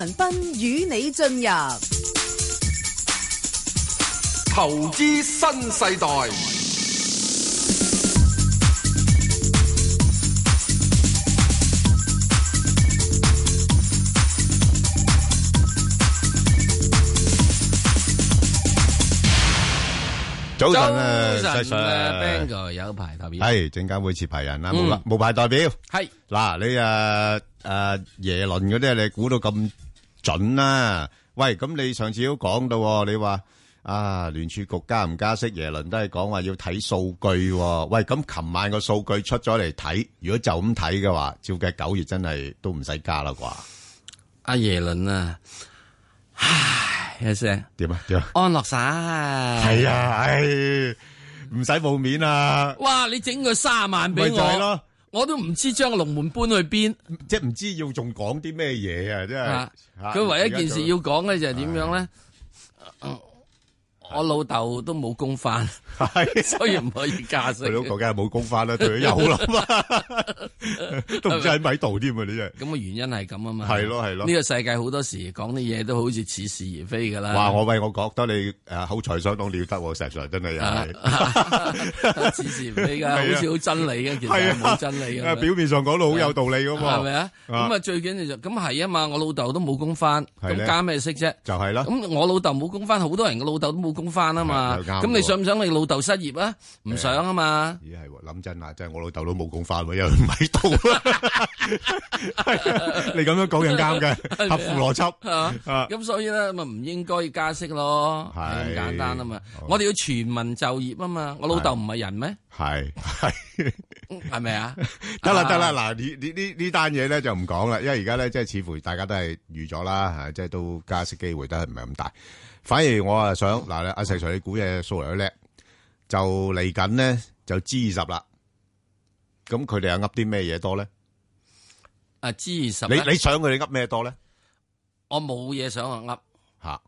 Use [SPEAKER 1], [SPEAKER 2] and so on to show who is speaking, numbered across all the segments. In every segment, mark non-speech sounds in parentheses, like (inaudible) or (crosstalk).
[SPEAKER 1] 文斌與你進入
[SPEAKER 2] 投資新世代，
[SPEAKER 3] 早晨啊，
[SPEAKER 4] 早
[SPEAKER 3] 石
[SPEAKER 4] 晨啊
[SPEAKER 3] Sir
[SPEAKER 4] ，Bang 哥有排投票，
[SPEAKER 3] 係證監會持牌人啦，
[SPEAKER 4] 嗯
[SPEAKER 3] 冇啦，無牌代表。
[SPEAKER 4] 係
[SPEAKER 3] 嗱，你誒誒耶倫嗰啲，你估到咁準啦？喂，咁你上次都講到喎，你話啊聯儲局加唔加息，耶倫都係講話要睇數據喎。喂，咁琴晚個數據出咗嚟睇，如果就咁睇嘅話，照計九月真係都唔使加啦啩？
[SPEAKER 4] 阿耶倫啊，唉一聲
[SPEAKER 3] 點啊？點啊？
[SPEAKER 4] 安樂晒，
[SPEAKER 3] 係啊，唉，唔使冇面啊，
[SPEAKER 4] 哇！你整個卅萬
[SPEAKER 3] 咪
[SPEAKER 4] 俾
[SPEAKER 3] 就係
[SPEAKER 4] 我，
[SPEAKER 3] 咯，嗯
[SPEAKER 4] 我都唔知將個龍門搬去邊
[SPEAKER 3] 即係唔知要仲講啲咩嘢啊，真
[SPEAKER 4] 啊！
[SPEAKER 3] 係。
[SPEAKER 4] 佢唯一一件
[SPEAKER 3] 而家啊
[SPEAKER 4] 事
[SPEAKER 3] 就
[SPEAKER 4] 要講嘅就係點樣咧？ (laughs) 我老豆都冇工返， (laughs)
[SPEAKER 3] 係
[SPEAKER 4] 所以唔可以加息。
[SPEAKER 3] 佢老
[SPEAKER 4] 咁
[SPEAKER 3] 婆梗係冇工翻啦，退咗休啦
[SPEAKER 4] (laughs)
[SPEAKER 3] 嘛，都
[SPEAKER 4] Ừ.
[SPEAKER 3] 唔知喺咪度添啊！你真係，
[SPEAKER 4] 嘅原因係咁啊嘛。
[SPEAKER 3] 係咯係咯
[SPEAKER 4] 呢個世界好多時講啲嘢都好似似是而非噶啦。
[SPEAKER 3] 哇！我喂，我覺得你誒口才相當了得喎，石 Sir 真係又
[SPEAKER 4] 啊
[SPEAKER 3] 係， (laughs)
[SPEAKER 4] 似是而非噶，
[SPEAKER 3] 係啊
[SPEAKER 4] 好似好真理嘅，其
[SPEAKER 3] 係
[SPEAKER 4] 實
[SPEAKER 3] 啊
[SPEAKER 4] 冇真理
[SPEAKER 3] 啊
[SPEAKER 4] 嘅。
[SPEAKER 3] 表面上講到好有道理噶
[SPEAKER 4] 系咪
[SPEAKER 3] 嘛，
[SPEAKER 4] 啊？
[SPEAKER 3] 啊
[SPEAKER 4] 咁啊，最緊要就咁係啊嘛！我老豆都冇工翻，
[SPEAKER 3] 係咧
[SPEAKER 4] 咁加咩息啫？
[SPEAKER 3] 就係啦，
[SPEAKER 4] 咁我老豆冇工翻，好多人嘅老豆都冇工翻啊嘛。
[SPEAKER 3] 係係啱
[SPEAKER 4] 咁你
[SPEAKER 3] 喎
[SPEAKER 4] 想唔想你老豆失業啊？唔想啊嘛。
[SPEAKER 3] 咦係喎， (laughs) 諗真啊，真係我老豆都冇工翻喎，又唔喺度啦，
[SPEAKER 4] (laughs)
[SPEAKER 3] 係啊你咁樣講又啱嘅，合乎邏輯
[SPEAKER 4] 啊
[SPEAKER 3] 啊，
[SPEAKER 4] 咁所以咧，咪唔應該加息咯，係
[SPEAKER 3] 係
[SPEAKER 4] 咁簡單啊嘛
[SPEAKER 3] 好。
[SPEAKER 4] 我哋要全民就業啊嘛。我老豆唔係人咩？ (laughs)
[SPEAKER 3] 係係。？
[SPEAKER 4] 係咪啊
[SPEAKER 3] (laughs) 得啦得啦，嗱呢呢呢呢單嘢咧就唔講啦，因為而家咧即係似乎大家都係預咗啦，吓即係都加息機會都係唔係咁大。反而我啊想嗱，阿石 Sir 你估嘢數嚟都叻，就嚟緊咧就 G 二十啦。咁佢哋又噏啲咩嘢多咧？
[SPEAKER 4] 啊，G 二十
[SPEAKER 3] 你
[SPEAKER 4] 咧，
[SPEAKER 3] 你想佢哋噏咩多咧？
[SPEAKER 4] 我冇嘢想我噏，
[SPEAKER 3] 吓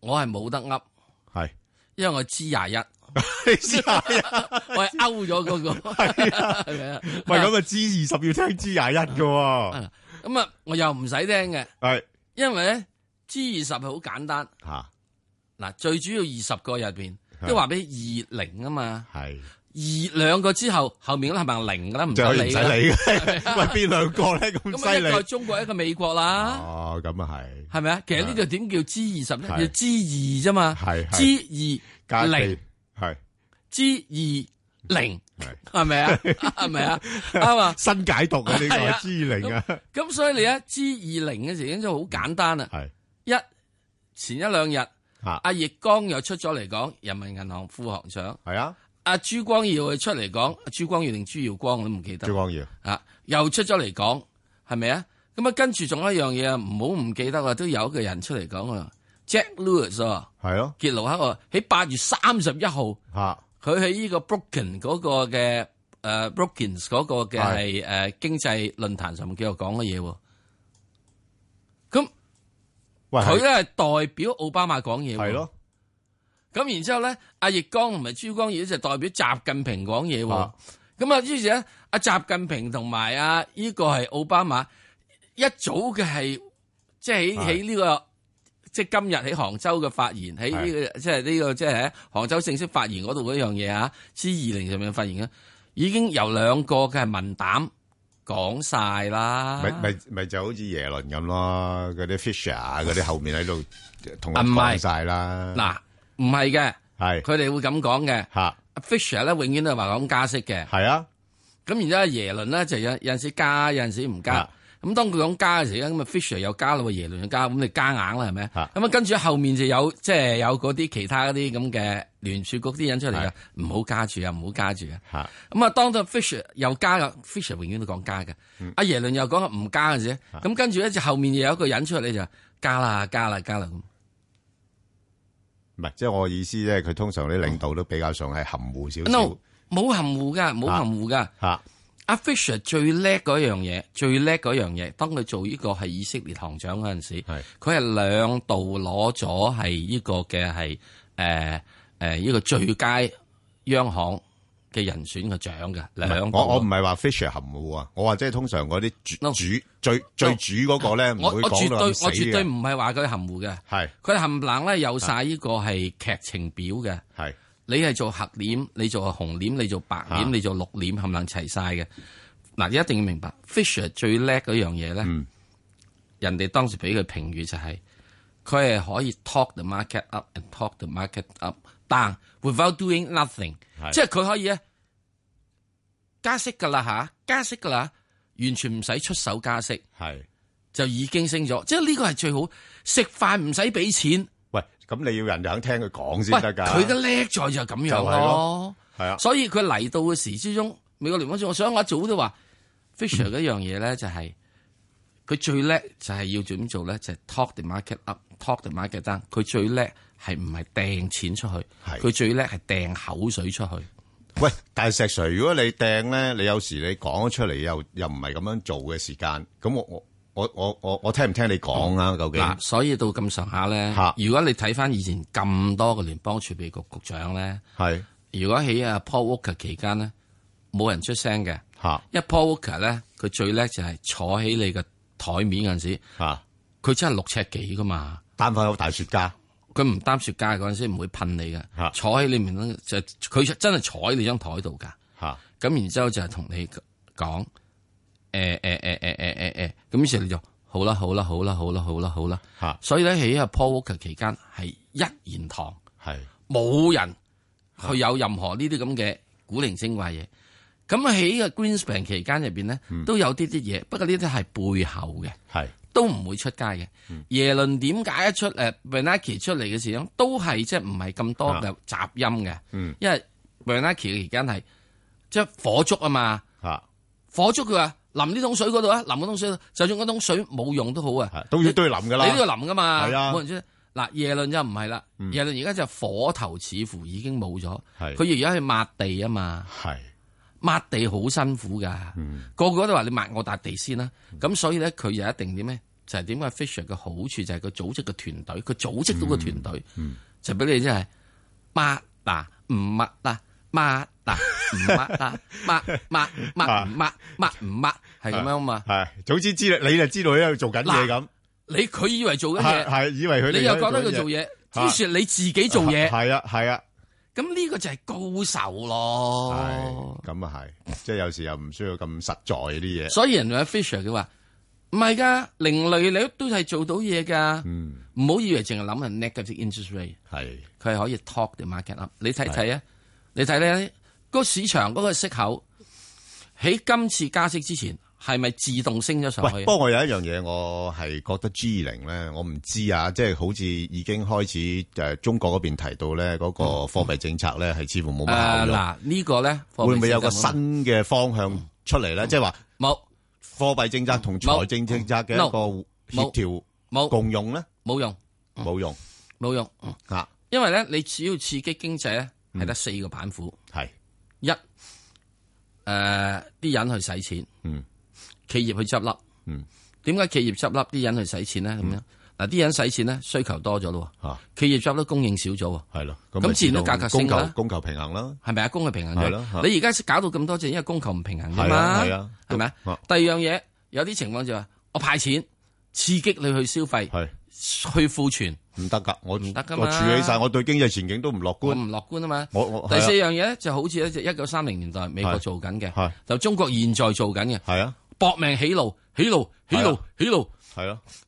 [SPEAKER 4] 我係冇得噏，
[SPEAKER 3] 係
[SPEAKER 4] 因為我 G 廿
[SPEAKER 3] (laughs)
[SPEAKER 4] 一，
[SPEAKER 3] 你試下
[SPEAKER 4] (laughs) 我係勾咗嗰個， (laughs) 係咪啊？
[SPEAKER 3] (laughs) 喂咁啊，G 二十要聽 G 廿一嘅，
[SPEAKER 4] 啊咁啊，我又唔使聽嘅，
[SPEAKER 3] 係
[SPEAKER 4] 因為咧 G 二十係好簡單。
[SPEAKER 3] 吓
[SPEAKER 4] 嗱，最主要二十個入邊
[SPEAKER 3] 係
[SPEAKER 4] 都話俾二零啊嘛，
[SPEAKER 3] 係，
[SPEAKER 4] 二兩個之後後面嗰啲係咪零㗎啦？唔
[SPEAKER 3] 即係可以
[SPEAKER 4] 使
[SPEAKER 3] 唔
[SPEAKER 4] 理
[SPEAKER 3] 使
[SPEAKER 4] (laughs) 㗎啦。
[SPEAKER 3] 理嘅。喂，邊兩個咧咁
[SPEAKER 4] 咁啊，
[SPEAKER 3] 犀
[SPEAKER 4] 一個係
[SPEAKER 3] 利？
[SPEAKER 4] 中國，一個美國啦，
[SPEAKER 3] 哦，咁啊係。
[SPEAKER 4] 係咪啊？其實呢個點叫 G 二十咧？
[SPEAKER 3] 係
[SPEAKER 4] 叫 G 二啫嘛
[SPEAKER 3] 係係
[SPEAKER 4] ，G
[SPEAKER 3] 加
[SPEAKER 4] 二
[SPEAKER 3] 地
[SPEAKER 4] 零
[SPEAKER 3] 係
[SPEAKER 4] ，G 二零
[SPEAKER 3] 係
[SPEAKER 4] 係
[SPEAKER 3] (laughs)
[SPEAKER 4] 咪啊？係咪啊？啱啊！
[SPEAKER 3] 新解讀啊！
[SPEAKER 4] 係
[SPEAKER 3] 呢個
[SPEAKER 4] 啊
[SPEAKER 3] G 零啊，
[SPEAKER 4] 咁所以你咧 G 二零嘅時已經就好簡單啦。
[SPEAKER 3] 係
[SPEAKER 4] 一前一兩日，
[SPEAKER 3] 嚇
[SPEAKER 4] 阿易剛又出咗嚟講人民銀行副行長。
[SPEAKER 3] 係啊，
[SPEAKER 4] 阿朱光耀佢出嚟講，阿朱光耀定朱耀光我都唔記得
[SPEAKER 3] 朱光耀
[SPEAKER 4] 啊，又出咗嚟講，係咪啊？咁啊，跟住仲有一樣嘢啊，唔好唔記得啊，都有一個人出嚟講啊，Jack Lewis 啊，
[SPEAKER 3] 係咯
[SPEAKER 4] 傑盧克啊，喺八月三十一號，
[SPEAKER 3] 嚇
[SPEAKER 4] 佢喺呢個 Brookings 嗰個嘅誒、呃 Brookings 嗰個嘅係誒經濟論壇上面繼續講嘅嘢喎。咁
[SPEAKER 3] 喂
[SPEAKER 4] 佢
[SPEAKER 3] 係
[SPEAKER 4] 咧係代表奧巴馬講嘢，
[SPEAKER 3] 係。咯
[SPEAKER 4] 咁然之後咧，阿易綱同埋朱光耀就代表習近平講嘢喎
[SPEAKER 3] 啊。
[SPEAKER 4] 咁啊，於是咧，阿習近平同埋啊呢個係奧巴馬一早嘅係即係喺
[SPEAKER 3] 係
[SPEAKER 4] 喺呢個即係今日喺杭州嘅發言，喺呢個即係呢個即係喺杭州正式發言嗰度嗰樣嘢啊，G 二零上面嘅發言啊，已經由兩個嘅係文膽講晒啦。
[SPEAKER 3] 咪咪咪就好似耶倫咁咯，嗰啲 Fisher 啊嗰啲後面喺度同我
[SPEAKER 4] 啊唔係
[SPEAKER 3] 講晒啦，
[SPEAKER 4] 嗱，唔係嘅，
[SPEAKER 3] 嗯係
[SPEAKER 4] 佢哋會咁講嘅。
[SPEAKER 3] 嚇
[SPEAKER 4] 阿 Fisher 咧，永遠都係話講加息嘅。
[SPEAKER 3] 係啊
[SPEAKER 4] 咁然之後耶倫咧就有有陣時加，有陣時唔加
[SPEAKER 3] 啊。
[SPEAKER 4] 咁當佢講加嘅時候咁啊 Fisher 又加啦，耶倫又加，咁你加硬啦係咪？
[SPEAKER 3] 啊
[SPEAKER 4] 咁啊跟住後面就有即係有嗰啲其他嗰啲咁嘅聯儲局啲人出嚟
[SPEAKER 3] 係
[SPEAKER 4] 嘅，唔好加住啊，唔好加住啊。
[SPEAKER 3] 嚇
[SPEAKER 4] 咁啊當到 Fisher 又加啦，Fisher 永遠都講加嘅。
[SPEAKER 3] 嗯
[SPEAKER 4] 阿耶倫又講唔加嘅時候，咁跟住咧就後面又有一個人出嚟就話加啦，加啦，加啦咁。
[SPEAKER 3] 唔係即係我意思咧，佢通常啲領導都比較上係含糊少啊
[SPEAKER 4] No，
[SPEAKER 3] 少
[SPEAKER 4] 冇含糊噶，冇含糊噶。
[SPEAKER 3] 嚇
[SPEAKER 4] 阿 Fisher 最叻嗰樣嘢，最叻嗰樣嘢，當佢做呢個係以色列行長嗰陣時，
[SPEAKER 3] 係
[SPEAKER 4] 佢係兩度攞咗係呢個嘅係誒誒呢個最佳央行嘅人選嘅獎嘅
[SPEAKER 3] 唔係，
[SPEAKER 4] 兩個
[SPEAKER 3] 我-我唔係話Fisher含糊啊，我話即係通常嗰啲主-
[SPEAKER 4] No。
[SPEAKER 3] 主-最-最
[SPEAKER 4] No。
[SPEAKER 3] 主嗰個呢，
[SPEAKER 4] 哦我我
[SPEAKER 3] 唔會講到咁
[SPEAKER 4] 絕對
[SPEAKER 3] 死嘅。
[SPEAKER 4] 我絕對唔係話佢含糊嘅，佢冚唪唥咧有晒呢個係劇情表嘅。
[SPEAKER 3] 係，係，係，
[SPEAKER 4] 你係做黑臉，你做紅臉，你做白
[SPEAKER 3] 啊
[SPEAKER 4] 臉，你做綠臉，冚唪唥齊晒嘅。嗱，你一定要明白，Fisher 最叻嗰樣嘢咧，
[SPEAKER 3] 嗯
[SPEAKER 4] 人哋當時俾佢評語就係佢係可以 talk the market up and talk the market up down without doing nothing，
[SPEAKER 3] 係
[SPEAKER 4] 即係佢可以咧加息噶啦吓，加息噶啦，完全唔使出手加息就已經升咗，即係呢個係最好食飯唔使俾錢。喂，
[SPEAKER 3] 喂，咁你要人肯聽佢講先得㗎。
[SPEAKER 4] 佢嘅叻在就係咁樣
[SPEAKER 3] 就係
[SPEAKER 4] 咯
[SPEAKER 3] 咯。係啊，
[SPEAKER 4] 所以佢嚟到嘅時之中，美國聯邦儲我想我一早都話 Fisher 嗰樣嘢咧，就係佢最叻就係要點做咧，就係 talk the market up，talk the market down。佢最叻係唔係掟錢出去？
[SPEAKER 3] 係
[SPEAKER 4] 佢最叻係掟口水出去。
[SPEAKER 3] 喂，但係石Sir，如果你掟呢，你有時你講咗出嚟又-又唔係咁樣做嘅時間，咁我-我-我-我-我-我聽唔聽你講啊，究竟？
[SPEAKER 4] 嗱，所以到咁上下咧
[SPEAKER 3] 嚇，
[SPEAKER 4] 如果你睇翻以前咁多嘅聯邦儲備局局長咧，如果喺啊 Paul Walker 期間咧，冇人出聲嘅。一 Paul Walker 咧，佢最叻就係坐喺你嘅台面嗰陣時，
[SPEAKER 3] 係，嚇，嚇，單反有大雪茄，
[SPEAKER 4] 佢真係六尺幾噶嘛。佢唔擔雪茄嗰陣時唔會噴你
[SPEAKER 3] 嚇
[SPEAKER 4] 嘅，坐喺你面咧就佢真係坐喺你張台度噶。咁然之後就係同你講，誒誒誒誒誒誒誒，咁於是你就好啦好啦好啦好啦好啦好啦。所以咧喺阿 Paul Walker 期間係一言堂，
[SPEAKER 3] 嚇，嚇，係，係，
[SPEAKER 4] 冇人去有任何呢啲咁嘅古靈精怪嘢。咁喺個 Greenspan 期間入邊咧，都有啲啲嘢，不過呢啲係背後嘅。都唔會出街嘅。耶倫點解一出誒 Bernanke 出嚟嘅時候，都係即係唔係咁多
[SPEAKER 3] 啊
[SPEAKER 4] 嘅雜音嘅，
[SPEAKER 3] 嗯
[SPEAKER 4] 因為 Bernanke 而家係即係火燭啊嘛，火燭佢話淋呢桶水嗰度啊，淋嗰桶水嗰度，就算嗰桶水冇用都好啊，
[SPEAKER 3] 嚇，都要-
[SPEAKER 4] 你
[SPEAKER 3] 都要諗㗎啦。
[SPEAKER 4] 你都要淋噶嘛，
[SPEAKER 3] 係啊
[SPEAKER 4] 冇人知。嗱，耶倫就唔係啦，
[SPEAKER 3] 嗯
[SPEAKER 4] 耶倫而家就火頭似乎已經冇咗，
[SPEAKER 3] 係
[SPEAKER 4] 佢而家去抹地啊嘛，抹地好辛苦㗎。
[SPEAKER 3] 係，嗯，係，
[SPEAKER 4] 個個都話你抹我笪地先啦。咁所以咧，佢就一定點咧？就係點解 Fisher 嘅好處就係佢組織嘅團隊，佢組織到個團隊，就俾你真係抹嗱唔抹嗱抹嗱唔抹
[SPEAKER 3] (laughs)
[SPEAKER 4] 嗱抹抹抹唔抹抹唔抹係咁樣嘛？
[SPEAKER 3] 係，早知知啦-你就知道佢喺度做緊嘢咁。
[SPEAKER 4] 你佢以為做緊
[SPEAKER 3] 係-
[SPEAKER 4] 嘢，
[SPEAKER 3] 係，以為佢哋
[SPEAKER 4] 你又覺
[SPEAKER 3] 喺度
[SPEAKER 4] 得佢做
[SPEAKER 3] 做緊嘢。
[SPEAKER 4] 嘢，
[SPEAKER 3] 啊
[SPEAKER 4] 於是你自己做嘢，
[SPEAKER 3] 係啊，係啊。
[SPEAKER 4] 咁呢個就係高手咯。
[SPEAKER 3] 係，咁啊係，即係有時又唔需要咁實在啲嘢。
[SPEAKER 4] 所以人哋話 Fisher 佢話唔係㗎，另類你都係做到嘢㗎。唔好以為淨係諗係 negative interest rate，
[SPEAKER 3] 嗯嗯，係，係，
[SPEAKER 4] 佢係可以 talk the market up。你睇睇啊，你睇睇個市場嗰個息口喺今次加息之前係咪自動升咗上去？啊
[SPEAKER 3] 喂，不過我有一樣嘢我係覺得 G20 呢，我唔知啊，即係好似已經開始，誒，中國嗰邊提到呢，嗰個
[SPEAKER 4] 誒
[SPEAKER 3] 貨幣政策呢，係似乎冇乜效用。
[SPEAKER 4] 啊嗱，呢個咧貨幣
[SPEAKER 3] 會唔會有
[SPEAKER 4] 政策
[SPEAKER 3] 個新嘅方向出嚟呢？
[SPEAKER 4] 冇
[SPEAKER 3] 即係話貨幣政策同財政政策嘅一個
[SPEAKER 4] No。
[SPEAKER 3] 協調
[SPEAKER 4] 冇
[SPEAKER 3] 共用呢？
[SPEAKER 4] 冇用
[SPEAKER 3] 冇用，嚇，
[SPEAKER 4] 冇用？因為咧，你只要刺激經濟咧，
[SPEAKER 3] 嗯
[SPEAKER 4] 係得四個板斧。一誒啲人去使錢，
[SPEAKER 3] 嗯
[SPEAKER 4] 企業去執笠，
[SPEAKER 3] 嗯
[SPEAKER 4] 點解企業執笠啲人去使錢咧？咁樣嗱，啲人使錢咧，需求多咗咯喎，
[SPEAKER 3] 係，嚇，係咯，咁
[SPEAKER 4] 企業執笠供應少咗喎，
[SPEAKER 3] 咪
[SPEAKER 4] 咁自然
[SPEAKER 3] 自動
[SPEAKER 4] 都價格升啦。
[SPEAKER 3] 供求-供求平衡啦。
[SPEAKER 4] 係咪啊？供係平衡
[SPEAKER 3] 係咯
[SPEAKER 4] 咗，
[SPEAKER 3] 嚇
[SPEAKER 4] 你而家搞到咁多就因為供求唔平衡啫
[SPEAKER 3] 係
[SPEAKER 4] 嘛
[SPEAKER 3] 啊，係啊，
[SPEAKER 4] 係咪啊？
[SPEAKER 3] 啊
[SPEAKER 4] 第二樣嘢有啲情況就話我派錢刺激你去消費，
[SPEAKER 3] 係，唔得㗎，我-
[SPEAKER 4] 去庫存，唔得㗎嘛。我
[SPEAKER 3] 我處理晒，我對經濟前景都唔樂觀。
[SPEAKER 4] 唔樂觀啊嘛。
[SPEAKER 3] 我-我-
[SPEAKER 4] 第四
[SPEAKER 3] 係
[SPEAKER 4] 樣
[SPEAKER 3] 啊，
[SPEAKER 4] 嘢咧就好似咧就一九三零年代美國
[SPEAKER 3] 係
[SPEAKER 4] 做緊嘅，就中國現在做緊嘅，
[SPEAKER 3] 係，係啊，係啊，
[SPEAKER 4] 搏命起路，起路，起路
[SPEAKER 3] 係，啊
[SPEAKER 4] 起路。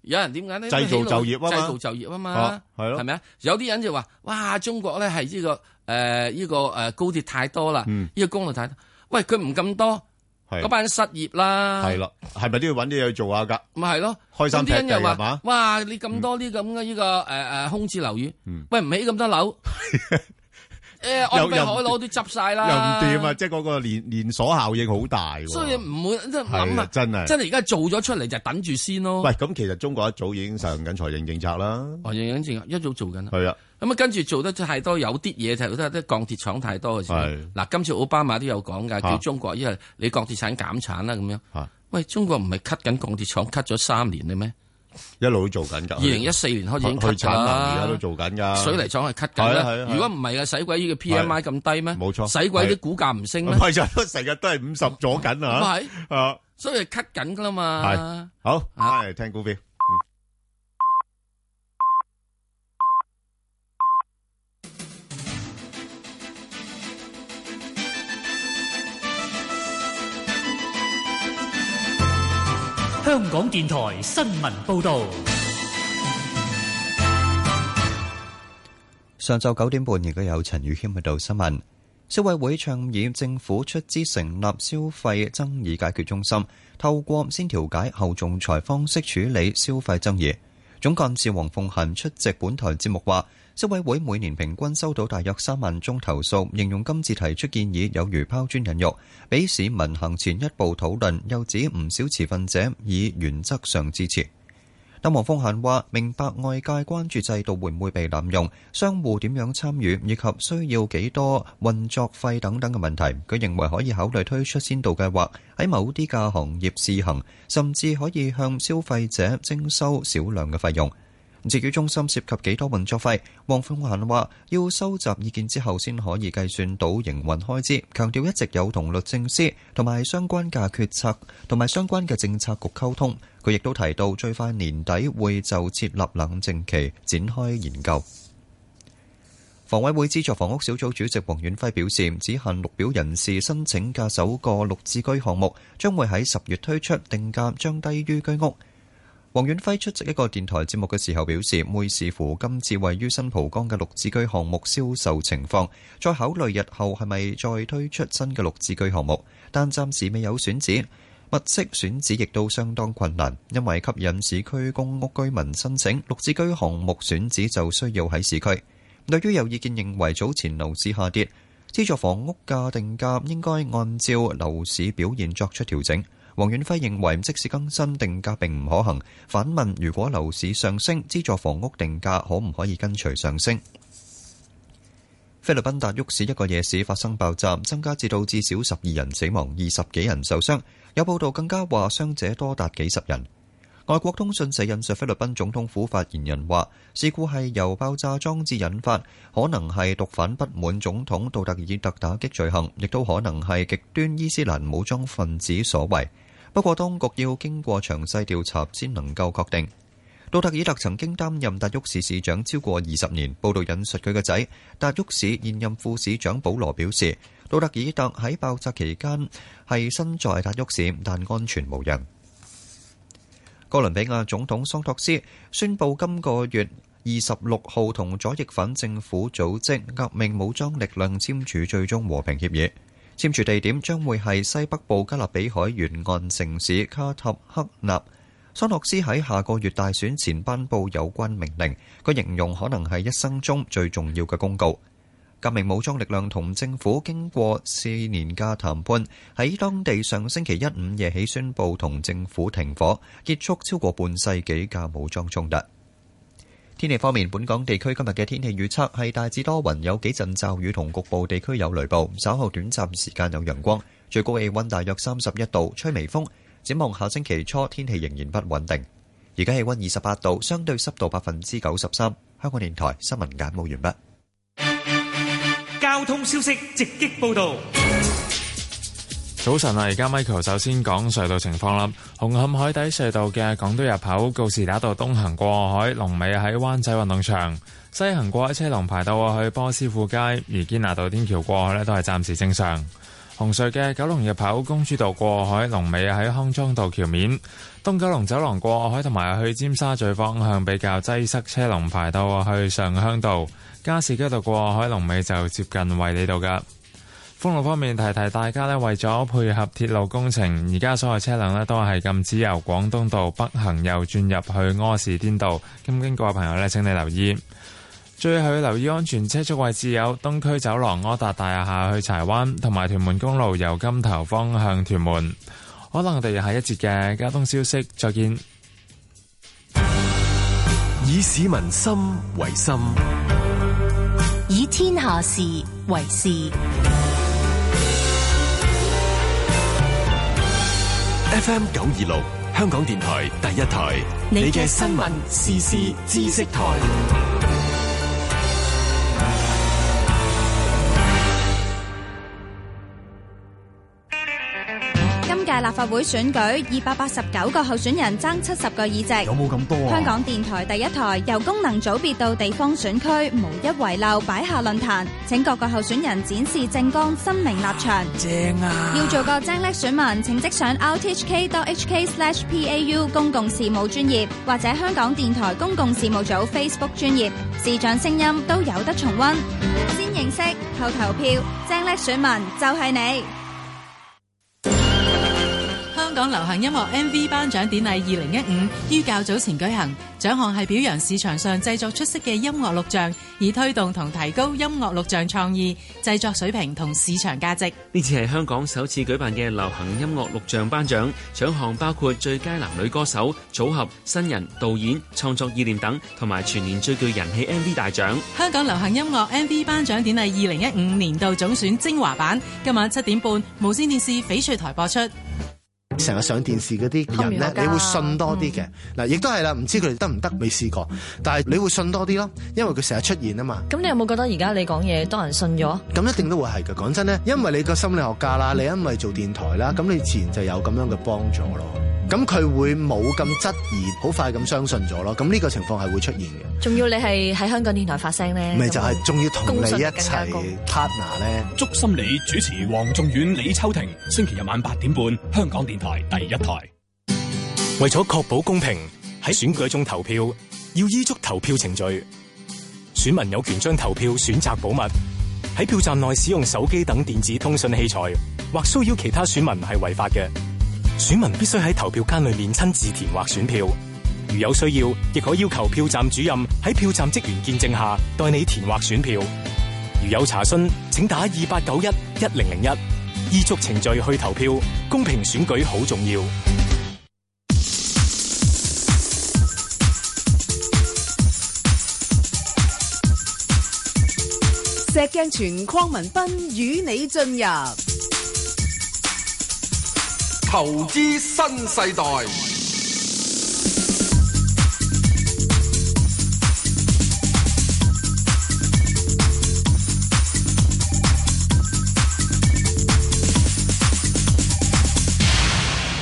[SPEAKER 4] 有人點解呢？
[SPEAKER 3] 製造就業啊嘛
[SPEAKER 4] 製造就業啊嘛
[SPEAKER 3] 啊，係咯
[SPEAKER 4] 係咪啊？有啲人就話：，哇，中國咧係呢個誒呢個誒高鐵太多啦，
[SPEAKER 3] 嗯
[SPEAKER 4] 呢個公路太多。喂，佢唔咁多，
[SPEAKER 3] 係
[SPEAKER 4] 嗰班人失業啦，
[SPEAKER 3] 係啦，係咪都要搵啲嘢做下㗎？係，
[SPEAKER 4] 咪係咯。
[SPEAKER 3] 開心
[SPEAKER 4] 咁啲人
[SPEAKER 3] 踢地
[SPEAKER 4] 又
[SPEAKER 3] 係嘛
[SPEAKER 4] 話：，哇，你咁多呢咁嘅呢個誒誒空置樓宇
[SPEAKER 3] 嗯，
[SPEAKER 4] 喂，唔起咁多
[SPEAKER 3] (laughs)
[SPEAKER 4] 樓，誒，
[SPEAKER 3] 又
[SPEAKER 4] 我俾
[SPEAKER 3] 又
[SPEAKER 4] 海
[SPEAKER 3] 唔
[SPEAKER 4] 攞都執晒啦，
[SPEAKER 3] 又唔掂啊，即係嗰個連-連鎖效應好大喎。
[SPEAKER 4] 所以唔會即係諗啊，
[SPEAKER 3] 係啊，真係。
[SPEAKER 4] 真係而家做咗出嚟就等住先咯。哦
[SPEAKER 3] 喂，咁其實中國一早已經實行緊財政政策啦。係啊，
[SPEAKER 4] 我認認正一早做緊啦。咁啊，跟住做得太多，有啲嘢就都係啲鋼鐵廠太多嘅時候
[SPEAKER 3] 係
[SPEAKER 4] 嗱，今次奧巴馬都有講㗎，
[SPEAKER 3] 啊
[SPEAKER 4] 叫中國因為你鋼鐵產減產啦咁樣
[SPEAKER 3] 啊。
[SPEAKER 4] 喂，中國唔係 cut 緊鋼鐵廠 cut 咗三年嘅咩？
[SPEAKER 3] 一路都做緊㗎。
[SPEAKER 4] 二零一四年開始已經
[SPEAKER 3] 去
[SPEAKER 4] cut
[SPEAKER 3] 產
[SPEAKER 4] 㗎
[SPEAKER 3] 能
[SPEAKER 4] 啦，
[SPEAKER 3] 而家都做緊㗎。
[SPEAKER 4] 水泥廠係 cut
[SPEAKER 3] 係
[SPEAKER 4] 緊
[SPEAKER 3] 啊係啊係
[SPEAKER 4] 啦
[SPEAKER 3] 啊。
[SPEAKER 4] 如果唔係嘅，使鬼呢個 P M I 咁低咩？
[SPEAKER 3] 冇錯
[SPEAKER 4] 使鬼
[SPEAKER 3] 係
[SPEAKER 4] 啲股價唔升咩？
[SPEAKER 3] 咪就係咯，成日都係五十咗緊
[SPEAKER 4] 咁
[SPEAKER 3] 啊！
[SPEAKER 4] 係，
[SPEAKER 3] 啊，
[SPEAKER 4] 所以係 cut 緊㗎啦嘛。
[SPEAKER 3] 好，
[SPEAKER 4] 啊
[SPEAKER 3] 翻嚟聽股票。
[SPEAKER 5] 香港電台新聞報導。
[SPEAKER 6] 上晝九點半，亦都有陳宇軒報道新聞。消委會倡議政府出資成立消費爭議解決中心，透過先調解後仲裁方式處理消費爭議。總幹事黃鳳嫻出席本台節目話，消委會每年平均收到大約三萬宗投訴，形容今次提出建議有如拋磚引玉，俾市民行前一步討論，又指唔少持份者以原則上支持。但黃鳳嫻話：明白外界關注制度會唔會被濫用，商戶點樣參與，以及需要幾多運作費等等嘅問題，佢認為可以考慮推出先導計劃，喺某啲嘅行業試行，甚至可以向消費者徵收少量嘅費用。至於中心涉及幾多運作費，黃鳳嫻話要收集意見之後先可以計算到營運開支，強調一直有同律政司同埋相關嘅決策同埋相關嘅政策局溝通。佢亦都提到最快年底會就設立冷靜期展開研究。房委會資助房屋小組主席黃遠輝表示，只限綠表人士申請嘅首個綠置居項目將會喺十月推出，定價將低於居屋。黃遠輝出席一個電台節目嘅時候表示，會視乎今次位於新蒲崗嘅綠置居項目銷售情況，再考慮日後係咪再推出新嘅綠置居項目，但暫時未有選址。物色選址亦都相當困難，因為吸引市區公屋居民申請綠置居項目選址就需要喺市區。對於有意見認為早前樓市下跌，資助房屋價定價應該按照樓市表現作出調整。黃遠輝認為，即使更新定價並唔可行，反問如果樓市上升，資助房屋定價可唔可以跟隨上升？菲律賓達沃市一個夜市發生爆炸，增加至到至少十二人死亡，二十幾人受傷。有報道更加話傷者多達幾十人。外國通訊社引述菲律賓總統府發言人話：事故係由爆炸裝置引發，可能係毒販不滿總統杜特爾特打擊罪行，亦都可能係極端伊斯蘭武裝分子所為。不過，當局要經過詳細調查先能夠確定。杜特爾特曾經擔任達沃市市長超過二十年。報道引述佢個仔達沃市現任副市長保羅表示，杜特爾特喺爆炸期間係身在達沃市，但安全無恙。哥倫比亞總統桑托斯宣布今個月二十六號同左翼反政府組織革命武裝力量簽署最終和平協議。簽署地點將會係西北部加勒比海沿岸城市卡塔克納。桑托斯喺下個月大選前頒布有關命令，佢形容可能係一生中最重要嘅公告。革命武裝力量同政府經過四年嘅談判，喺當地上星期一午夜起宣布同政府停火，結束超過半世紀嘅武裝衝突。天氣方面，本港地區今日嘅天氣預測係大致多雲，有幾陣驟雨同局部地區有雷暴，稍後短暫時間有陽光，最高氣温大約三十一度，吹微風。展望下星期初天氣仍然不穩定。而家氣温二十八度，相對濕度百分之九十三。香港電台新聞簡報完畢。
[SPEAKER 5] 交通消息直擊報道。
[SPEAKER 7] 早晨啊，而家 Michael 首先講隧道情況啦。紅磡海底隧道嘅港島入口告士打道東行過海，龍尾喺灣仔運動場；西行過海車龍排到去波斯富街，而堅拿道天橋過海呢都係暫時正常。紅隧嘅九龍入口公主道過海，龍尾喺康莊道橋面；東九龍走廊過海同埋去尖沙咀方向比較擠塞，車龍排到去上鄉道；加士居道過海龍尾就接近衛理道㗎。封路方面，提提大家咧，為咗配合鐵路工程，而家所有車輛咧都係禁止由廣東道北行右轉入去柯士甸道。咁經過嘅朋友咧，請你留意。最後要留意安全車速位置有東區走廊、柯達大廈去柴灣，同埋屯門公路由金頭方向屯門。可能我哋下一節嘅交通消息再見。
[SPEAKER 2] 以市民心為心，
[SPEAKER 8] 以天下事為事。
[SPEAKER 2] FM 九二六香港電台第一台，你嘅新聞時事知識台。
[SPEAKER 9] 今屆立法會選舉，二百八十九個候選人爭七十個議席。
[SPEAKER 10] 冇咁多
[SPEAKER 9] 香港電台第一台由功能組別到地方選區，無一遺漏擺下論壇，請各個候選人展示政綱、新明立場。
[SPEAKER 11] 正啊！
[SPEAKER 9] 要做個精叻選民，請即上 rthk.hk/pau 公共事務專頁或者香港電台公共事務組 Facebook 專頁，市長聲音都有得重溫。先認識後投票，精叻選民就係你。
[SPEAKER 12] 香港流行音樂 MV 頒獎典禮二零一五於較早前舉行，獎項係表揚市場上製作出色嘅音樂錄像，以推動同提高音樂錄像創意、製作水平同市場價值。
[SPEAKER 13] 呢次係香港首次舉辦嘅流行音樂錄像頒獎，獎項包括最佳男女歌手、組合、新人、導演、創作意念等，同埋全年最具人氣 MV 大獎。
[SPEAKER 12] 香港流行音樂 MV 頒獎典禮二零一五年度總選精華版，今晚七點半無線電視翡翠台播出。
[SPEAKER 14] 成日上電視嗰嗯啲人咧，你會信多啲嘅。嗱，亦都係啦，唔知佢哋得唔得，未試過，但係你會信多啲咯，因為佢成日出現啊嘛。
[SPEAKER 15] 咁你有冇覺得而家你講嘢多人信咗？
[SPEAKER 14] 咁一定都會係嘅。講真咧，因為你個心理學家啦，你因為做電台啦，咁你自然就有咁樣嘅幫助咯。咁佢會冇咁質疑，好快咁相信咗咯。咁呢個情況係會出現嘅。
[SPEAKER 15] 仲要你係喺香港電台發聲咧，
[SPEAKER 14] 咪就係仲要同你一齊 partner 咧。
[SPEAKER 16] 祝心理主持黃仲遠、李秋婷，星期日晚八點半，香港電台第一台。
[SPEAKER 17] 為咗確保公平，喺選舉中投票要依足投票程序，選民有權將投票選擇保密。喺票站內使用手機等電子通訊器材或騷擾其他選民係違法嘅。選民必須喺投票間裏面親自填劃選票，如有需要，亦可要求票站主任喺票站職員見證下代你填劃選票。如有查詢，請打二八九一一零零一，依足程序去投票，公平選舉好重要。
[SPEAKER 1] 石鏡泉鄺民彬與你進入
[SPEAKER 18] 投資新世代。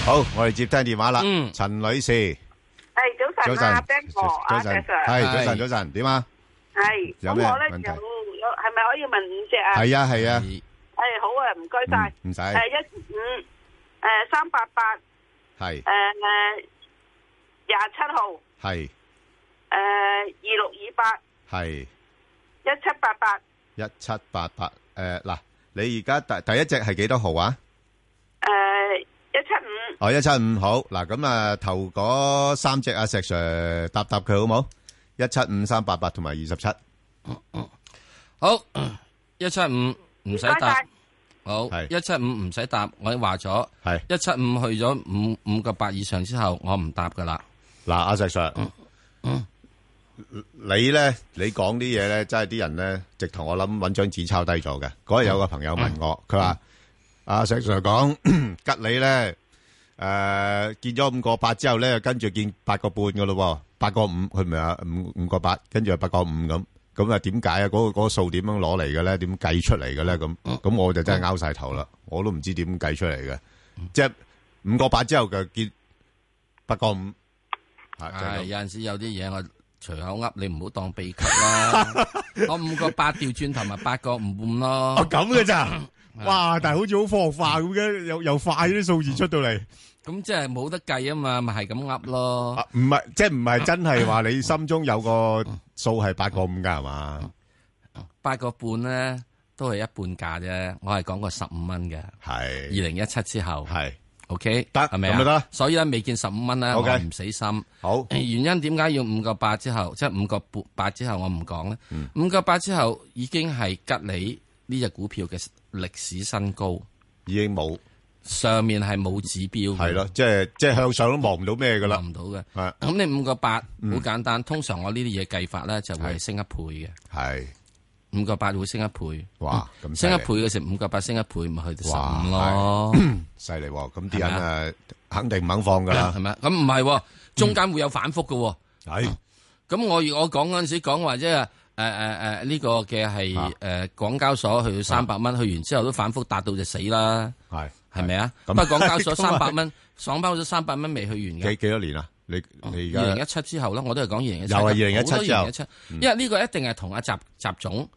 [SPEAKER 3] 好，我哋接聽電話啦，陳女士，
[SPEAKER 19] 係早晨啊，Ben 哥，阿石 Sir，
[SPEAKER 3] 係早晨，早晨，點啊？
[SPEAKER 19] 係，
[SPEAKER 3] 有
[SPEAKER 19] 咁
[SPEAKER 3] 咩
[SPEAKER 19] 我咧
[SPEAKER 3] 問題
[SPEAKER 19] 就有係咪可以問五隻啊？
[SPEAKER 3] 係啊，係啊，
[SPEAKER 19] 係好啊，唔該晒。
[SPEAKER 3] 嗯唔使
[SPEAKER 19] 誒一五誒三八八誒
[SPEAKER 3] 係
[SPEAKER 19] 誒廿七號誒
[SPEAKER 3] 係
[SPEAKER 19] 二六二八
[SPEAKER 3] 係
[SPEAKER 19] 一七八八
[SPEAKER 3] 一七八八誒嗱，你而家第第一隻係幾多號啊？
[SPEAKER 19] 誒一七五
[SPEAKER 3] 哦，一七五好嗱，咁啊頭嗰三隻阿石 Sir 答答佢好冇？一七五三八八同埋二十七，
[SPEAKER 4] 好 (coughs) 一七五唔使
[SPEAKER 19] 唔該
[SPEAKER 4] 答
[SPEAKER 19] 晒，
[SPEAKER 4] 好一七五唔使答，我已經話咗，
[SPEAKER 3] 係
[SPEAKER 4] 一七五去咗五五個八以上之後，我唔答嗯噶啦。
[SPEAKER 3] 嗱，阿石 Sir，你咧你講啲嘢咧，真係啲人咧直頭我諗揾張紙抄低咗嘅。嗰日有個朋友問我，佢話阿石 Sir 講 (clears throat) 吉你咧，誒見咗五個八之後咧，跟住見八個半噶咯，八個五佢咪啊五五個八，跟住係八個五咁。咁啊點解啊？嗰個嗰個數點樣攞嚟嘅咧？點計出嚟嘅咧？咁咁我就真係拗晒頭啦，我都唔知點計出嚟嘅。即係五個八之後就見八個五。
[SPEAKER 4] 係有陣時有啲嘢我隨口噏，你唔好當秘笈
[SPEAKER 3] (laughs)
[SPEAKER 4] 啦。我五個八調轉頭咪八個五半咯。嗯
[SPEAKER 20] 哦咁嘅咋？
[SPEAKER 3] 啊
[SPEAKER 20] 哇！但係好似好科學化咁嘅，又又快啲數字出到嚟，
[SPEAKER 4] 咁即係冇得計啊嘛，咪係咁噏咯。
[SPEAKER 3] 唔係，即係唔係真係話你心中有個數係八個五噶係嘛？
[SPEAKER 4] 八個半咧都係一半價啫，我係講過十五蚊嘅。
[SPEAKER 3] 係二
[SPEAKER 4] 零一七之後
[SPEAKER 3] 係
[SPEAKER 4] OK 得係咪啊
[SPEAKER 3] 咁咪得。
[SPEAKER 4] 所以咧未見十五蚊咧，我
[SPEAKER 3] OK
[SPEAKER 4] 唔死心。
[SPEAKER 3] 好
[SPEAKER 4] 原因點解要五個八之後，即係五個半八之後我唔講咧？
[SPEAKER 3] 嗯
[SPEAKER 4] 五個八之後已經係吉利呢只股票嘅歷史新高，
[SPEAKER 3] 已經冇
[SPEAKER 4] 上面係冇指標嘅。
[SPEAKER 3] 係咯，即係即係向上都望唔到咩噶啦，啊
[SPEAKER 4] 望唔到嘅。
[SPEAKER 3] 係
[SPEAKER 4] 咁你五個八好
[SPEAKER 3] 嗯
[SPEAKER 4] 簡單，通常我呢啲嘢計法咧就會升一倍嘅。
[SPEAKER 3] 係
[SPEAKER 4] 五個八會升一倍。
[SPEAKER 3] 哇咁犀
[SPEAKER 4] 升
[SPEAKER 3] 利
[SPEAKER 4] 一倍嘅時候，五個八升一倍咪去到十
[SPEAKER 3] 哇
[SPEAKER 4] 五咯。
[SPEAKER 3] (coughs) 犀利喎！咁啲
[SPEAKER 4] 係咪
[SPEAKER 3] 人
[SPEAKER 4] 啊
[SPEAKER 3] 啊肯定唔肯放噶啦，嗯
[SPEAKER 4] 系咪？咁唔 (coughs) 係，中間會有反覆嘅。
[SPEAKER 3] 係。
[SPEAKER 4] 咁我我講嗰陣時講話即係诶诶诶呢個嘅
[SPEAKER 3] 啊
[SPEAKER 4] 係诶港交所去到三百蚊，去完之後都反覆達到就死啦。
[SPEAKER 3] 系
[SPEAKER 4] 係咪啊？
[SPEAKER 3] 咁
[SPEAKER 4] 不過港交所
[SPEAKER 3] 咁啊
[SPEAKER 4] 三百蚊， (laughs) 爽包咗三百蚊未去完嘅。
[SPEAKER 3] 幾幾多年啊？你你
[SPEAKER 4] 嗯二
[SPEAKER 3] 而
[SPEAKER 4] 零一
[SPEAKER 3] 家
[SPEAKER 4] 七之後啦，我都係講二零一七，
[SPEAKER 3] 又係2017之後
[SPEAKER 4] 一七，
[SPEAKER 3] 嗯
[SPEAKER 4] 因為呢個一定係同阿習習總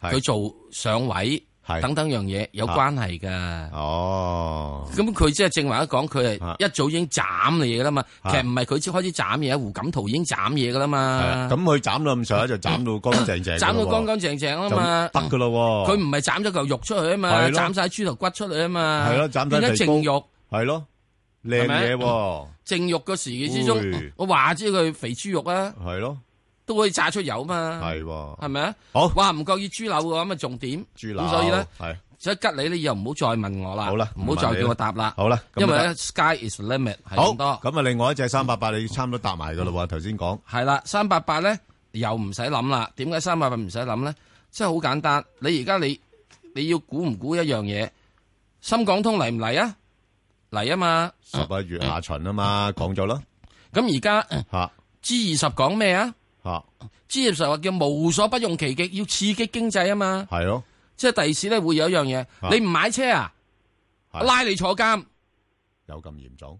[SPEAKER 3] 係
[SPEAKER 4] 佢做上位
[SPEAKER 3] 係
[SPEAKER 4] 等等樣嘢有關係㗎。
[SPEAKER 3] 哦，
[SPEAKER 4] 咁佢即係正話一講，佢係一早已經斬你嘢㗎啦嘛。其實唔係佢先開始斬嘢，胡錦濤已經斬嘢㗎啦
[SPEAKER 3] 係啊
[SPEAKER 4] 嘛。
[SPEAKER 3] 咁佢斬到咁上下就斬到乾淨淨㗎咯喎，
[SPEAKER 4] 斬到乾乾淨淨啊嘛。
[SPEAKER 3] 就得噶咯喎，
[SPEAKER 4] 佢唔係斬咗嚿肉出去啊嘛，
[SPEAKER 3] 係咯
[SPEAKER 4] 斬晒豬頭骨出去啊嘛。
[SPEAKER 3] 係咯斬晒
[SPEAKER 4] 變咗
[SPEAKER 3] 皮
[SPEAKER 4] 淨肉，
[SPEAKER 3] 係咯，靚
[SPEAKER 4] 係咪
[SPEAKER 3] 嘢喎，
[SPEAKER 4] 淨肉嘅時期之中
[SPEAKER 3] 哎，
[SPEAKER 4] 我話知佢肥豬肉啊，
[SPEAKER 3] 係咯，
[SPEAKER 4] 都可以炸出油嘛。
[SPEAKER 3] 係喎，
[SPEAKER 4] 系咪啊？
[SPEAKER 3] 好，
[SPEAKER 4] 哇，唔覺意豬柳喎，咁啊重點。
[SPEAKER 3] 豬
[SPEAKER 4] 咁所以咧，
[SPEAKER 3] 係
[SPEAKER 4] 所以吉你咧以後唔好再問我啦。好
[SPEAKER 3] 啦
[SPEAKER 4] 唔好
[SPEAKER 3] 問你
[SPEAKER 4] 再叫
[SPEAKER 3] 啦
[SPEAKER 4] 我答啦。
[SPEAKER 3] 好啦咁啊
[SPEAKER 4] 因為
[SPEAKER 3] 得
[SPEAKER 4] 咧 sky is limit 係
[SPEAKER 3] 好
[SPEAKER 4] 咁多。
[SPEAKER 3] 咁啊，另外一隻三八八你差唔多搭埋噶啦喎，頭先講
[SPEAKER 4] 係啦，三八八咧又唔使諗啦。點解三八八唔使諗咧？即係好簡單。你而家你你要估唔估一樣嘢？深港通嚟唔嚟啊？嚟啊嘛。嗯
[SPEAKER 3] 十一月下旬啊嘛，講咗啦，
[SPEAKER 4] 咁而家
[SPEAKER 3] 嚇
[SPEAKER 4] G 二十講咩啊
[SPEAKER 3] 嚇
[SPEAKER 4] ？G 二十話叫無所不用其極，要刺激經濟啊嘛。
[SPEAKER 3] 係咯，
[SPEAKER 4] 即係第二時咧會有一樣
[SPEAKER 3] 啊
[SPEAKER 4] 嘢，你唔買車啊，
[SPEAKER 3] 係
[SPEAKER 4] 我拉你坐監，
[SPEAKER 3] 有咁嚴重，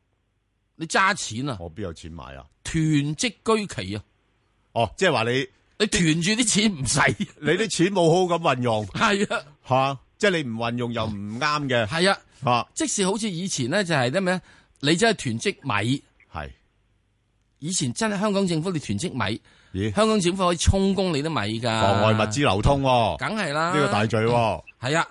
[SPEAKER 4] 你揸錢啊，
[SPEAKER 3] 我邊有錢買啊？
[SPEAKER 4] 囤積居奇啊，
[SPEAKER 3] 哦，即係話你
[SPEAKER 4] 你囤住啲錢唔使，
[SPEAKER 3] (laughs) 你啲錢冇好咁運用，
[SPEAKER 4] 係啊，
[SPEAKER 3] 嚇，即係你唔運用又唔啱嘅，
[SPEAKER 4] 係啊，
[SPEAKER 3] 嚇，
[SPEAKER 4] 即使好似以前咧就係啲咩，你真係囤積米，
[SPEAKER 3] 係
[SPEAKER 4] 以前真係香港政府你囤積米，
[SPEAKER 3] 咦
[SPEAKER 4] 香港政府可以充公你啲米㗎，
[SPEAKER 3] 妨礙物資流通喎，
[SPEAKER 4] 梗係啦，
[SPEAKER 3] 呢個大罪喎，
[SPEAKER 4] 係
[SPEAKER 3] (laughs)
[SPEAKER 4] 啊，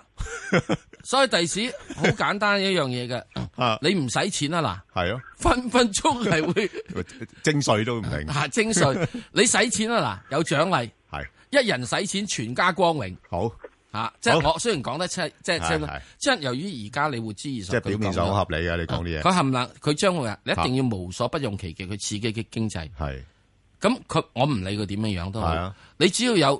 [SPEAKER 4] 所以第時好簡單一樣嘢嘅，你唔使錢啊
[SPEAKER 3] 係咯。
[SPEAKER 4] 嗱，分分鐘係會。
[SPEAKER 3] (laughs) 征税都唔明，
[SPEAKER 4] 啊，徵税，你使錢啊嗱，有獎勵，
[SPEAKER 3] 係
[SPEAKER 4] 一人使錢全家光榮
[SPEAKER 3] 好，
[SPEAKER 4] 啊！即係
[SPEAKER 3] 好
[SPEAKER 4] 我雖然講得即係即係即
[SPEAKER 3] 係係
[SPEAKER 4] 係，即係由於而家你會知二十，
[SPEAKER 3] 即係表面上好合理嘅，你講啲
[SPEAKER 4] 啊佢
[SPEAKER 3] 嘢
[SPEAKER 4] 含冷，佢將會話你一定要無所不用其極去刺激嘅經濟。
[SPEAKER 3] 係
[SPEAKER 4] 咁佢我唔理佢點樣樣都
[SPEAKER 3] 係
[SPEAKER 4] 好
[SPEAKER 3] 啊，
[SPEAKER 4] 你只要有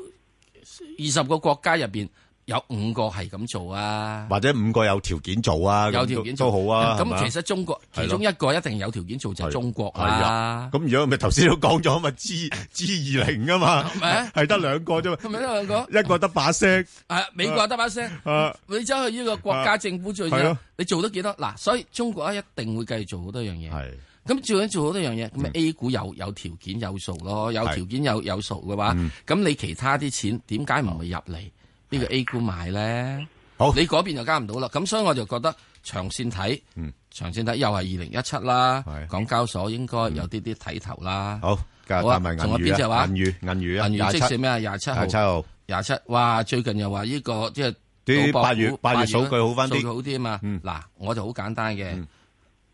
[SPEAKER 4] 二十個國家入邊有五個係咁做啊，
[SPEAKER 3] 或者五個有條件做啊，咁
[SPEAKER 4] 有條件
[SPEAKER 3] 都
[SPEAKER 4] 做
[SPEAKER 3] 都好啊。係嘛
[SPEAKER 4] 咁其實中國
[SPEAKER 3] 係咯
[SPEAKER 4] 其中一啊個一定有條件做就係中國
[SPEAKER 3] 係啊
[SPEAKER 4] 啦。
[SPEAKER 3] 咁如果咪頭先都講咗咪 G G 二零
[SPEAKER 4] (laughs)
[SPEAKER 3] 啊嘛，
[SPEAKER 4] 咪
[SPEAKER 3] 係得兩個啫
[SPEAKER 4] 係
[SPEAKER 3] 嘛，
[SPEAKER 4] 咪呢兩個？
[SPEAKER 3] 一個得把聲，
[SPEAKER 4] 啊，美國得把聲
[SPEAKER 3] 啊，
[SPEAKER 4] 你走去呢個國家政府做
[SPEAKER 3] 係
[SPEAKER 4] 啫
[SPEAKER 3] 咯，
[SPEAKER 4] 你做得幾多？嗱，所以中國一定會繼續做好多樣嘢。
[SPEAKER 3] 係嗯
[SPEAKER 4] 咁做緊做好多樣嘢，咁咪 A 股有有條件有數咯，有
[SPEAKER 3] 係嗯
[SPEAKER 4] 條件有有數嘅話，咁你其他啲錢點解唔會入嚟呢個 A 股買咧？
[SPEAKER 3] 好，
[SPEAKER 4] 你嗰邊就加唔到啦。咁所以我就覺得長線睇，
[SPEAKER 3] 嗯
[SPEAKER 4] 長線睇又係二零一七啦，港交所應該有啲啲睇頭啦。
[SPEAKER 3] 好，加
[SPEAKER 4] 好啊
[SPEAKER 3] 加埋銀
[SPEAKER 4] 仲有邊隻
[SPEAKER 3] 魚
[SPEAKER 4] 話
[SPEAKER 3] 啊，銀魚銀魚啊，
[SPEAKER 4] 銀
[SPEAKER 3] 廿
[SPEAKER 4] 娛
[SPEAKER 3] 七
[SPEAKER 4] 即是咩啊？廿七號，
[SPEAKER 3] 廿七號，
[SPEAKER 4] 廿七，哇！最近又話呢個即係
[SPEAKER 3] 啲
[SPEAKER 4] 賭博
[SPEAKER 3] 八月
[SPEAKER 4] 股
[SPEAKER 3] 八月數據好返啲
[SPEAKER 4] 數
[SPEAKER 3] 嗯
[SPEAKER 4] 據好啲啊嘛。嗱，我就好簡單嘅，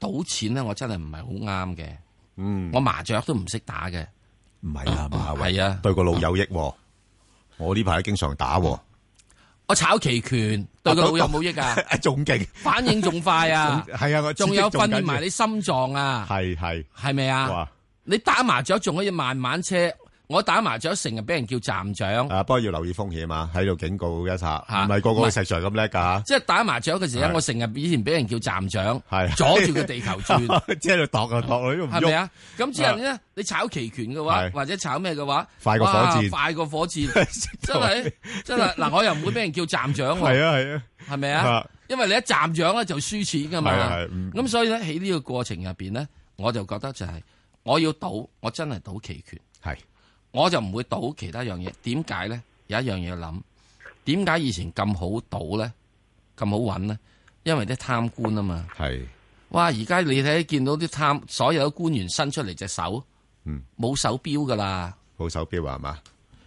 [SPEAKER 4] 賭錢咧我真係唔係好啱嘅。
[SPEAKER 3] 嗯，
[SPEAKER 4] 我麻雀都唔識打嘅，
[SPEAKER 3] 唔係啊，馬喂
[SPEAKER 4] 係啊，
[SPEAKER 3] 對個腦有益喎。我呢排都經常打喎，
[SPEAKER 4] 我炒期權對個腦有冇益
[SPEAKER 3] (laughs)
[SPEAKER 4] 啊？
[SPEAKER 3] 仲勁，
[SPEAKER 4] 反應仲快
[SPEAKER 3] (laughs)
[SPEAKER 4] 啊！
[SPEAKER 3] 係啊，我
[SPEAKER 4] 仲有訓
[SPEAKER 3] 緊
[SPEAKER 4] 練
[SPEAKER 3] 要
[SPEAKER 4] 埋你心臟啊，
[SPEAKER 3] 係係
[SPEAKER 4] 係咪啊
[SPEAKER 3] 哇？
[SPEAKER 4] 你打麻雀仲可以慢慢車，我打麻雀成日俾人叫站長。
[SPEAKER 3] 啊，不過要留意風險啊，喺度警告一下，
[SPEAKER 4] 嚇
[SPEAKER 3] 唔係個個
[SPEAKER 4] 唔係
[SPEAKER 3] 石 Sir 咁叻㗎
[SPEAKER 4] 即係打麻雀嘅時候
[SPEAKER 3] 係
[SPEAKER 4] 呢，我成日以前俾人叫站長，
[SPEAKER 3] 係
[SPEAKER 4] 阻住個地球
[SPEAKER 3] (laughs)
[SPEAKER 4] 轉。
[SPEAKER 3] 即係喺度度啊度啊，都唔
[SPEAKER 4] 系咪
[SPEAKER 3] 喐
[SPEAKER 4] 啊？咁之後咧，你炒期權嘅話，
[SPEAKER 3] 係
[SPEAKER 4] 或者炒咩嘅話，
[SPEAKER 3] 快過火箭
[SPEAKER 4] 哇快過
[SPEAKER 3] (laughs)
[SPEAKER 4] 火箭，真
[SPEAKER 3] 到
[SPEAKER 4] 係真係嗱！我又唔會俾人叫站長喎，
[SPEAKER 3] 係啊係啊，
[SPEAKER 4] 係咪啊
[SPEAKER 3] 啊？
[SPEAKER 4] 因為你一站長咧就輸錢噶嘛
[SPEAKER 3] 係係，嗯
[SPEAKER 4] 咁所以咧喺呢個過程入邊咧，我就覺得就係我要賭，我真係賭期權，
[SPEAKER 3] 係
[SPEAKER 4] 我就唔會賭其他樣嘢。點解咧？有一樣嘢要諗，點解以前咁好賭咧，咁好揾咧？因為啲貪官啊嘛。
[SPEAKER 3] 係
[SPEAKER 4] 哇！而家你睇見到啲貪，所有官員伸出嚟隻手，
[SPEAKER 3] 嗯，
[SPEAKER 4] 冇手錶噶啦。
[SPEAKER 3] 冇手錶啊係嘛？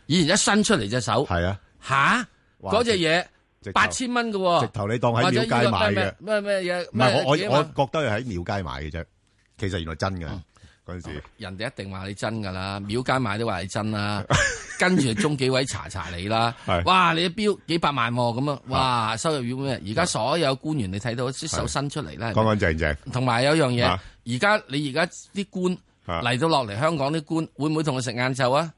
[SPEAKER 4] 以前一伸出嚟隻手，
[SPEAKER 3] 係啊，
[SPEAKER 4] 吓
[SPEAKER 3] 哇
[SPEAKER 4] 嗰隻嘢
[SPEAKER 3] 直頭
[SPEAKER 4] 八千蚊嘅喎，
[SPEAKER 3] 直頭你當喺
[SPEAKER 4] 或
[SPEAKER 3] 廟街
[SPEAKER 4] 者呢個
[SPEAKER 3] 買嘅
[SPEAKER 4] 咩咩咩嘢？
[SPEAKER 3] 唔係我
[SPEAKER 4] 咩嘢
[SPEAKER 3] 我我
[SPEAKER 4] 嘛
[SPEAKER 3] 覺得係喺廟街買嘅啫，其實原來真嘅嗰陣時
[SPEAKER 4] 人哋一定話你真噶啦，廟街買都話你真
[SPEAKER 3] (laughs)
[SPEAKER 4] 啦，跟住中紀委查查你啦
[SPEAKER 3] 係。
[SPEAKER 4] 哇！你一錶幾百萬喎咁啊！哇！收入要咩？而家所有官員你睇到啲手伸出嚟啦，係咪
[SPEAKER 3] 乾乾淨淨，
[SPEAKER 4] 同埋有一樣嘢，
[SPEAKER 3] 啊
[SPEAKER 4] 而家你而家啲官
[SPEAKER 3] 啊
[SPEAKER 4] 嚟到落嚟香港啲官，會唔會同佢食晏晝啊？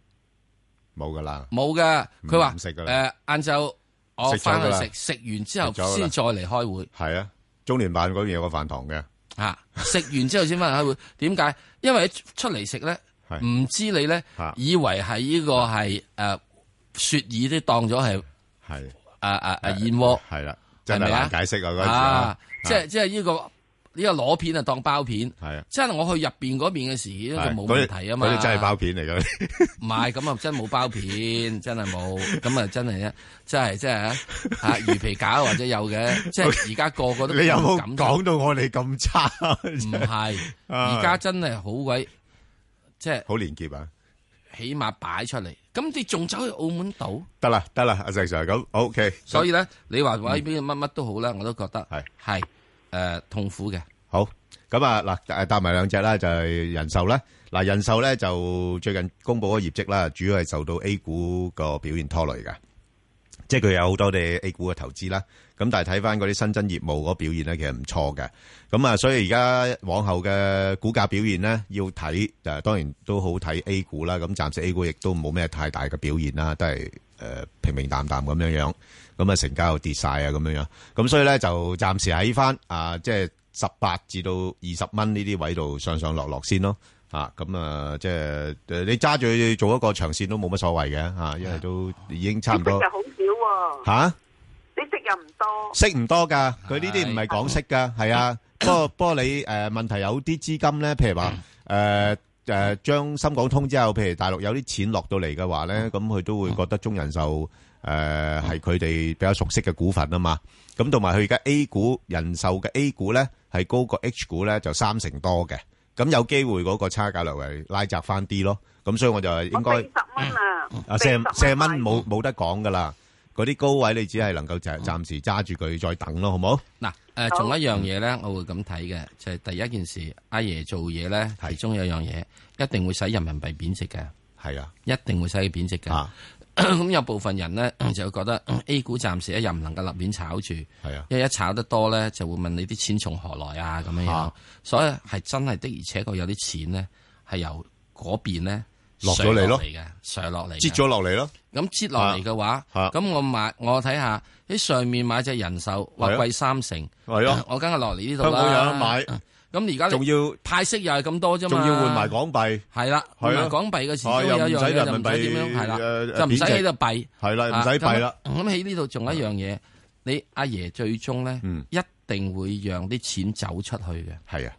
[SPEAKER 3] 冇㗎啦，
[SPEAKER 4] 冇噶，佢話
[SPEAKER 3] 唔食㗎
[SPEAKER 4] 誒
[SPEAKER 3] 啦
[SPEAKER 4] 晏晝我
[SPEAKER 3] 食咗
[SPEAKER 4] 翻
[SPEAKER 3] 㗎啦
[SPEAKER 4] 去食，食完之後
[SPEAKER 3] 食咗㗎啦
[SPEAKER 4] 先再嚟開會。
[SPEAKER 3] 係啊，中聯辦嗰邊有個飯堂嘅，
[SPEAKER 4] 吓食完之後先翻嚟開會， (laughs) 點解？因為喺出嚟食咧，唔知你咧，以為係呢個係诶雪耳都當咗係
[SPEAKER 3] 系
[SPEAKER 4] 诶诶诶燕窩，
[SPEAKER 3] 係啦，真係
[SPEAKER 4] 咪啊
[SPEAKER 3] 難解釋啊嗰陣時啊
[SPEAKER 4] 啊，即係即係呢個呢個攞片啊當包片，
[SPEAKER 3] 係啊，
[SPEAKER 4] 即係我去入边嗰邊嘅時，呢
[SPEAKER 3] 係
[SPEAKER 4] 個
[SPEAKER 3] 嗰
[SPEAKER 4] 冇
[SPEAKER 3] 啲
[SPEAKER 4] 問題啊嘛，
[SPEAKER 3] 嗰啲真係包片嚟㗎。
[SPEAKER 4] 唔係，咁啊真冇包片，真係冇，咁啊真係一，真係真係吓魚皮餃或者
[SPEAKER 3] (laughs)
[SPEAKER 4] 有嘅，即係而家個個都
[SPEAKER 3] 你有冇
[SPEAKER 4] 咁
[SPEAKER 3] 講到我哋咁差？
[SPEAKER 4] 唔係，
[SPEAKER 3] (laughs) 啊
[SPEAKER 4] 而家真係好鬼，即係
[SPEAKER 3] 好連結啊！
[SPEAKER 4] 起碼擺出嚟，咁你仲走去澳門島？
[SPEAKER 3] 得啦得啦，阿石 Sir 咁，OK。
[SPEAKER 4] 所以咧，你話話呢邊乜乜都好啦，我都覺得
[SPEAKER 3] 係
[SPEAKER 4] 係誒痛苦嘅。
[SPEAKER 3] 好，咁啊嗱，诶搭埋兩隻啦，就係人壽啦。嗱，人壽咧就最近公布嗰個業績啦，主要係受到 A 股個表現拖累㗎。即係佢有好多嘅 A 股嘅投資啦。咁但係睇翻嗰啲新增業務嗰表現咧，其實唔錯嘅。咁啊，所以而家往後嘅股價表現咧，要睇誒，當然都好睇 A 股啦。咁暫時 A 股亦都冇咩太大嘅表現啦，都係誒、呃平平淡淡咁樣樣。咁啊，成交又跌晒啊，咁樣樣。咁所以咧，就暫時喺翻啊，即係十八至到二十蚊呢啲位度上上落落先咯。啊，咁啊，即係呃你揸住去做一個長線都冇乜所謂嘅啊，因為都已經差唔多
[SPEAKER 21] 息就好少喎，
[SPEAKER 3] 吓。
[SPEAKER 21] 你息又唔多，
[SPEAKER 3] 息唔多噶，佢呢啲唔係講息噶，係啊。不過不過你誒問題有啲資金咧，譬如話誒誒將深港通之後，譬如大陸有啲錢落到嚟嘅話咧，咁佢都會覺得中人壽誒係佢哋比較熟悉嘅股份啊嘛。咁同埋佢而家 A 股人壽嘅 A 股咧係高過 H 股咧就三成多嘅，咁有機會嗰個差價略為拉窄翻啲咯。咁所以我就係應該。
[SPEAKER 21] 蚊啊，
[SPEAKER 3] 啊，四四蚊冇冇得講噶啦，嗰啲高位你只係能夠就暫時揸住佢再等咯，好冇？
[SPEAKER 4] 嗱，誒，仲有一樣嘢咧，我會咁睇嘅，就係第一件事，阿爺做嘢咧，其中有一樣嘢一定會使人民幣貶值嘅，
[SPEAKER 3] 係啊，
[SPEAKER 4] 一定會使佢貶值嘅。 (clears throat) 咁有部分人咧就覺得嗯 A 股暫時咧又唔能夠立亂炒住，
[SPEAKER 3] 係啊，
[SPEAKER 4] 因為一炒得多咧就會問你啲錢從何來啊咁樣樣
[SPEAKER 3] 啊，
[SPEAKER 4] 所以係真係的而且確有啲錢咧係由嗰邊咧
[SPEAKER 3] 落咗嚟咯
[SPEAKER 4] 上嘅，上落嚟嘅，
[SPEAKER 3] 擠咗落嚟咯。啊
[SPEAKER 4] 咁切落嚟嘅話，咁我買我睇下喺上面買隻人壽，話
[SPEAKER 3] 係啊
[SPEAKER 4] 貴三成，
[SPEAKER 3] 係啊
[SPEAKER 4] 我梗係落嚟呢度
[SPEAKER 3] 香
[SPEAKER 4] 啦。啊
[SPEAKER 3] 港有得買，
[SPEAKER 4] 咁而家你
[SPEAKER 3] 仲要
[SPEAKER 4] 派息又係咁多啫嘛，
[SPEAKER 3] 仲要換埋港幣，
[SPEAKER 4] 係啦，
[SPEAKER 3] 係
[SPEAKER 4] 換
[SPEAKER 3] 啊
[SPEAKER 4] 埋港幣嘅時
[SPEAKER 3] 啊
[SPEAKER 4] 鐘
[SPEAKER 3] 又
[SPEAKER 4] 有
[SPEAKER 3] 唔
[SPEAKER 4] 一樣
[SPEAKER 3] 使
[SPEAKER 4] 嘢
[SPEAKER 3] 人
[SPEAKER 4] 就唔
[SPEAKER 3] 民幣
[SPEAKER 4] 使點樣係啦，
[SPEAKER 3] 誒
[SPEAKER 4] 就唔使
[SPEAKER 3] 貶值
[SPEAKER 4] 喺度幣，
[SPEAKER 3] 係啦唔使
[SPEAKER 4] 啊
[SPEAKER 3] 幣啦
[SPEAKER 4] 咁咁喺呢度仲有一樣嘢，你阿爺最終咧一定會讓啲錢走出去嘅。
[SPEAKER 3] 嗯係啊，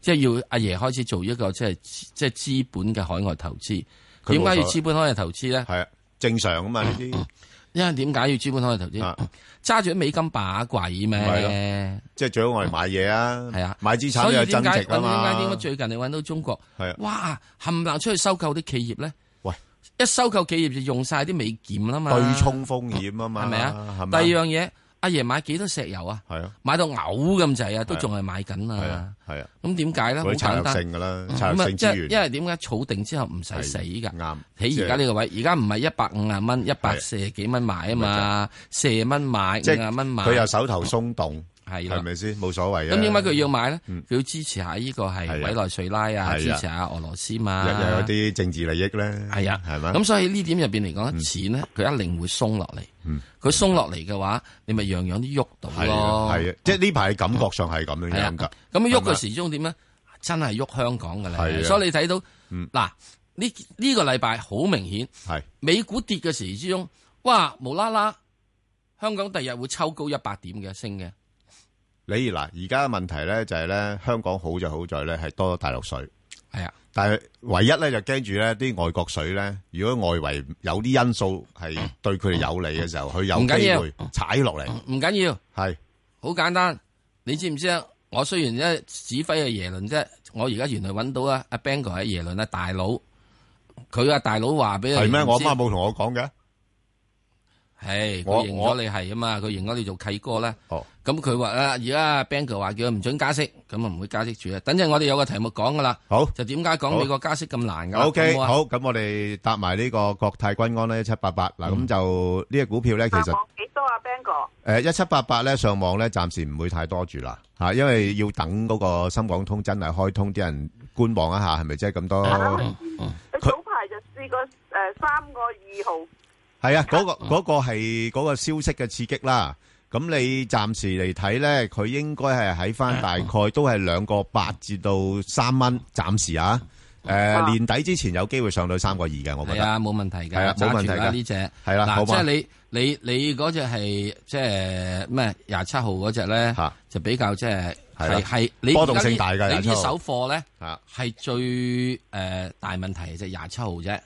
[SPEAKER 4] 即係要阿爺開始做一個即係即係資本嘅海外投資。
[SPEAKER 3] 佢冇
[SPEAKER 4] 點解要
[SPEAKER 3] 錯
[SPEAKER 4] 資本海外投資咧？
[SPEAKER 3] 係正常啊嘛呢啲。
[SPEAKER 4] 嗯
[SPEAKER 3] 嗯
[SPEAKER 4] 因為點解要資本海外投資？揸住啲美金把鬼
[SPEAKER 3] 咪
[SPEAKER 4] 咩
[SPEAKER 3] 咯？即係最好我哋買嘢啊，
[SPEAKER 4] 係啊，
[SPEAKER 3] 買資產
[SPEAKER 4] 所
[SPEAKER 3] 都
[SPEAKER 4] 以
[SPEAKER 3] 有
[SPEAKER 4] 點
[SPEAKER 3] 增
[SPEAKER 4] 解點
[SPEAKER 3] 值啊
[SPEAKER 4] 解點解
[SPEAKER 3] 嘛。
[SPEAKER 4] 最近你揾到中國？
[SPEAKER 3] 係啊
[SPEAKER 4] 哇，冚唪唥出去收購啲企業咧。
[SPEAKER 3] 喂，
[SPEAKER 4] 一收購企業就用晒啲美檢啦嘛，
[SPEAKER 3] 對沖風險啊嘛
[SPEAKER 4] 係咪啊
[SPEAKER 3] 係？
[SPEAKER 4] 第
[SPEAKER 3] 嘛
[SPEAKER 4] 二樣嘢，阿爺買幾多石油啊？
[SPEAKER 3] 係啊，
[SPEAKER 4] 買到嘔咁滯啊，都
[SPEAKER 3] 係啊
[SPEAKER 4] 仲係買緊
[SPEAKER 3] 係
[SPEAKER 4] 啊
[SPEAKER 3] 啊。係啊，
[SPEAKER 4] 咁點解咧？好
[SPEAKER 3] 嗰啲策
[SPEAKER 4] 簡
[SPEAKER 3] 略
[SPEAKER 4] 單
[SPEAKER 3] 性㗎啦
[SPEAKER 4] 嗯
[SPEAKER 3] 策略
[SPEAKER 4] 咁啊
[SPEAKER 3] 性
[SPEAKER 4] 即係
[SPEAKER 3] 資源
[SPEAKER 4] 因為點解儲定之後唔使死㗎？
[SPEAKER 3] 啱。
[SPEAKER 4] 喺而家呢個位，而家唔係一百五廿蚊，一百
[SPEAKER 3] 係
[SPEAKER 4] 四十幾蚊買啊嘛，四十蚊買，五
[SPEAKER 3] 即
[SPEAKER 4] 廿蚊買。
[SPEAKER 3] 佢又手頭啊鬆動，
[SPEAKER 4] 係啦
[SPEAKER 3] 係咪先？冇所謂啊。
[SPEAKER 4] 咁點解佢要買咧？佢要支持下呢個係委內瑞拉
[SPEAKER 3] 嗯係
[SPEAKER 4] 啊，
[SPEAKER 3] 啊
[SPEAKER 4] 支持下俄羅斯嘛。
[SPEAKER 3] 又又有啲政治利益咧？係
[SPEAKER 4] 啊，
[SPEAKER 3] 係咪？
[SPEAKER 4] 咁所以呢點入邊嚟
[SPEAKER 3] 嗯
[SPEAKER 4] 講咧，錢咧佢一定會鬆落嚟。佢鬆落嚟嘅話，你咪樣樣都喐到
[SPEAKER 3] 係
[SPEAKER 4] 咯。啊
[SPEAKER 3] 啊，係啊，即係呢排感覺上係咁樣樣㗎。
[SPEAKER 4] 咁喐
[SPEAKER 3] 係咪啊
[SPEAKER 4] 嘅時鐘點咧？真係喐香港嘅
[SPEAKER 3] 係
[SPEAKER 4] 咧，
[SPEAKER 3] 啊
[SPEAKER 4] 所以你睇到嗱呢呢個禮拜好明顯，
[SPEAKER 3] 係
[SPEAKER 4] 美股跌嘅時之中，哇無啦啦香港第日會抽高一百點嘅升嘅，
[SPEAKER 3] 你嗱，而家嘅問題咧就係咧，香港好就好在咧係多大陸水，
[SPEAKER 4] 係啊，
[SPEAKER 3] 但係唯一咧就驚住咧啲外國水咧，如果外圍有啲因素係對佢哋有利嘅時候，佢有
[SPEAKER 4] 唔緊
[SPEAKER 3] 機
[SPEAKER 4] 要哦
[SPEAKER 3] 會踩落嚟。
[SPEAKER 4] 唔緊要，
[SPEAKER 3] 係
[SPEAKER 4] 好簡單。你知唔知啊？我雖然咧指揮嘅耶倫啫，我而家原來揾到啊阿 Bang 哥喺耶倫啊大佬，佢啊大佬話俾
[SPEAKER 3] 係咩？我阿
[SPEAKER 4] 媽
[SPEAKER 3] 媽冇同我講嘅。
[SPEAKER 4] 係
[SPEAKER 3] 我
[SPEAKER 4] 佢認
[SPEAKER 3] 我
[SPEAKER 4] 咗你係啊嘛，佢認咗你做契哥啦。咁佢話啦，而家 b a n k e r 話叫佢唔准加息，咁啊唔會加息住啊。等陣我哋有個題目講噶啦，
[SPEAKER 3] 好
[SPEAKER 4] 就點解講
[SPEAKER 3] 好
[SPEAKER 4] 美國加息咁難噶啦
[SPEAKER 3] O K，
[SPEAKER 4] 好啊
[SPEAKER 3] 好，咁我哋搭埋呢個國泰君安咧，一七八八嗱，
[SPEAKER 4] 嗯
[SPEAKER 3] 咁就呢個股票咧，其實。
[SPEAKER 21] 幾多啊，Bang 哥？
[SPEAKER 3] 誒一七八八咧上網咧，暫時唔會太多住啦嚇，因為要等嗰個深港通真係開通，啲人觀望一下，係咪即係咁多？
[SPEAKER 4] 啊
[SPEAKER 3] 嗯
[SPEAKER 21] 你早排就試過誒三個二毫，
[SPEAKER 4] 啊嗯
[SPEAKER 3] 係啊，嗰個嗰個係嗰個消息嘅刺激啦。咁你暫時嚟睇咧，佢應該係喺
[SPEAKER 4] 嗯
[SPEAKER 3] 翻大概都係兩個八至到三蚊，暫時啊。誒、年底之前有機會上到三個二嘅，我覺
[SPEAKER 4] 嗯係
[SPEAKER 3] 得。
[SPEAKER 4] 啊，冇問題
[SPEAKER 3] 係
[SPEAKER 4] 㗎，
[SPEAKER 3] 啊冇問題㗎
[SPEAKER 4] 揸住啦呢只
[SPEAKER 3] 係啦好
[SPEAKER 4] 嗱，即
[SPEAKER 3] 嘛
[SPEAKER 4] 係你你你嗰只係即係咩廿七號嗰只咧，就比較即係
[SPEAKER 3] 係啦
[SPEAKER 4] 係係你
[SPEAKER 3] 波動
[SPEAKER 4] 而家呢
[SPEAKER 3] 性大㗎
[SPEAKER 4] 你
[SPEAKER 3] 27
[SPEAKER 4] 呢
[SPEAKER 3] 號
[SPEAKER 4] 手貨咧係最誒大問題就廿七號啫，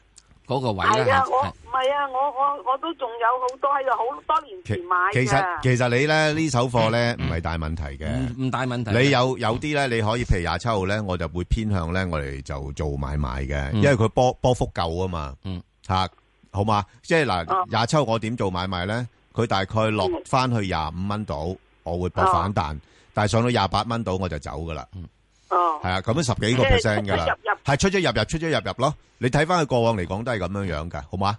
[SPEAKER 4] 嗰個位咧
[SPEAKER 21] 係啊，我
[SPEAKER 4] 係
[SPEAKER 21] 唔係啊，我我我都仲有好多喺度，好多年前買
[SPEAKER 3] 其實
[SPEAKER 21] 㗎
[SPEAKER 3] 其實你咧呢手貨咧唔係大問題嘅，
[SPEAKER 4] 嗯唔大問題嘅。
[SPEAKER 3] 你有有啲咧，你可以譬如廿七號咧，我就會偏向咧，我哋就做買賣嘅，
[SPEAKER 2] 嗯
[SPEAKER 3] 因為佢波波幅夠啊嘛。
[SPEAKER 4] 嗯，
[SPEAKER 3] 吓好嘛，即係
[SPEAKER 21] 哦
[SPEAKER 3] 嗱廿七號我點做買賣咧？佢大概落
[SPEAKER 21] 嗯
[SPEAKER 3] 翻去廿五蚊度，我會搏反彈，但係上到廿八蚊度我就走噶啦。
[SPEAKER 4] 嗯
[SPEAKER 21] 哦，
[SPEAKER 3] 係啊，咁樣十幾個
[SPEAKER 21] 即係
[SPEAKER 3] percent 噶啦
[SPEAKER 21] 出出入入，
[SPEAKER 3] 係出出入入，出出入入咯。你睇翻佢過往嚟講都係咁樣樣噶，好嘛？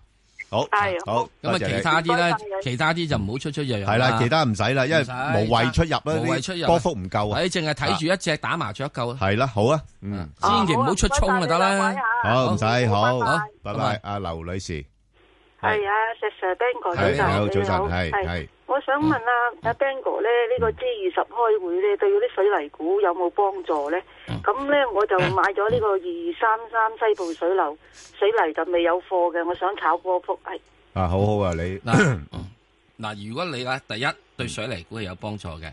[SPEAKER 3] 好，好，
[SPEAKER 4] 咁啊，
[SPEAKER 3] 多謝你
[SPEAKER 4] 其他啲咧，其他啲就唔好出出入入。
[SPEAKER 3] 係啦其他唔使啦因為
[SPEAKER 4] 唔使
[SPEAKER 3] 無謂出入啦
[SPEAKER 4] 無謂出入啊，
[SPEAKER 3] 波幅唔夠啊
[SPEAKER 4] 你淨係睇住一隻打麻雀夠啦，
[SPEAKER 3] 係啦，好啊，嗯，
[SPEAKER 4] 千祈唔好出衝就得啦。
[SPEAKER 3] 好唔使，好，
[SPEAKER 4] 拜拜
[SPEAKER 3] 拜拜，阿劉女士，
[SPEAKER 21] 係啊，石 Sir Ben 哥
[SPEAKER 3] 嗯
[SPEAKER 21] 早
[SPEAKER 3] 係
[SPEAKER 21] 晨，
[SPEAKER 3] 好
[SPEAKER 21] 你
[SPEAKER 3] 早
[SPEAKER 21] 好，
[SPEAKER 3] 晨係係嗯
[SPEAKER 21] 係。我想問啊，阿 Ben 哥咧，呢個 G 二十開會咧，對嗰啲水泥股有冇幫助咧？
[SPEAKER 3] 嗯
[SPEAKER 21] 咁咧我就買咗呢個二三三西部水流水泥就未有貨嘅，我想炒波幅係。
[SPEAKER 3] 啊，好好啊，你
[SPEAKER 4] 嗱，如果你咧第一對水泥股係有幫助嘅，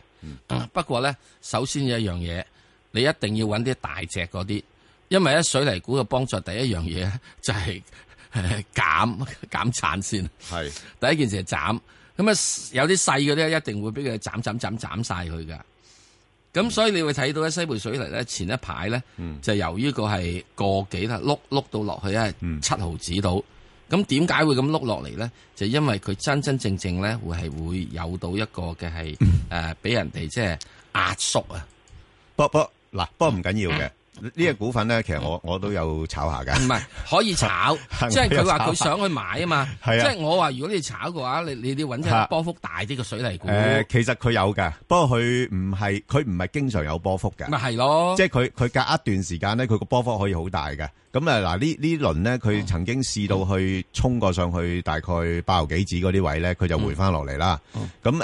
[SPEAKER 4] 不過咧首先有一樣嘢，你一定要揾啲大隻嗰啲，因為咧水泥股嘅幫助第一樣嘢呢 (laughs) 就係減減產先，
[SPEAKER 3] 係
[SPEAKER 4] 第一件事係斬，咁啊有啲細嗰啲一定會俾佢斬斬斬斬晒佢噶。咁所以你會睇到咧，西部水泥咧前一排咧，
[SPEAKER 3] 嗯
[SPEAKER 4] 就由於個係個幾啦，碌碌到落去咧
[SPEAKER 3] 嗯
[SPEAKER 4] 七毫子到。咁點解會咁碌落嚟咧？就因為佢真真正正咧，會係會有到一個嘅係
[SPEAKER 3] 嗯
[SPEAKER 4] 誒，俾人哋即係壓縮啊！
[SPEAKER 3] 不不 (coughs) 嗱，不過唔緊要嘅，呢只股份咧，其實我我都有炒下噶，，
[SPEAKER 4] 嗯唔係可以炒
[SPEAKER 3] (laughs)
[SPEAKER 4] 即係佢話佢想去買啊嘛。
[SPEAKER 3] 係啊
[SPEAKER 4] 即係我話如果你炒嘅話，你你你揾
[SPEAKER 3] 嚇
[SPEAKER 4] 隻波幅大啲嘅水泥股，
[SPEAKER 3] 诶，其實佢有嘅，不過佢唔係佢唔係經常有波幅嘅，
[SPEAKER 4] 咪係咯
[SPEAKER 3] 即係佢佢隔一段時間咧，佢個波幅可以好大嘅。咁啊嗱，呢呢輪咧，
[SPEAKER 4] 哦
[SPEAKER 3] 佢曾經試到去衝過上去大概八毫幾子嗰啲位咧，佢就回翻落嚟啦。
[SPEAKER 4] 哦
[SPEAKER 3] 咁誒，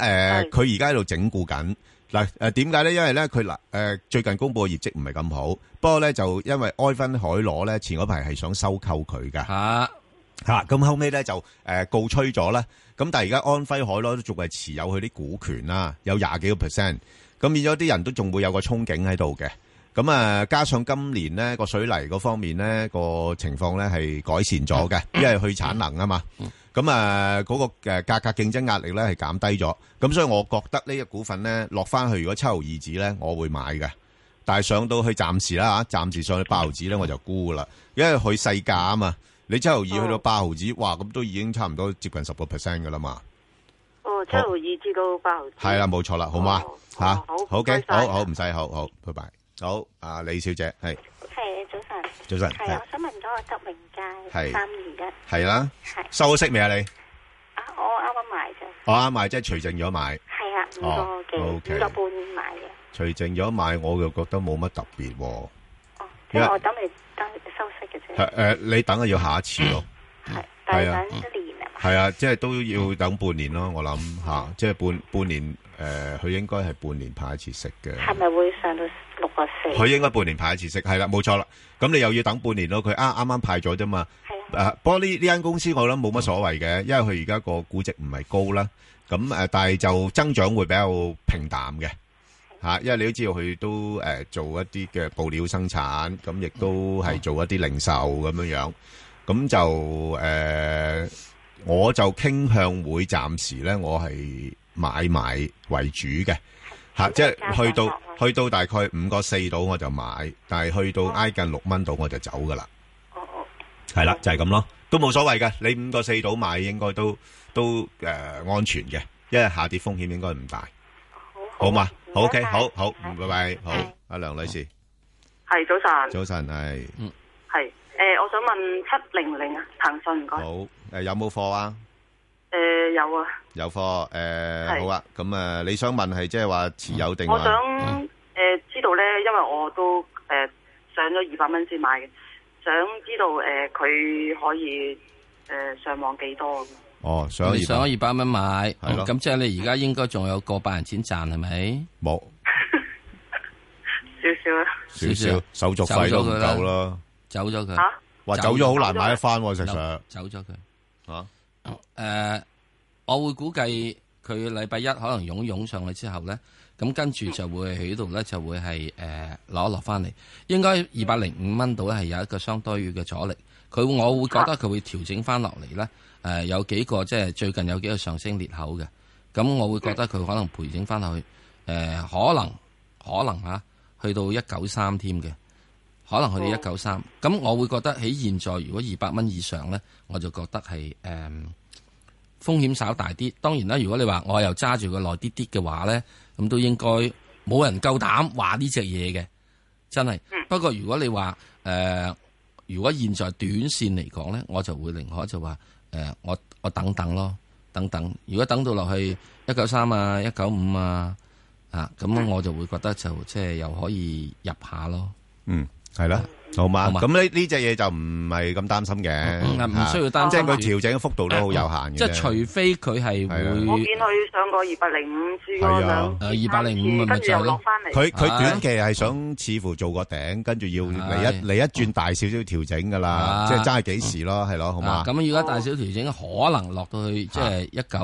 [SPEAKER 3] 佢而家喺度整固緊。嗱誒點解咧？因為咧佢嗱誒最近公佈嘅業績唔係咁好，不過咧就因為埃芬海螺咧前嗰排係想收購佢㗎。
[SPEAKER 4] 嚇
[SPEAKER 3] 嚇！咁後尾咧就誒告吹咗啦。咁但係而家安徽海螺都仲係持有佢啲股權啦，有廿幾個 percent。咁變咗啲人都仲會有個憧憬喺度嘅。咁啊，加上今年呢個水泥嗰方面呢個情況呢係改善咗嘅，因為去產能啊嘛。咁啊，嗰個誒價格競爭壓力呢係減低咗。咁所以我覺得呢只股份呢落翻去，如果七毫二指呢，我會買嘅。但係上到去暫時啦嚇，暫時上去八毫子咧我就沽啦，因為佢細價啊嘛。你七毫二去到八毫子，哇咁都已經差唔多接近十個 percent 噶啦嘛。
[SPEAKER 21] 哦，七毫二至到八毫二。
[SPEAKER 3] 係啦，冇錯啦，好嘛嚇。好嘅
[SPEAKER 21] 唔該，晒
[SPEAKER 3] 好好唔使，好好，拜拜。好，阿李小姐係
[SPEAKER 22] 係早
[SPEAKER 3] 早
[SPEAKER 22] 晨，
[SPEAKER 3] 晨
[SPEAKER 22] 係
[SPEAKER 19] 啊
[SPEAKER 3] 係
[SPEAKER 22] 我想問咗個德榮街
[SPEAKER 3] 係
[SPEAKER 22] 三二一，
[SPEAKER 3] 係啦
[SPEAKER 22] 係，
[SPEAKER 3] 收咗息未啊你？
[SPEAKER 22] 啊我啱啱買啫，
[SPEAKER 3] 我啱買即係除淨咗買，
[SPEAKER 22] 係啊
[SPEAKER 3] 哦
[SPEAKER 22] 五個幾
[SPEAKER 3] OK
[SPEAKER 22] 五個半買嘅，
[SPEAKER 3] 除淨咗買我就覺得冇乜特別喎。
[SPEAKER 22] 哦即
[SPEAKER 3] 因為
[SPEAKER 22] 係我等你等收息嘅
[SPEAKER 3] 係
[SPEAKER 22] 啫，
[SPEAKER 3] 誒，你等下要下一次咯。
[SPEAKER 22] 但
[SPEAKER 3] 係啊
[SPEAKER 22] 係等一年啊嘛，
[SPEAKER 3] 係啊，即係都要等半年咯，我諗吓、即係半半年诶，呃佢、應該係半年派一次息嘅。
[SPEAKER 22] 係咪會上到六個四？
[SPEAKER 3] 佢應該半年派一次息，係啦，冇錯啦。咁你又要等半年咯。佢啊啱啱派咗啫嘛。係啊。不過呢呢間公司我諗冇乜所謂嘅，因為佢而家個估值唔係高啦。咁誒、呃但係就增長會比較平淡嘅嚇、因為你都知道佢都誒、呃做一啲嘅布料生產，咁亦都係做一啲零售咁樣樣。咁就誒、呃我就傾向會暫時咧，我係買賣為主嘅。吓、即係去到去到大概五個四度我就買，但係去到挨近六蚊度我就走噶啦。哦係啦，就係咁咯，都冇所謂嘅。你五個四度買應該都都诶、呃安全嘅，因為下跌風險應該唔大。好嘛，好 OK，好好，嗯拜拜，好，阿梁女士，
[SPEAKER 10] 系早晨，
[SPEAKER 3] 早晨係，
[SPEAKER 10] 系诶、我想问七零零啊，腾讯唔该，
[SPEAKER 3] 好，诶有冇貨啊？
[SPEAKER 10] 诶、有啊，
[SPEAKER 3] 有貨，诶
[SPEAKER 10] 係
[SPEAKER 3] 好啊，咁啊你想問係即係話持有定
[SPEAKER 10] 我
[SPEAKER 3] 話
[SPEAKER 10] 想诶、呃知道咧，因为我都诶、上咗二百蚊呃先买嘅，想知道诶佢、可以诶、上网几多咁
[SPEAKER 3] 哦，上
[SPEAKER 4] 你
[SPEAKER 3] 咗
[SPEAKER 4] 上咗
[SPEAKER 3] 二
[SPEAKER 4] 二百蚊買，
[SPEAKER 3] 係咯
[SPEAKER 4] 咁即係你而家應該仲有個百人錢賺係咪？
[SPEAKER 3] 冇
[SPEAKER 10] 少少啦。
[SPEAKER 3] 少少手續費都唔夠啦，
[SPEAKER 4] 走咗佢。
[SPEAKER 10] 嚇
[SPEAKER 3] 哇走咗好難買得返喎石 Sir
[SPEAKER 4] 走咗佢。
[SPEAKER 3] 嚇
[SPEAKER 4] 誒，我會估計佢禮拜一可能湧湧上去之後咧，咁跟住就會喺度咧就會係誒攞一落翻嚟，應該二百零五蚊度咧係有一個相對嘅阻力。佢我會覺得佢會調整翻落嚟咧。誒、有幾個即係最近有幾個上升裂口嘅，咁我會覺得佢可能調整翻落去誒、呃可能可能嚇、去到一九三添嘅。可能去到一九三，咁我會覺得喺現在如果二百蚊以上呢，我就覺得係誒、嗯、風險稍大啲。當然啦，如果你話我又揸住佢耐啲啲嘅話呢，咁都應該冇人夠膽話呢只嘢嘅，真係。不過如果你話誒、呃如果現在短線嚟講呢，我就會寧可就話誒、呃我我等等咯，等等。如果等到落去一九三啊、一九五啊啊，咁我就會覺得就即係又可以入下咯。
[SPEAKER 3] 嗯，系啦，好嘛？
[SPEAKER 4] 好嘛
[SPEAKER 3] 啊咁呢呢只嘢就唔係咁擔心嘅，
[SPEAKER 4] 嗯嗯唔需要擔
[SPEAKER 3] 即
[SPEAKER 4] 心
[SPEAKER 3] 係佢調整嘅幅度都好有限嘅啫。
[SPEAKER 4] 即係除非佢係
[SPEAKER 3] 係
[SPEAKER 10] 我
[SPEAKER 4] 會
[SPEAKER 10] 見佢上過二百零五珠嗰兩次，
[SPEAKER 4] 誒205咪咪
[SPEAKER 10] 跟住又
[SPEAKER 3] 就係
[SPEAKER 10] 落
[SPEAKER 3] 咯
[SPEAKER 10] 翻嚟。
[SPEAKER 3] 佢佢短期係想似乎做個頂，跟住要嚟一嚟一轉大少少調整噶啦，
[SPEAKER 4] 係
[SPEAKER 3] 即係爭係幾時咯，係咯，好嘛啊
[SPEAKER 4] 啊？咁，如果大小調整可能落到去即係一九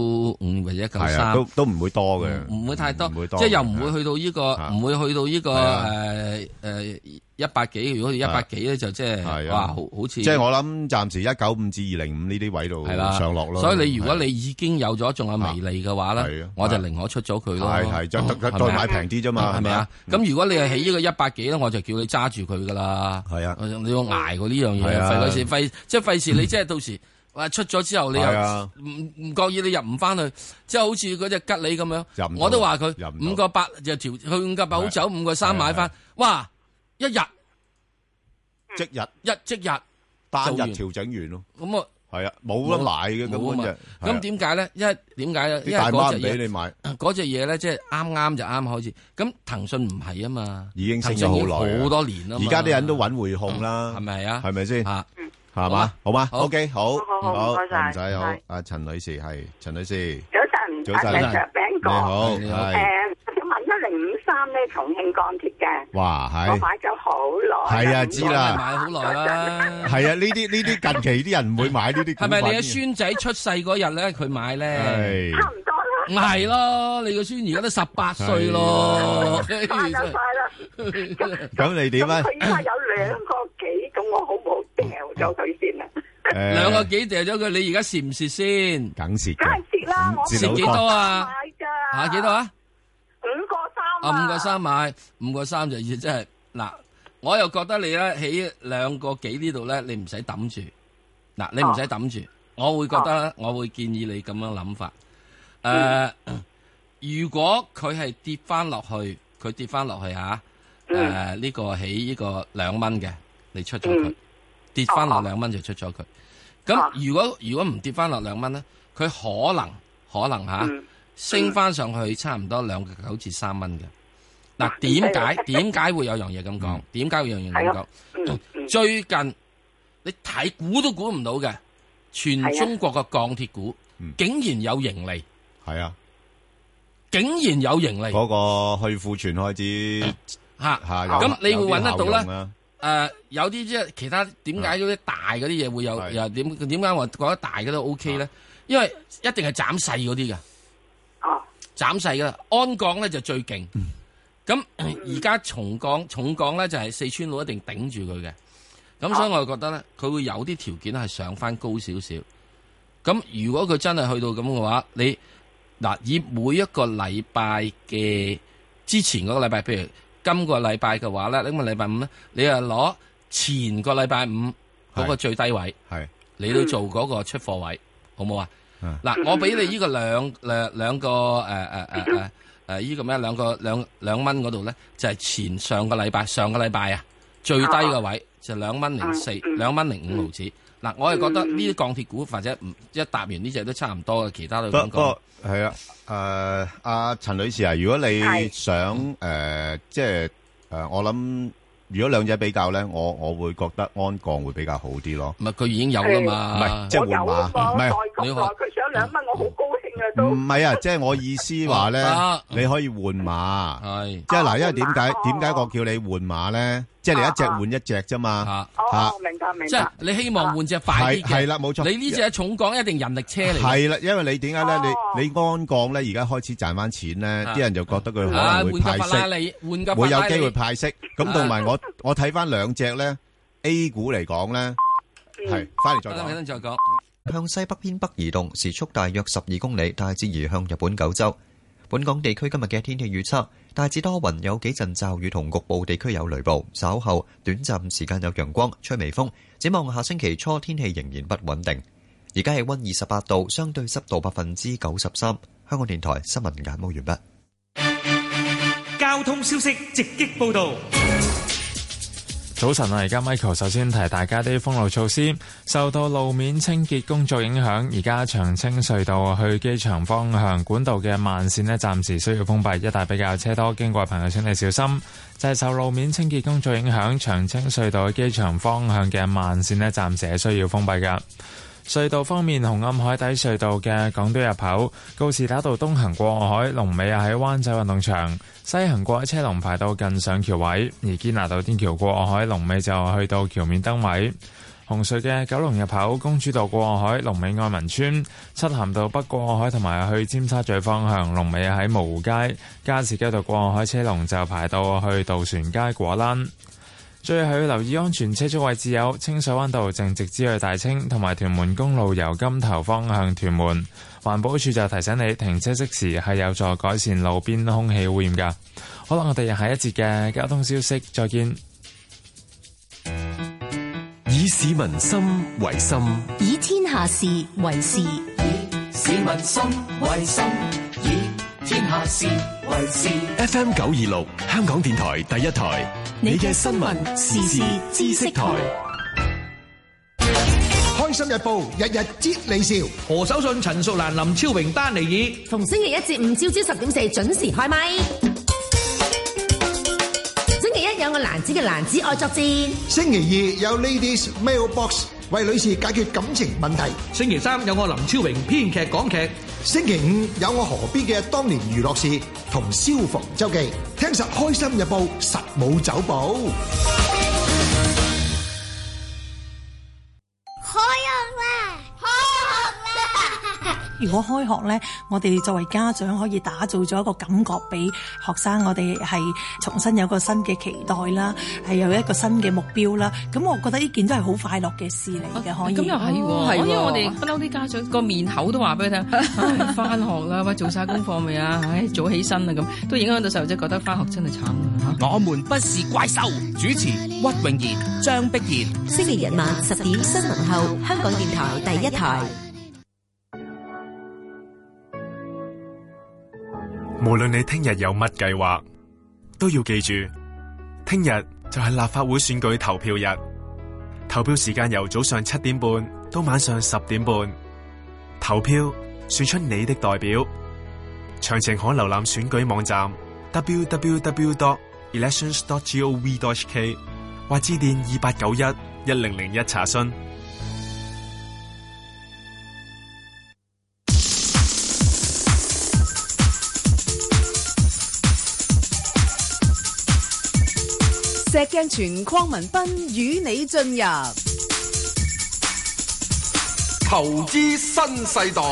[SPEAKER 4] 五或者一九
[SPEAKER 3] 係啊，
[SPEAKER 4] 三
[SPEAKER 3] 都，都唔會多嘅，
[SPEAKER 4] 唔會太多，
[SPEAKER 3] 會多
[SPEAKER 4] 即係又唔會去到呢個，唔會去到呢個
[SPEAKER 3] 係啊
[SPEAKER 4] 誒誒一百幾。如果一百幾咧，就即係
[SPEAKER 3] 係啊
[SPEAKER 4] 哇，好好似
[SPEAKER 3] 即係我諗暫時一九五至二零五呢啲位度
[SPEAKER 4] 係啦
[SPEAKER 3] 上落咯。
[SPEAKER 4] 所以你如果你已經有咗仲有微利嘅話咧，我就寧可出咗佢咯。
[SPEAKER 3] 係係再
[SPEAKER 4] 係
[SPEAKER 3] 再
[SPEAKER 4] 咪啊
[SPEAKER 3] 再買平啲啫嘛
[SPEAKER 4] 係咪啊？
[SPEAKER 3] 係咪
[SPEAKER 4] 咁如果你係起呢個一百幾咧，我就叫你揸住佢噶啦。
[SPEAKER 3] 係啊，
[SPEAKER 4] 你要捱過呢樣嘢，
[SPEAKER 3] 係啊
[SPEAKER 4] 費鬼事費，即係費事
[SPEAKER 3] (laughs)
[SPEAKER 4] 你即係到時。話出咗之後，你又
[SPEAKER 3] 係啊
[SPEAKER 4] 唔唔覺意你入唔翻去，即係好似嗰只吉利咁
[SPEAKER 3] 入
[SPEAKER 4] 樣
[SPEAKER 3] 唔，到
[SPEAKER 4] 我都話佢
[SPEAKER 3] 入唔到啊
[SPEAKER 4] 五個八就調去五個八好走，五個三買翻，哇！一日
[SPEAKER 3] 即日
[SPEAKER 4] 一即日
[SPEAKER 3] 單
[SPEAKER 4] 做
[SPEAKER 3] 日
[SPEAKER 4] 完
[SPEAKER 3] 調整完咯，
[SPEAKER 4] 咁啊〜
[SPEAKER 3] 係啊，冇得買嘅
[SPEAKER 4] 冇啊
[SPEAKER 3] 根
[SPEAKER 4] 嘛
[SPEAKER 3] 本就係
[SPEAKER 4] 咁
[SPEAKER 3] 啊
[SPEAKER 4] 點解咧？因為點解咧？
[SPEAKER 3] 啲
[SPEAKER 4] 因為
[SPEAKER 3] 大媽
[SPEAKER 4] 嗰
[SPEAKER 3] 唔
[SPEAKER 4] 隻
[SPEAKER 3] 俾
[SPEAKER 4] 嘢
[SPEAKER 3] 你買，
[SPEAKER 4] 嗰隻嘢咧，即係啱啱就啱開始。咁騰訊唔係啊嘛，
[SPEAKER 3] 已經升咗好耐
[SPEAKER 4] 騰訊已
[SPEAKER 3] 啊，
[SPEAKER 4] 經好多年啦嘛。
[SPEAKER 3] 而家啲人都揾匯控啦，係
[SPEAKER 4] 咪啊？
[SPEAKER 3] 係咪先？嚇，係
[SPEAKER 4] 好
[SPEAKER 3] 嘛
[SPEAKER 4] 啊？
[SPEAKER 3] 好嘛
[SPEAKER 4] 好
[SPEAKER 3] ？OK，好，
[SPEAKER 4] 好好
[SPEAKER 3] 好，
[SPEAKER 4] 唔該
[SPEAKER 3] 唔
[SPEAKER 4] 晒
[SPEAKER 3] 使好
[SPEAKER 4] 係。
[SPEAKER 3] 阿陳女士係陳女士，
[SPEAKER 23] 早晨，
[SPEAKER 3] 早晨
[SPEAKER 23] 阿 Sir
[SPEAKER 3] 你
[SPEAKER 23] Ben 哥，
[SPEAKER 3] 好
[SPEAKER 23] 誒，
[SPEAKER 3] 係
[SPEAKER 23] 我想問一零五三咧，重慶鋼鐵嘅，
[SPEAKER 3] 哇，
[SPEAKER 23] 我
[SPEAKER 3] 係。
[SPEAKER 23] 買咗好耐，
[SPEAKER 3] 係啊，知啦，
[SPEAKER 4] 買好耐啦。
[SPEAKER 3] 係啊，呢啲呢啲近期啲人唔會買呢啲股
[SPEAKER 4] 係
[SPEAKER 3] 份
[SPEAKER 4] 咪你嘅
[SPEAKER 3] 嘅
[SPEAKER 4] 孫仔出世嗰日咧，佢買咧？
[SPEAKER 3] 係差
[SPEAKER 4] 唔多啦。係咯，你個孫而家都十八
[SPEAKER 3] 啊
[SPEAKER 4] 歲咯。
[SPEAKER 23] 快就快啦，咁
[SPEAKER 3] 咁你點啊？
[SPEAKER 23] 佢依家有兩個幾，咁我好唔好掉咗佢先啊？
[SPEAKER 4] (laughs)
[SPEAKER 3] 誒
[SPEAKER 4] 兩個幾掉咗佢，你而家蝕唔蝕先？
[SPEAKER 3] 梗蝕
[SPEAKER 23] 梗係蝕啦，我
[SPEAKER 4] 蝕幾多啊？
[SPEAKER 23] 買㗎
[SPEAKER 4] 嚇幾多啊？
[SPEAKER 23] 五個三
[SPEAKER 4] 啊，
[SPEAKER 23] 啊，
[SPEAKER 4] 五個三買，五個三就要真係嗱，我又覺得你咧喺兩個幾呢度咧，你唔使抌住，嗱你唔使抌住，
[SPEAKER 23] 哦
[SPEAKER 4] 我會覺得咧，我會建議你咁樣諗法。誒、
[SPEAKER 23] 嗯
[SPEAKER 4] 如果佢係跌翻落去，佢跌翻落去嚇，誒、
[SPEAKER 23] 嗯
[SPEAKER 4] 呢個喺呢個兩蚊嘅，你出咗佢，跌翻
[SPEAKER 23] 哦
[SPEAKER 4] 落兩蚊就出咗佢。咁如果如果唔跌翻落兩蚊咧，佢可能可能嚇、
[SPEAKER 23] 嗯
[SPEAKER 4] 升翻上去差唔多兩個九至三蚊嘅。嗱，點解點解會有樣嘢咁講？點解會有樣嘢咁講？最近你睇估都估唔到嘅，全中國嘅鋼鐵股竟然有盈利，
[SPEAKER 3] 嗯係啊，
[SPEAKER 4] 竟然有盈利。
[SPEAKER 3] 嗰個去庫存開始
[SPEAKER 4] 吓
[SPEAKER 3] 嚇，有
[SPEAKER 4] 咁你會揾得到
[SPEAKER 3] 有啲效
[SPEAKER 4] 咧
[SPEAKER 3] 用啦？
[SPEAKER 4] 誒，啊有啲即係其他點解嗰啲大嗰啲嘢會有又點點解我覺得大嘅都 OK 咧？因為一定係斬細嗰啲嘅，斬細嘅啦。安鋼咧就最勁，咁 (clears throat) 而家重鋼重鋼咧就係四川佬一定頂住佢嘅，咁所以我就覺得咧，佢會有啲條件係上翻高少少。咁如果佢真係去到咁嘅話，你嗱以每一個禮拜嘅之前嗰個禮拜，譬如今個禮拜嘅話咧，今個禮拜五咧，你又攞前個禮拜五嗰個最低位，
[SPEAKER 3] 係
[SPEAKER 4] 你都做嗰個出貨位，好冇啊？嗱，我俾你呢個兩誒兩個誒誒誒誒誒依個咩兩個兩兩蚊嗰度咧，就係前上個禮拜上個禮拜啊最低嘅位就兩蚊零四兩蚊零五毫子。嗱，我係覺得呢啲鋼鐵股或者唔一搭完呢只都差唔多嘅，其他都
[SPEAKER 3] 不
[SPEAKER 4] 咁
[SPEAKER 3] 不
[SPEAKER 4] 講
[SPEAKER 3] 過。係啊，誒阿陳女士啊，如果你想誒，即係誒，我諗如果兩者比較咧，我我會覺得安降會比較好啲咯。
[SPEAKER 4] 唔係佢已經有啦嘛
[SPEAKER 3] 唔係即係換馬，
[SPEAKER 23] 啊
[SPEAKER 3] 唔係
[SPEAKER 4] 你話
[SPEAKER 23] 佢想兩蚊，我好高興啊！
[SPEAKER 3] 唔係啊，即係我意思話咧，你可以換馬，
[SPEAKER 4] 哦啊係
[SPEAKER 3] 即係嗱，因為點解點解我叫你換馬咧？即係你一隻換一隻啫
[SPEAKER 4] 啊
[SPEAKER 3] 嘛，
[SPEAKER 4] 哦
[SPEAKER 3] 嚇
[SPEAKER 23] 明白明白。啊
[SPEAKER 4] 即係你希望換只快啲嘅，
[SPEAKER 3] 係係啦冇錯
[SPEAKER 4] 你呢只重港一定人力車嚟嘅，
[SPEAKER 3] 係啦，因為你點解咧？你你安降咧，而家開始賺翻錢咧，
[SPEAKER 4] 啊
[SPEAKER 3] 啲人就覺得佢可
[SPEAKER 4] 啊，
[SPEAKER 3] 能
[SPEAKER 4] 換
[SPEAKER 3] 會
[SPEAKER 4] 架
[SPEAKER 3] 派
[SPEAKER 4] 法
[SPEAKER 3] 息
[SPEAKER 4] 拉。利，換架法
[SPEAKER 3] 會有
[SPEAKER 4] 拉利
[SPEAKER 3] 機會派息。咁同埋我我睇翻兩隻咧 A 股嚟講咧，
[SPEAKER 23] 嗯
[SPEAKER 3] 係翻嚟再
[SPEAKER 4] 等
[SPEAKER 3] 講。
[SPEAKER 4] 陣再講。
[SPEAKER 6] 向西北偏北移動，時速大約十二公里，大致移向日本九州。本港地區今日嘅天氣預測大致多雲，有幾陣驟雨同局部地區有雷暴，稍後短暫時間有陽光，吹微風。展望下星期初天氣仍然不穩定。而家氣温二十八度，相對濕度百分之九十三。香港電台新聞簡報完畢。
[SPEAKER 5] 交通消息直擊報道。
[SPEAKER 7] 早晨啊！而家 Michael 首先提大家啲封路措施，受到路面清潔工作影響，而家長青隧道去機場方向管道嘅慢線呢，暫時需要封閉，一帶比較車多，經過嘅朋友請你小心。就係受路面清潔工作影響，長青隧道去機場方向嘅慢線呢，暫時係需要封閉㗎。隧道方面，紅磡海底隧道嘅港島入口告士打道東行過海，龍尾啊喺灣仔運動場；西行過海車龍排到近上橋位，而堅拿道天橋過海龍尾就去到橋面燈位。紅隧嘅九龍入口公主道過海，龍尾愛民村；漆咸道北過海同埋去尖沙咀方向，龍尾喺蕪湖街；加士居道過海車龍就排到去渡船街果欄。最後要留意安全車速位置有清水灣道正直之去大清，同埋屯門公路由金頭方向屯門。環保署就提醒你停車熄匙係有助改善路邊空氣污染㗎。好啦，我哋下一節嘅交通消息再見。
[SPEAKER 2] 以市民心為心，
[SPEAKER 8] 以天下事為事，
[SPEAKER 5] 市民心為心，以天下事為事。
[SPEAKER 2] FM 九二六，香港電台第一台，你嘅新聞時事知識台，
[SPEAKER 24] 开心日報日日接你笑。
[SPEAKER 5] 何守信、陳淑蘭、林超榮、丹尼爾。
[SPEAKER 25] 逢星期一至五朝朝十點四準時開咪。星期一有我蘭子嘅蘭子愛作戰，
[SPEAKER 24] 星期二有 Ladies Mailbox 為女士解決感情問題。
[SPEAKER 5] 星期三有我林超榮編劇講劇。
[SPEAKER 24] 星期五有我何必嘅當年娛樂事同消防周記。聽實開心日報實冇走寶。
[SPEAKER 26] 開學啦！開學啦！
[SPEAKER 27] 如果開學呢，我哋作為家長可以打造咗一個感覺俾學生，我哋係重新有個新嘅期待啦，係有一個新嘅目標啦。咁我覺得呢件都係好快樂嘅事嚟嘅，可
[SPEAKER 19] 啊
[SPEAKER 27] 以。哦
[SPEAKER 19] 咁又哦係喎，因為我哋不嬲啲家長個面口都話俾佢聽， (laughs) 唉翻學啦，喂，做晒功課未啊？唉，早起身啦，咁都影響到細路仔覺得翻學真係慘啊！
[SPEAKER 5] 我們不是怪獸。主持屈穎妍、張碧妍。
[SPEAKER 28] 星期日晚十點新聞後，香港電台第一台。
[SPEAKER 29] 无论你听日有乜计划，都要记住，听日就系立法会选举投票日。投票时间由早上七点半到晚上十点半。投票选出你的代表。详情可浏览选举网站 www.elections.gov.hk 或致电二八九一一零零一查询。
[SPEAKER 1] 石鏡泉邝文斌與你進入
[SPEAKER 18] 投資新世代，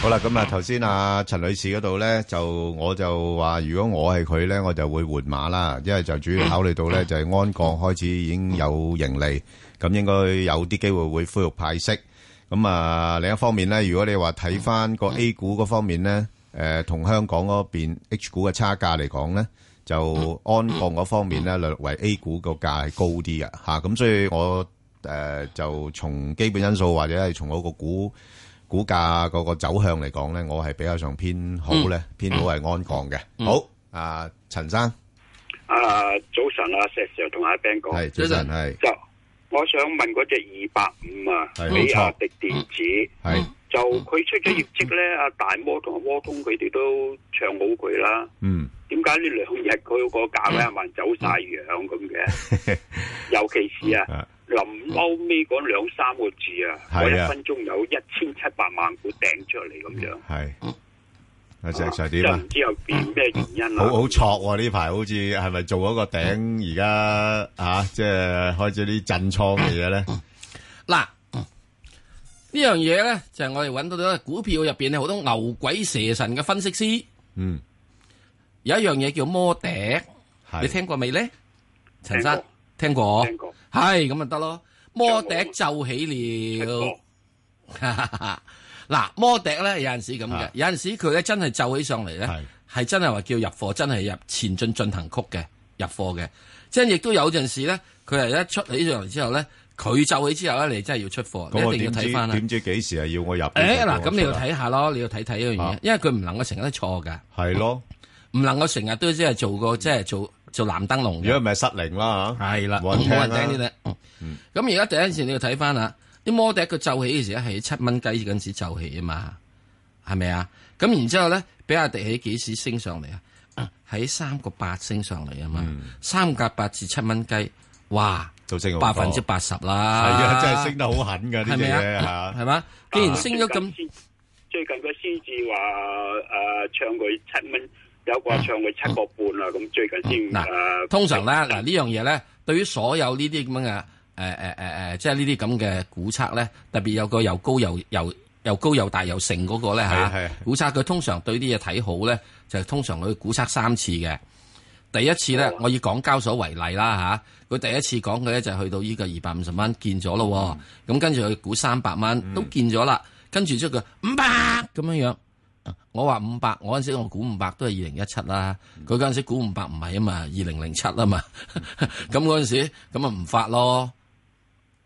[SPEAKER 3] 好啦，咁啊，頭先啊陳女士嗰度咧，就我就話，如果我係佢咧，我就會換馬啦，因為就主要考慮到咧，就係安降開始已經有盈利，咁應該有啲機會會恢復派息。咁啊，另一方面咧，如果你話睇翻個 A 股嗰方面咧，誒同香港嗰邊 H 股嘅差價嚟講咧，就安降嗰方面咧，略為 A 股個價係高啲嘅嚇。咁、所以我誒、就從基本因素或者係從嗰個股。股價嗰個走向嚟講咧，我係比較上偏好咧，偏好係安降嘅。好，啊陳生，
[SPEAKER 30] 啊，早晨啊，石 Sir 同埋阿 Ben 哥，
[SPEAKER 3] 係早晨係
[SPEAKER 30] 就
[SPEAKER 31] 我想問嗰只二百五啊，
[SPEAKER 3] 係
[SPEAKER 31] 比
[SPEAKER 3] 冇
[SPEAKER 31] 亞
[SPEAKER 3] 錯嗯
[SPEAKER 31] 迪電子，
[SPEAKER 3] 係嗯
[SPEAKER 31] 就佢出咗業績咧，阿大摩同阿摩通佢哋都唱好佢啦。
[SPEAKER 3] 嗯，
[SPEAKER 31] 點解呢兩日佢個價位係咪走晒樣咁嘅？
[SPEAKER 3] (laughs)
[SPEAKER 31] 尤其是啊，臨歐尾嗰兩三個字啊，
[SPEAKER 3] 嗯係啊
[SPEAKER 31] 我一分鐘有一千七百萬股掟出嚟咁樣，
[SPEAKER 3] 係。阿石 Sir
[SPEAKER 31] 即
[SPEAKER 3] 點啊？
[SPEAKER 31] 係唔知有變咩原因啊啦。
[SPEAKER 3] 好好挫喎！呢排好似係咪做嗰個頂？而家吓，即係開始啲震倉嘅嘢咧。
[SPEAKER 4] 嗱，呢樣嘢咧就係我哋揾到咗股票入边咧好多牛鬼蛇神嘅分析師，
[SPEAKER 3] 嗯，
[SPEAKER 4] 有一樣嘢叫摩笛，你聽過未咧？陳生聽過，係咁咪得咯。摩笛奏起了， (laughs) 嗱摩笛咧有陣時咁嘅，有陣時佢咧真係奏起上嚟咧，係真係話叫入貨，真係入前進進行曲嘅入貨嘅，即係亦都有陣時咧，佢係一出起上嚟之後咧，佢奏起之後咧，你真係要出貨，
[SPEAKER 3] 咁
[SPEAKER 4] 你
[SPEAKER 3] 我
[SPEAKER 4] 一定
[SPEAKER 3] 點
[SPEAKER 4] 要
[SPEAKER 3] 知
[SPEAKER 4] 睇翻啦。
[SPEAKER 3] 點知幾時係要我入？
[SPEAKER 4] 誒嗱，咁你要睇下咯，你要睇睇呢樣嘢，因為佢唔能夠成日都錯㗎。
[SPEAKER 3] 啊係咯，
[SPEAKER 4] 唔能夠成日都即係做個即係做做藍燈籠。如果
[SPEAKER 3] 唔係失靈啦
[SPEAKER 4] 嚇，係啦，
[SPEAKER 3] 冇人
[SPEAKER 4] 冇
[SPEAKER 3] 聽啦嗯
[SPEAKER 4] 人聽呢啲。咁而家第一件事你要睇翻啦，啲摩笛佢奏起嘅時候係七蚊雞嗰陣時奏起啊嘛，係咪啊？咁然之後咧，比亞迪喺幾時升上嚟啊？ (coughs) 喺三個八升上嚟啊嘛，三個八至七蚊雞，哇！
[SPEAKER 3] 就嗯升
[SPEAKER 4] 百
[SPEAKER 3] 好多
[SPEAKER 4] 分之八十啦，
[SPEAKER 3] 係啊真係升得好狠㗎呢隻嘢嚇
[SPEAKER 4] 係啊嘛？
[SPEAKER 31] 啊
[SPEAKER 4] 既然升咗咁。
[SPEAKER 31] 咁，最近佢先至話誒唱佢七蚊，
[SPEAKER 4] 啊
[SPEAKER 31] 有個話唱佢七個半啦，咁最近先呃誒。
[SPEAKER 4] 通常咧，嗱呢樣嘢咧，對於所有呢啲咁嘅誒誒誒誒，即係呢啲咁嘅估測咧，特別有個又高又又又高又大又盛嗰個咧
[SPEAKER 3] 係啊
[SPEAKER 4] 嚇
[SPEAKER 3] 係，
[SPEAKER 4] 估測佢通常對啲嘢睇好咧，就通常佢估測三次嘅。第一次
[SPEAKER 3] 啊
[SPEAKER 4] 咧，我以港交所為例啦嚇，佢第一次講嘅咧就係去到呢個二百五十蚊見咗咯喎，
[SPEAKER 3] 嗯
[SPEAKER 4] 咁跟住佢估三百蚊都見咗啦，跟住之後佢五百咁樣樣。我話五百，我嗰陣時我估五百都係二零一七啦，
[SPEAKER 3] 嗯
[SPEAKER 4] 佢嗰陣時估五百唔係啊嘛，二零零七啊嘛，
[SPEAKER 3] 嗯
[SPEAKER 4] (laughs) 咁嗰陣時咁啊唔發咯，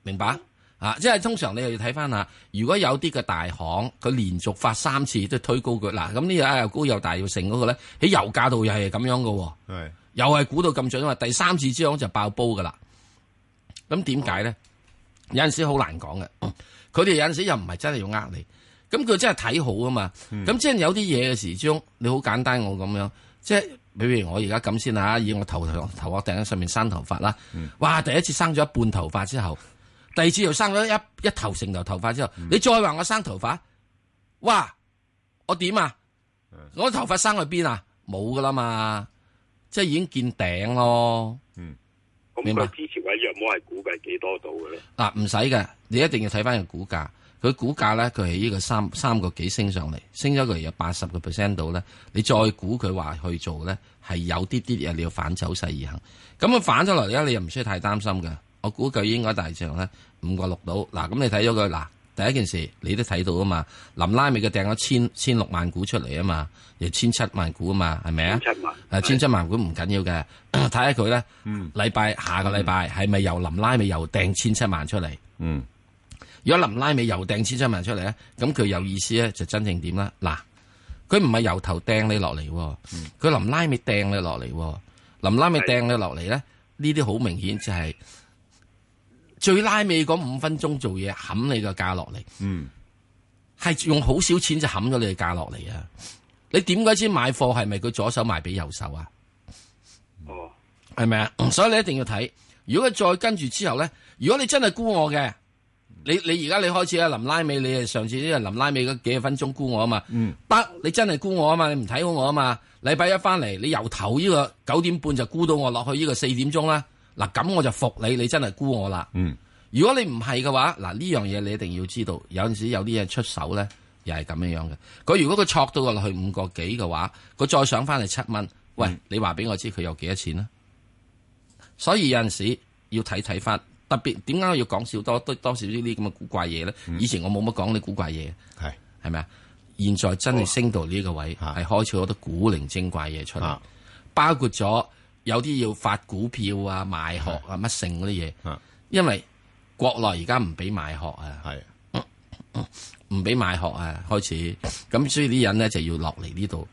[SPEAKER 4] 明白？啊，即係通常你又要睇翻下，如果有啲嘅大行佢連續發三次都推高佢，嗱咁呢個又高又大又盛嗰個咧，喺油價度又係咁樣嘅喎。
[SPEAKER 3] 係
[SPEAKER 4] 又係估到咁準，因為第三次之後就爆煲噶啦。咁點解咧？有陣時好難講嘅，佢哋有陣時又唔係真係要呃你，咁佢真係睇好啊嘛。咁即係有啲嘢嘅時鐘，你好簡單我咁樣，即係比如我而家咁先啦，以我頭頭頭殼頂上面生頭髮啦，哇！第一次生咗一半頭髮之後，第二次又生咗一一頭成頭頭髮之後，你再話我生頭髮，哇！我點啊？我頭髮生去邊啊？冇噶啦嘛，即係已經見頂咯。
[SPEAKER 31] 咁
[SPEAKER 4] 明白
[SPEAKER 31] 佢支持位約摸係估計幾多度嘅咧？
[SPEAKER 4] 嗱，唔使嘅，你一定要睇翻個股價。佢股價咧，佢係呢個三三個幾升上嚟，升咗佢有八十個 percent 度咧。你再估佢話去做咧，係有啲啲嘢你要反走勢而行。咁啊反咗落嚟咧，你又唔需要太擔心嘅。我估計應該大致上咧五個六到。嗱，咁你睇咗佢嗱，第一件事你都睇到啊嘛。林拉美佢掟咗千千六萬股出嚟啊嘛，又千七萬股啊嘛，係咪啊？
[SPEAKER 31] 千七萬
[SPEAKER 4] 啊，千七萬股唔緊要嘅， (coughs) 睇下佢咧，
[SPEAKER 13] 嗯
[SPEAKER 4] 禮拜下個禮拜係咪又林拉美又掟千七萬出嚟？
[SPEAKER 3] 嗯，
[SPEAKER 4] 如果林拉美又掟千七萬出嚟咧，咁佢有意思咧，就真正點啦？嗱，佢唔係由頭掟你落嚟喎，佢林拉美掟你落嚟喎，林拉美掟你落嚟咧，呢啲好明顯就係最拉尾嗰五分鐘做嘢冚你個價落嚟。
[SPEAKER 3] 嗯。
[SPEAKER 4] 係用好少錢就冚咗你嘅價落嚟啊！你點解先買貨係咪佢左手賣俾右手啊？
[SPEAKER 31] 哦，
[SPEAKER 4] 係咪啊？所以你一定要睇。如果佢再跟住之後咧，如果你真係沽我嘅，你你而家你開始啊林拉尾，你係上次呢個林拉尾嗰幾分鐘沽我啊嘛，
[SPEAKER 3] 嗯，
[SPEAKER 4] 得你真係沽我啊嘛，你唔睇好我啊嘛。禮拜一翻嚟，你由頭呢個九點半就沽到我落去呢個四點鐘啦。嗱咁我就服你，你真係沽我啦。
[SPEAKER 3] 嗯，
[SPEAKER 4] 如果你唔係嘅話，嗱呢樣嘢你一定要知道，有陣時有啲嘢出手咧，又係咁樣樣嘅。佢如果佢挫到落去五個幾嘅話，佢再上翻嚟七蚊，喂，你話俾我知佢有幾多錢啦？所以有陣時要睇睇翻，特別點解我要講少多多多少呢啲咁嘅古怪嘢咧？以前我冇乜講啲古怪嘢，
[SPEAKER 3] 係
[SPEAKER 4] 係咪啊？現在真係升到呢個位，係開始好多古靈精怪嘢出嚟，包括咗有啲要發股票啊、賣殼啊、乜剩嗰啲嘢，因為國內而家唔俾賣殼啊，唔俾賣殼啊，開始咁，所以啲人咧就要落嚟呢度。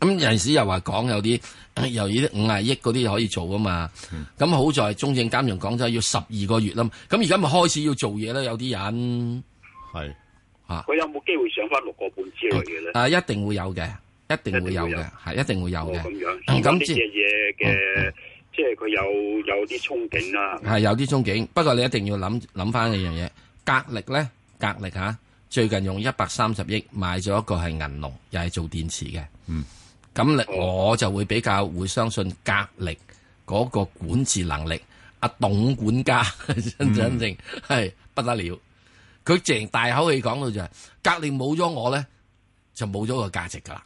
[SPEAKER 4] 咁有陣時又話講有啲 (clears throat) 由呢啲五廿億嗰啲可以做啊嘛。咁好在中證監同廣州要十二個月啦嘛。咁而家咪開始要做嘢啦，有啲人
[SPEAKER 3] 係
[SPEAKER 4] 啊，
[SPEAKER 31] 佢有冇機會上翻六個半之類嘅咧？
[SPEAKER 4] 啊一定會有嘅，一定會有嘅，係一定會有
[SPEAKER 31] 哦
[SPEAKER 4] 嘅。
[SPEAKER 31] 咁樣，
[SPEAKER 4] 嗯
[SPEAKER 31] 咁呢
[SPEAKER 4] 即嗯
[SPEAKER 31] 隻嘢嘅，即係佢有有啲憧憬啊啦。
[SPEAKER 4] 係有啲憧憬，不過你一定要諗諗翻一樣嘢，格力咧，格力吓、最近用一百三十億買咗一個係銀龍，又係做電池嘅。
[SPEAKER 3] 嗯，
[SPEAKER 4] 咁你我就會比較會相信格力嗰個管治能力，阿董管家真真正係不得了。佢淨大口氣講到就係、格力冇咗我咧，就冇咗個價值㗎啦。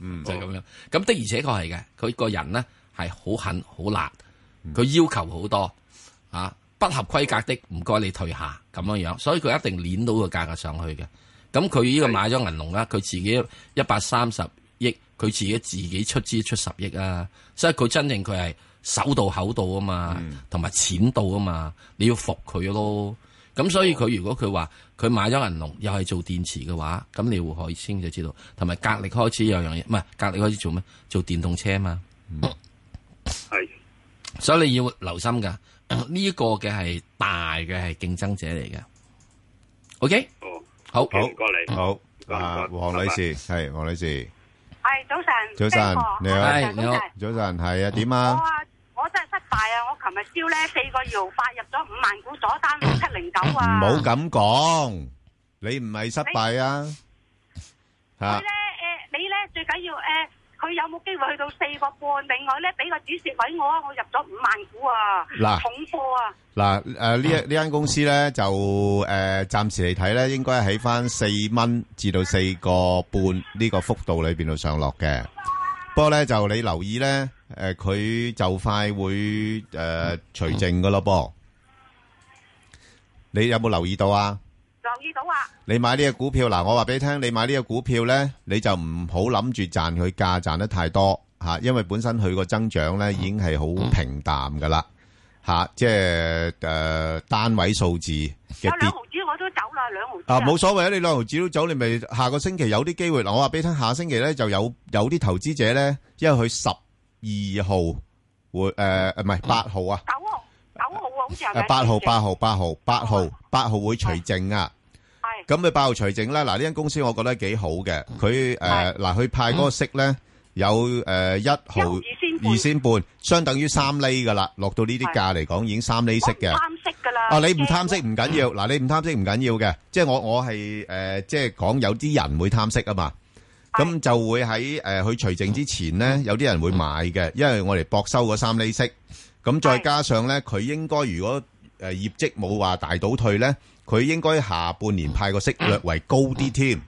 [SPEAKER 3] 嗯
[SPEAKER 4] (laughs) 就係咁樣。咁的而且確係嘅，佢個人咧係好狠好辣，佢要求好多啊，不合規格的唔該你退下咁樣樣，所以佢一定攣到個價格上去嘅。咁佢呢個買咗銀龍啦，佢自己一百三十億，佢自己自己出資出十億啊，所以佢真正佢係手到口到啊嘛，同埋、錢到啊嘛，你要服佢咯。咁所以佢如果佢話佢買咗銀龍，又係做電池嘅話，咁你會可以先就知道，同埋格力開始有樣嘢，唔係格力開始做咩？做電動車嘛。
[SPEAKER 31] 係
[SPEAKER 4] 所以你要留心噶， (coughs) 呢、個嘅係大嘅係競爭者嚟嘅。OK，
[SPEAKER 31] 哦，
[SPEAKER 4] 好，
[SPEAKER 3] 好
[SPEAKER 31] 唔該你
[SPEAKER 3] 好，啊，黃女士係黃女士，
[SPEAKER 23] 系早
[SPEAKER 3] 早
[SPEAKER 23] 晨，
[SPEAKER 3] 晨你好，
[SPEAKER 23] 早晨
[SPEAKER 3] 早晨係啊，點
[SPEAKER 23] 我
[SPEAKER 3] 啊？
[SPEAKER 23] 啊，我真係失敗啊！我琴日朝咧四個搖發入咗五萬股左單六七零九
[SPEAKER 3] 唔
[SPEAKER 23] 啊！
[SPEAKER 3] 好咁講，你唔係失敗啊，
[SPEAKER 23] 佢
[SPEAKER 3] 吓
[SPEAKER 23] 咧誒，你咧最緊要誒，佢、有冇機會去到四個半？另外咧，俾個止蝕位我啊，我入咗五萬股啊，
[SPEAKER 3] 嗱
[SPEAKER 23] 重貨啊！
[SPEAKER 3] 嗱诶呢一呢間公司咧就诶暫時嚟睇咧，應該喺翻四蚊至到四個半呢個幅度裏边度上落嘅。不過咧就你留意咧，诶佢就快會诶除淨噶咯噃。你有冇留意到啊？
[SPEAKER 23] 留意到啊，
[SPEAKER 3] 你買呢只股票嗱，我話俾你聽，你買呢只股票呢，你就唔好諗住賺佢價賺得太多吓、嚇因為本身佢個增長呢已經係好平淡噶啦吓，即係诶、呃單位數字
[SPEAKER 23] 有
[SPEAKER 3] 嘅跌
[SPEAKER 23] 兩毫子我都走啦，兩毫子
[SPEAKER 3] 啊，冇所謂啊！你兩毫子都走，你咪下個星期有啲機會嗱，我話俾你聽，下星期呢就有有啲投資者呢，因為佢十二號會诶唔係八號啊。
[SPEAKER 23] 九毫啊，好似係
[SPEAKER 3] 诶
[SPEAKER 23] 咪，
[SPEAKER 3] 八號、八號、八號、八號、八號會除證啊。
[SPEAKER 23] 係
[SPEAKER 3] 咁佢八號除證咧，嗱呢間公司我覺得幾好嘅，佢诶嗱佢派嗰個息咧有诶一毫二仙半，相等於三厘噶啦，落到呢啲價嚟講已經三厘息嘅。
[SPEAKER 23] 貪息㗎啦。
[SPEAKER 3] 啊！你唔貪息唔緊要，嗱你唔貪息唔緊要嘅，即係我我係誒、呃即係講有啲人會貪息啊嘛，咁就會喺誒佢除淨之前呢，有啲人會買嘅，因為我哋博收嗰三厘息，咁再加上呢，佢應該如果誒、呃、業績冇話大倒退呢，佢應該下半年派個息略為高啲添，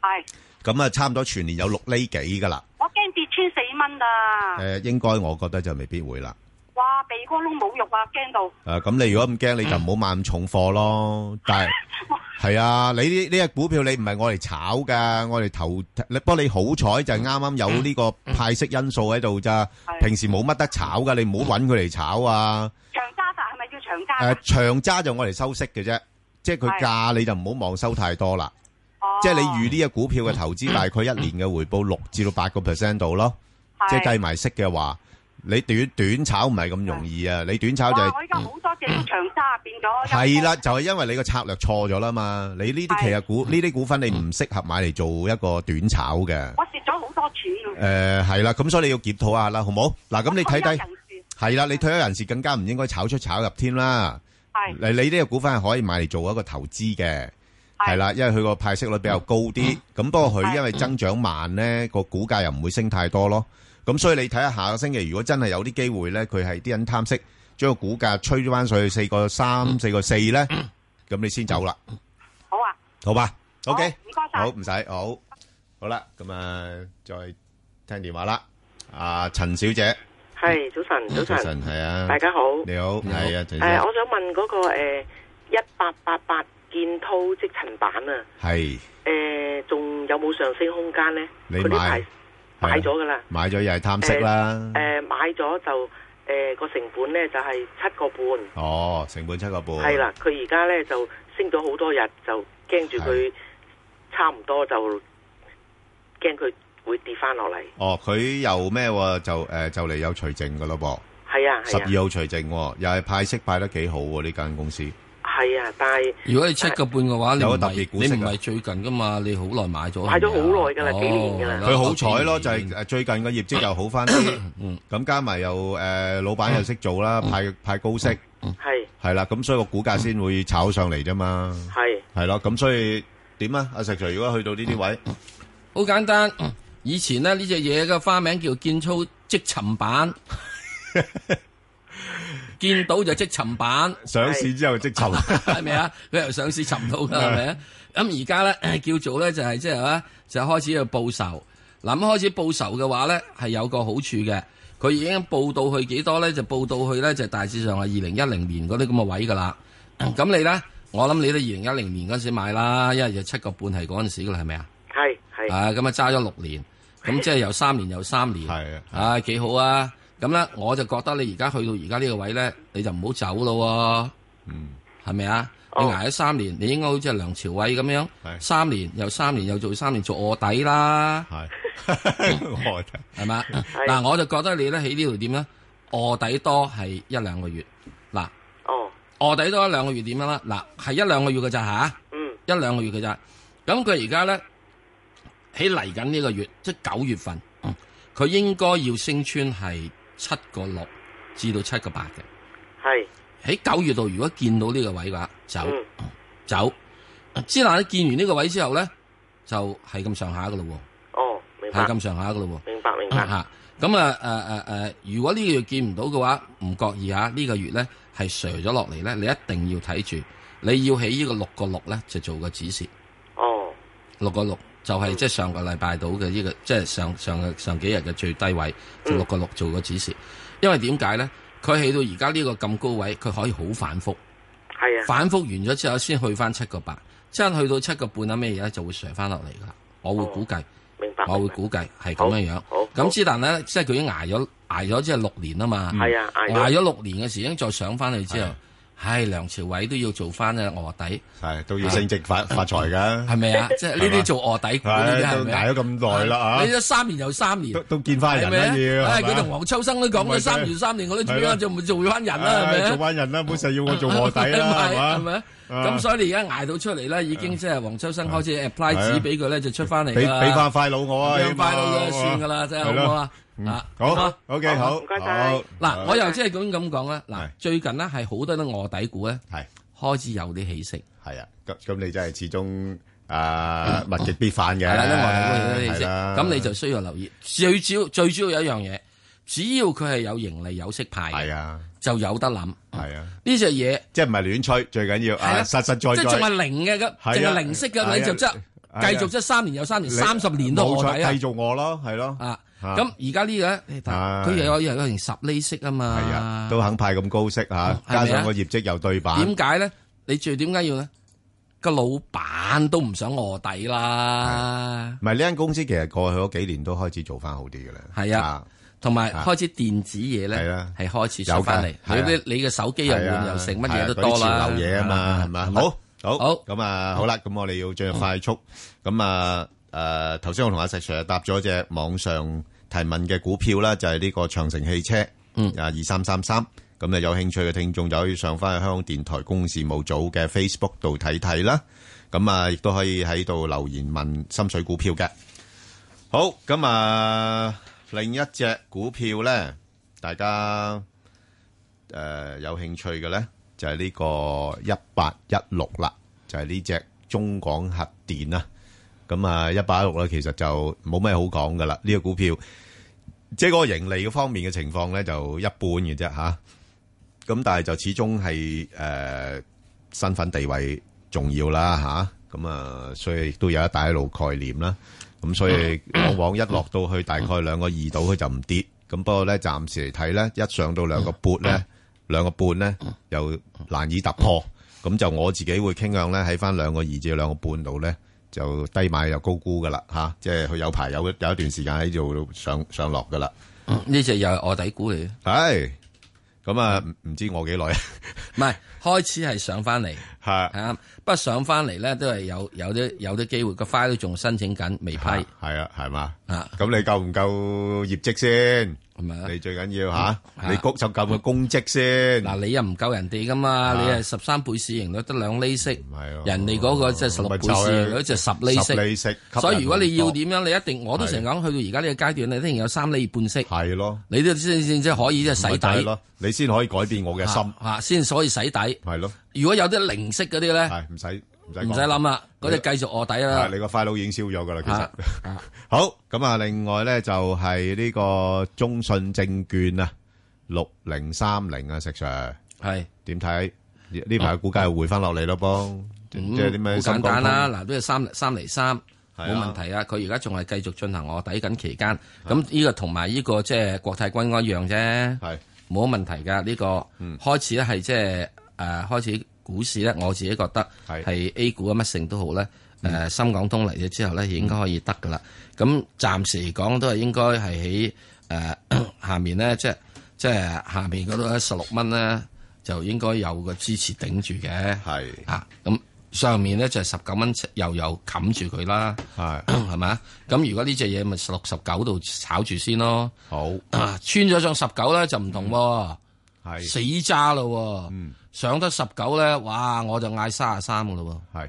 [SPEAKER 23] 係，
[SPEAKER 3] 咁啊差唔多全年有六厘幾噶啦，
[SPEAKER 23] 我驚跌穿四蚊
[SPEAKER 3] 誒、
[SPEAKER 23] 啊！
[SPEAKER 3] 應該我覺得就未必會啦。
[SPEAKER 23] 哇，鼻哥窿冇肉啊，驚到！
[SPEAKER 3] 诶，咁你如果咁驚，你就唔好買咁重貨咯。
[SPEAKER 23] (laughs)
[SPEAKER 3] 但係係啊，你呢呢只股票你唔係我嚟炒㗎，我嚟投。你不過你好彩就係啱啱有
[SPEAKER 23] 嗯
[SPEAKER 3] 呢個派息因素喺度咋，平時冇乜得炒㗎，你唔好揾佢嚟炒啊。
[SPEAKER 23] 長揸法係咪叫長揸
[SPEAKER 3] 诶、
[SPEAKER 23] 啊？
[SPEAKER 3] 長揸就我嚟收息嘅啫，即係佢價你就唔好望收太多啦。
[SPEAKER 23] 哦
[SPEAKER 3] 即係你預呢只股票嘅投資大概一年嘅回報六至到八個 percent 度咯，即係計埋息嘅話，你短短炒唔係咁容易啊！你短炒就係、
[SPEAKER 23] 哇！我而家好多隻都長揸變咗。
[SPEAKER 3] 系啦，就係因為你個策略錯咗啦嘛。你呢啲其實股呢啲股份你唔適合買嚟做一個短炒嘅。
[SPEAKER 23] 我蝕咗好多錢啊！
[SPEAKER 3] 诶，係啦，咁所以你要檢討下啦，好冇？嗱，咁你睇睇
[SPEAKER 23] 退休人士
[SPEAKER 3] 係啦，你退休人士更加唔應該炒出炒入添啦。
[SPEAKER 23] 係
[SPEAKER 3] 你你呢個股份係可以買嚟做一個投資嘅，係啦，因為佢個派息率比較高啲。咁不過佢因為增長慢咧，個股價又唔會升太多咯。咁所以你睇下下個星期，如果真係有啲機會咧，佢係啲人貪息，將個股價吹咗翻上去四個三、四個四咧，咁你先走啦。
[SPEAKER 23] 好啊，
[SPEAKER 3] 好吧，OK，
[SPEAKER 23] 唔該晒
[SPEAKER 3] 好唔使，好，好啦，咁啊，再聽電話啦。啊，陳小姐，
[SPEAKER 32] 系早晨，早晨，
[SPEAKER 3] 晨，係啊，
[SPEAKER 32] 大家好。
[SPEAKER 3] 你好，係啊，陳
[SPEAKER 32] 诶、
[SPEAKER 3] 小
[SPEAKER 32] 我想問嗰、個个诶一八八八建滔積塵版啊，
[SPEAKER 3] 姐，係
[SPEAKER 32] 诶、仲有冇上升空間呢？
[SPEAKER 3] 你
[SPEAKER 32] 佢呢
[SPEAKER 3] 買
[SPEAKER 32] 排
[SPEAKER 3] 啊
[SPEAKER 32] 買咗㗎啦，
[SPEAKER 3] 買咗又係貪息啦，
[SPEAKER 32] 诶、買咗就诶個、成本呢就係七個半，
[SPEAKER 3] 哦，成本七個半，
[SPEAKER 32] 係啦，佢而家呢就升咗好多日，就驚住佢差唔多就驚佢會跌翻落嚟。
[SPEAKER 3] 哦，佢又咩喎？就诶就嚟有除淨噶咯噃。
[SPEAKER 32] 係啊，
[SPEAKER 3] 十
[SPEAKER 32] 係啊
[SPEAKER 3] 二，號除淨喎，又係派息派得幾好喎呢間公司。
[SPEAKER 32] 係啊，但係
[SPEAKER 4] 如果你
[SPEAKER 32] À.
[SPEAKER 4] 七個半嘅話，你
[SPEAKER 3] 有
[SPEAKER 4] 唔
[SPEAKER 3] 個特別
[SPEAKER 4] 係
[SPEAKER 3] 股
[SPEAKER 4] 你
[SPEAKER 3] 息啊
[SPEAKER 4] 唔係最近噶嘛？你好耐買咗，
[SPEAKER 32] 買咗好耐㗎啦
[SPEAKER 4] 哦
[SPEAKER 32] 幾年㗎啦
[SPEAKER 3] 佢好彩咯，就係誒最近嘅業績又好翻啲，咁加埋又誒老闆又識做啦，派派高息，
[SPEAKER 32] 係
[SPEAKER 3] 係啦，咁所以個股價先會炒上嚟啫嘛。
[SPEAKER 32] 係
[SPEAKER 3] 係咯，咁所以點啊？阿石 Sir，如果去到呢啲位，
[SPEAKER 4] 好簡單。以前呢，呢只嘢嘅花名叫建操積沉板，見到就積沉板。
[SPEAKER 3] 上市之
[SPEAKER 4] (laughs)
[SPEAKER 3] 後即沉，
[SPEAKER 4] 係咪啊？佢由上市沉到㗎，係咪啊？咁而家咧 (clears throat) 叫做咧就係即係話，就開始去報仇。嗱，咁開始報仇嘅話咧，係有個好處嘅。佢已經報到去幾多咧？就報到去咧，就大致上係二零一零年嗰啲咁嘅位㗎啦。咁你咧，我諗你都二零一零年嗰陣時買啦，因為就七個半係嗰陣時㗎啦，係咪啊？
[SPEAKER 32] 係係
[SPEAKER 4] 啊，咁啊揸咗六年，咁即係由三年又三年，係啊，幾好啊！咁咧，我就覺得你而家去到而家呢個位咧，你就唔好走咯喎，係咪啊？你捱咗三年，你應該好似係梁朝偉咁樣，三年又三年又做三年做卧底啦， (laughs)
[SPEAKER 3] 卧底
[SPEAKER 4] 係嘛？嗱，我就覺得你咧喺呢度點咧？卧底多係一兩個月，嗱，
[SPEAKER 32] 哦，
[SPEAKER 4] 卧底多一兩個月點樣啦？嗱，係一兩個月嘅咋吓？
[SPEAKER 32] 嗯，
[SPEAKER 4] 一兩個月嘅咋。咁佢而家咧喺嚟緊呢個月，即係九月份，嗯佢、應該要升穿係七個六至到七個八嘅。
[SPEAKER 32] 係
[SPEAKER 4] 喺九月度，如果見到呢個位嘅話，走、
[SPEAKER 32] 嗯
[SPEAKER 4] 走。之但係見完呢個位之後咧，就係咁上下嘅咯
[SPEAKER 32] 哦，明
[SPEAKER 4] 喎，
[SPEAKER 32] 白
[SPEAKER 4] 係咁上下嘅咯喎。
[SPEAKER 32] 明白明白
[SPEAKER 4] 嚇。咁啊誒誒誒，如果呢個月見唔到嘅話，唔覺意啊，呢、個月咧係瀉咗落嚟咧，你一定要睇住，你要喺呢個六個六咧就做個指示。
[SPEAKER 32] 哦，
[SPEAKER 4] 六個六就
[SPEAKER 32] 嗯
[SPEAKER 4] 係即係上個禮拜到嘅呢個，即係上上個上幾日嘅最低位，就
[SPEAKER 32] 嗯
[SPEAKER 4] 六個六做個指示。因為點解咧？佢起到而家呢個咁高位，佢可以好反覆，
[SPEAKER 32] 係啊，
[SPEAKER 4] 反覆完咗之後先去翻七個八，真係去到七個半啊咩嘢咧就會上翻落嚟㗎啦。我會估計，
[SPEAKER 32] 哦明白
[SPEAKER 4] 我會估計係咁樣樣。咁之但咧，即係佢已經捱咗捱咗即係六年啊嘛。
[SPEAKER 32] 係啊捱咗
[SPEAKER 4] 捱咗六年嘅時已經再上翻去之後，唉，梁朝偉都要做翻啊卧底，
[SPEAKER 3] 係都要升值發發財㗎，
[SPEAKER 4] 係咪
[SPEAKER 3] (laughs)
[SPEAKER 4] 啊？即係呢啲做卧底股呢啲
[SPEAKER 3] 係
[SPEAKER 4] 係
[SPEAKER 3] 都
[SPEAKER 4] 咪
[SPEAKER 3] 捱
[SPEAKER 4] 啊
[SPEAKER 3] 咗咁耐啦啊
[SPEAKER 4] 你都三年又三年，
[SPEAKER 3] 都見翻人啦要
[SPEAKER 4] 唉，
[SPEAKER 3] 係嘛
[SPEAKER 4] 佢同黃秋生都講咗
[SPEAKER 3] 咪啫
[SPEAKER 4] 三年三年，我都做
[SPEAKER 3] 係啦
[SPEAKER 4] 翻做唔做翻人啦，
[SPEAKER 3] 唉
[SPEAKER 4] 係咪？
[SPEAKER 3] 做翻人啦，唔好成日要我做卧底啦，係嘛？
[SPEAKER 4] (laughs) 係咪？
[SPEAKER 3] 啊
[SPEAKER 4] 咁所以你而家捱到出嚟咧，已經即係黃秋生開始 apply
[SPEAKER 3] 係啊
[SPEAKER 4] 紙俾佢咧，就出翻嚟
[SPEAKER 3] 俾
[SPEAKER 4] 啦
[SPEAKER 3] 俾翻塊佬我啊，
[SPEAKER 4] 俾
[SPEAKER 3] 起碼
[SPEAKER 4] 翻快佬算噶啦，真係好
[SPEAKER 3] 係咯
[SPEAKER 4] 唔好啊？
[SPEAKER 3] 嗯
[SPEAKER 4] 啊，
[SPEAKER 3] 好
[SPEAKER 4] 嘛
[SPEAKER 3] OK，好好唔該晒好
[SPEAKER 4] 嗱，我又即係咁咁講啦。嗱，最近呢係好多啲卧底股咧，係開始有啲起色。
[SPEAKER 3] 係啊，咁咁你真係始終啊 (laughs) 物極必反嘅，
[SPEAKER 4] 係啦，啲卧底股有啲起
[SPEAKER 3] 係
[SPEAKER 4] 色，
[SPEAKER 3] 啦
[SPEAKER 4] 咁你就需要留意。最主要最主要有一樣嘢，只要佢係有盈利有息派，係
[SPEAKER 3] 啊，
[SPEAKER 4] 就有得諗。
[SPEAKER 3] 係啊，
[SPEAKER 4] 呢隻嘢
[SPEAKER 3] 即係唔係亂吹，最緊要啊
[SPEAKER 4] 係啊
[SPEAKER 3] 實實在
[SPEAKER 4] 即
[SPEAKER 3] 在，
[SPEAKER 4] 係仲係零嘅咁，
[SPEAKER 3] 係啊
[SPEAKER 4] 淨係零息嘅，你就即係
[SPEAKER 3] 係啊
[SPEAKER 4] 繼續即係三年有三年，
[SPEAKER 3] 你
[SPEAKER 4] 三十年都卧底啊
[SPEAKER 3] 冇錯！繼續我咯，係咯
[SPEAKER 4] 啊，
[SPEAKER 3] 啊
[SPEAKER 4] 咁而家呢個咧，
[SPEAKER 3] 唉
[SPEAKER 4] 佢又有又有成十厘息啊嘛，
[SPEAKER 3] 係啊，都肯派咁高息嚇，
[SPEAKER 4] 咪啊
[SPEAKER 3] 加上個業績又對版，
[SPEAKER 4] 點解咧？你最點解要咧？個老闆都唔想卧底啦，
[SPEAKER 3] 唔係呢間公司其實過去嗰幾年都開始做翻好啲嘅啦。
[SPEAKER 4] 係啊，同埋
[SPEAKER 3] 啊
[SPEAKER 4] 開始電子嘢咧，係開始出翻嚟
[SPEAKER 3] 有。
[SPEAKER 4] 你
[SPEAKER 3] 㗎係啊
[SPEAKER 4] 啲你嘅手機又換
[SPEAKER 3] 係啊，
[SPEAKER 4] 又成，乜嘢都
[SPEAKER 3] 係啊，
[SPEAKER 4] 多啦。
[SPEAKER 3] 嗰啲潮流嘢啊嘛，
[SPEAKER 4] 係
[SPEAKER 3] 係嘛？好，好，咁啊，好啦，咁我哋要進入快速。咁啊，誒，頭先我同阿石Sir答咗隻網上提問嘅股票啦，就係呢個長城汽車，啊，2333咁啊，有興趣嘅聽眾就可以上返去香港電台公共事務組嘅Facebook度睇睇啦。咁啊，亦都可以喺度留言問心水股票嘅。好，咁啊，另一隻股票呢，大家誒、呃有興趣嘅咧，就係、呢個一八一六啦，就係呢只中港核電啦。咁啊，一八一六咧，其實就冇咩好講噶啦。呢、個股票，即係嗰個盈利嘅方面嘅情況咧，就一般嘅啫嚇。咁、但係就始終係誒、呃身份地位重要啦吓，咁啊，所以亦都有一帶一路概念啦。咁所以
[SPEAKER 4] 嗯
[SPEAKER 3] 往往一落到去大概兩個二度，佢就唔跌。咁不過咧，暫時嚟睇咧，一上到兩個半
[SPEAKER 4] 嗯
[SPEAKER 3] 咧，兩個半咧又難以突破。咁就我自己會傾向咧喺翻兩個二至兩個半度咧，就低買又高沽噶啦吓，即係佢有排有有一
[SPEAKER 4] 嗯
[SPEAKER 3] 段時間喺度上上落噶啦。啊
[SPEAKER 4] 呢只又係卧底股嚟嘅。
[SPEAKER 3] 係咁啊，唔唔知我幾耐啊？
[SPEAKER 4] 唔係開始係上翻嚟，
[SPEAKER 3] (laughs) 係
[SPEAKER 4] 啊，不過上翻嚟咧都係有有啲有啲機會，個 file 都仲申請緊，未批。
[SPEAKER 3] 係啊，係嘛？
[SPEAKER 4] 啊，
[SPEAKER 3] 咁你夠唔夠業績先？你最緊要吓，你谷就夠個公職先。
[SPEAKER 4] 嗱，你又唔夠人哋噶嘛？你係十三倍市盈率得兩厘息，人哋嗰個即係十六倍市盈率就十厘息。
[SPEAKER 3] 十厘息吸引
[SPEAKER 4] 所以如果你要點樣，你一定我都成日講，去到而家呢個階段，你一定有三厘半息。
[SPEAKER 3] 係咯，
[SPEAKER 4] 你都先先即係可以即係洗
[SPEAKER 3] 咪就係
[SPEAKER 4] 底
[SPEAKER 3] 咯，你先可以改變我嘅心
[SPEAKER 4] 啊啊先所以洗底。
[SPEAKER 3] 係咯，
[SPEAKER 4] 如果有啲零息嗰啲咧，
[SPEAKER 3] 係唔使唔使講
[SPEAKER 4] 唔使諗啦，嗰啲繼續卧底啦
[SPEAKER 3] 係。你個 file 已經燒咗噶啦， (laughs) 其實
[SPEAKER 4] 啊。
[SPEAKER 3] 好，咁啊，另外咧就係呢個中信證券啊，六零三零啊，石 Sir
[SPEAKER 4] 係
[SPEAKER 3] 點睇？呢呢排股價又回翻落嚟咯，噃，即係啲咩
[SPEAKER 4] 嗯好
[SPEAKER 3] 深
[SPEAKER 4] 簡
[SPEAKER 3] 港
[SPEAKER 4] 單啦，
[SPEAKER 3] 通
[SPEAKER 4] 嗱都係三三厘三，冇問題啊！佢而家仲係繼續進行卧底緊期間，
[SPEAKER 3] 啊
[SPEAKER 4] 咁呢個同埋呢個即係國泰君安一樣啫，冇乜問題㗎。呢個
[SPEAKER 3] 嗯
[SPEAKER 4] 開始咧係即係誒開始股市咧，我自己覺得係 A 股啊乜成都好咧。
[SPEAKER 3] 嗯
[SPEAKER 4] 誒深港通嚟咗之後咧，應該可以得㗎啦。咁暫時嚟講都係應該係喺誒 (clears throat) 下面咧，即係即係下面嗰度咧十六蚊咧，就應該有個支持頂住嘅。
[SPEAKER 3] 係
[SPEAKER 4] 啊，咁上面咧就係十九蚊又又冚住佢啦。
[SPEAKER 3] 係
[SPEAKER 4] (clears throat) 係咪啊？咁如果呢只嘢咪十六十九度炒住先咯。啊
[SPEAKER 3] 好
[SPEAKER 4] 穿咗上十九咧就唔同喎，
[SPEAKER 3] 係嗯
[SPEAKER 4] 死揸咯喎。上得十九咧，哇！我就嗌三十三噶咯
[SPEAKER 3] 喎。係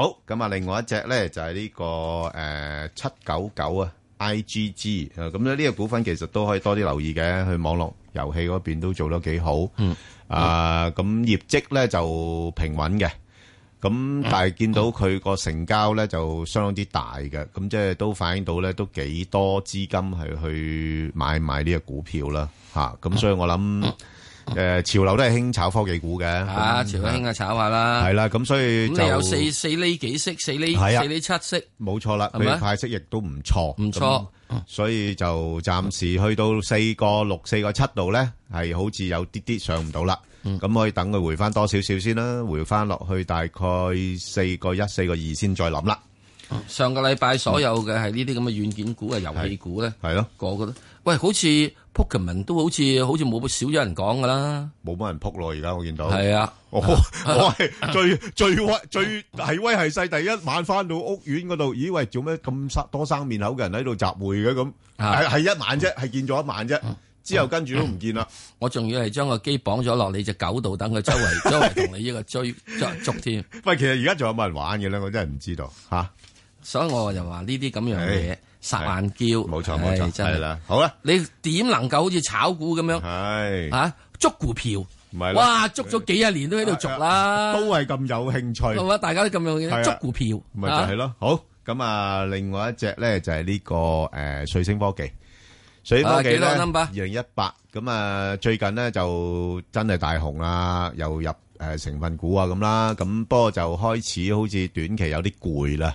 [SPEAKER 3] 好，咁啊，另外一隻咧就係呢個誒七九九啊，IGG 啊，咁咧呢個股份其實都可以多啲留意嘅，佢網絡遊戲嗰邊都做得幾好。
[SPEAKER 4] 嗯，
[SPEAKER 3] 啊，咁業績咧就平穩嘅。咁但係見到佢個成交咧就相當之大嘅，咁即係都反映到咧都幾多資金係去買買呢個股票啦，嚇、咁所以我諗誒、潮流都係興炒科技股嘅，
[SPEAKER 4] 啊，朝興啊，炒下啦。
[SPEAKER 3] 係啦，咁所以
[SPEAKER 4] 咁
[SPEAKER 3] 就
[SPEAKER 4] 你有四四厘幾息，四厘
[SPEAKER 3] 係啊
[SPEAKER 4] 四厘七息，
[SPEAKER 3] 冇錯啦，
[SPEAKER 4] 係咪
[SPEAKER 3] 佢派息亦都唔錯，唔
[SPEAKER 4] 錯，
[SPEAKER 3] 所以就暫時去到四個六、四個七度咧，係好似有啲啲上唔到啦。咁可以等佢回翻多少少先啦，回翻落去大概四個一、四個二先再諗啦。
[SPEAKER 4] 上個禮拜所有嘅係呢啲咁嘅軟件股啊、遊戲股咧，
[SPEAKER 3] 嗯係咯，
[SPEAKER 4] 個個都喂，好似 Pokemon 都好似好似冇少咗人講噶啦，
[SPEAKER 3] 冇乜人撲咯，而家我見到
[SPEAKER 4] 係啊， (laughs)
[SPEAKER 3] 我我係最最威最係威係勢，第一晚翻到屋苑嗰度，咦喂，做咩咁生多生面口嘅人喺度集會嘅咁？係係一晚啫，係見咗一晚啫，之後跟住都唔見啦。
[SPEAKER 4] (laughs) 我仲要係將個機綁咗落你只狗度，等佢周
[SPEAKER 3] (laughs)
[SPEAKER 4] 圍周圍同你呢個追 (laughs) 捉捉添。
[SPEAKER 3] 喂，其實而家仲有冇人玩嘅咧？我真係唔知道吓。
[SPEAKER 4] 所以我就話呢啲咁樣嘢
[SPEAKER 3] 唉
[SPEAKER 4] 殺眼嬌，
[SPEAKER 3] 冇錯冇錯，
[SPEAKER 4] 唉真係
[SPEAKER 3] 係啦，好啦，
[SPEAKER 4] 你點能夠好似炒股咁樣？
[SPEAKER 3] 係
[SPEAKER 4] 啊，捉股票，
[SPEAKER 3] 唔係啦
[SPEAKER 4] 哇，捉咗幾廿年都喺度捉啦，
[SPEAKER 3] (laughs) 都係咁有興趣，
[SPEAKER 4] 係嘛？大家都咁樣
[SPEAKER 3] 係啊
[SPEAKER 4] 嘅捉股票，
[SPEAKER 3] 咪就係咯。好咁啊，另外一隻咧就係呢個誒瑞星科技，瑞星科技咧
[SPEAKER 4] 啊幾多 number？
[SPEAKER 3] 二零一八咁啊，最近咧就真係大紅啊，又入誒成分股啊咁啦。咁不過就開始好似短期有啲攰啦，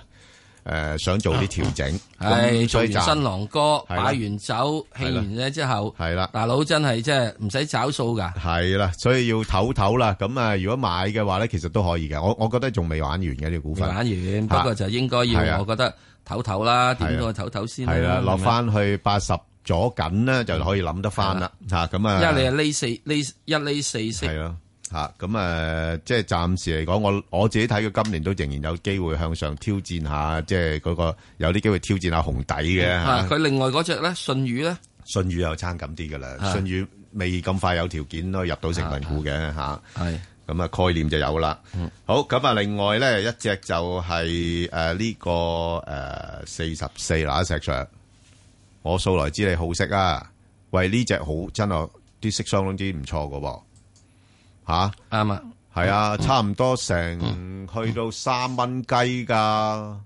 [SPEAKER 3] 誒想做啲調整，
[SPEAKER 4] 唉，
[SPEAKER 3] 咁
[SPEAKER 4] 做
[SPEAKER 3] 所以
[SPEAKER 4] 完
[SPEAKER 3] 就
[SPEAKER 4] 新郎哥，
[SPEAKER 3] 係
[SPEAKER 4] 擺
[SPEAKER 3] 啦
[SPEAKER 4] 完酒，
[SPEAKER 3] 係啦
[SPEAKER 4] 慶完咧之後，
[SPEAKER 3] 係啦，
[SPEAKER 4] 大佬真係即係唔使找數㗎。
[SPEAKER 3] 系啦，所以要唞唞啦。咁啊，如果買嘅話咧，其實都可以嘅。我我覺得仲未玩完嘅呢個股份，
[SPEAKER 4] 玩完，不過就應該
[SPEAKER 3] 係啊
[SPEAKER 4] 要，我覺得唞唞啦，
[SPEAKER 3] 係啊
[SPEAKER 4] 點都去唞唞先
[SPEAKER 3] 係啦，落
[SPEAKER 4] 係咪
[SPEAKER 3] 翻去八十左緊咧，就可以諗得翻啦。吓咁啊，
[SPEAKER 4] 因為你係呢四呢一呢四息，
[SPEAKER 3] 係咯吓咁啊，即係暫時嚟講，我我自己睇佢今年都仍然有機會向上挑戰下，即係嗰個有啲機會挑戰下紅底嘅
[SPEAKER 4] 啊
[SPEAKER 3] 吓。
[SPEAKER 4] 佢另外嗰只咧信宇咧，
[SPEAKER 3] 信宇又差咁啲噶啦，
[SPEAKER 4] 啊
[SPEAKER 3] 信宇未咁快有條件可以入到成分股嘅吓。
[SPEAKER 4] 啊係嗯
[SPEAKER 3] 咁啊，概念就有啦。好，咁啊，另外咧一隻就係誒呢個誒四十四啦，石 Sir，我素來知你好色啊，喂呢隻好真係啲色相當之唔錯噶喎，吓
[SPEAKER 4] 啱啊，嗯
[SPEAKER 3] 係啊，差唔多成去到三蚊雞噶，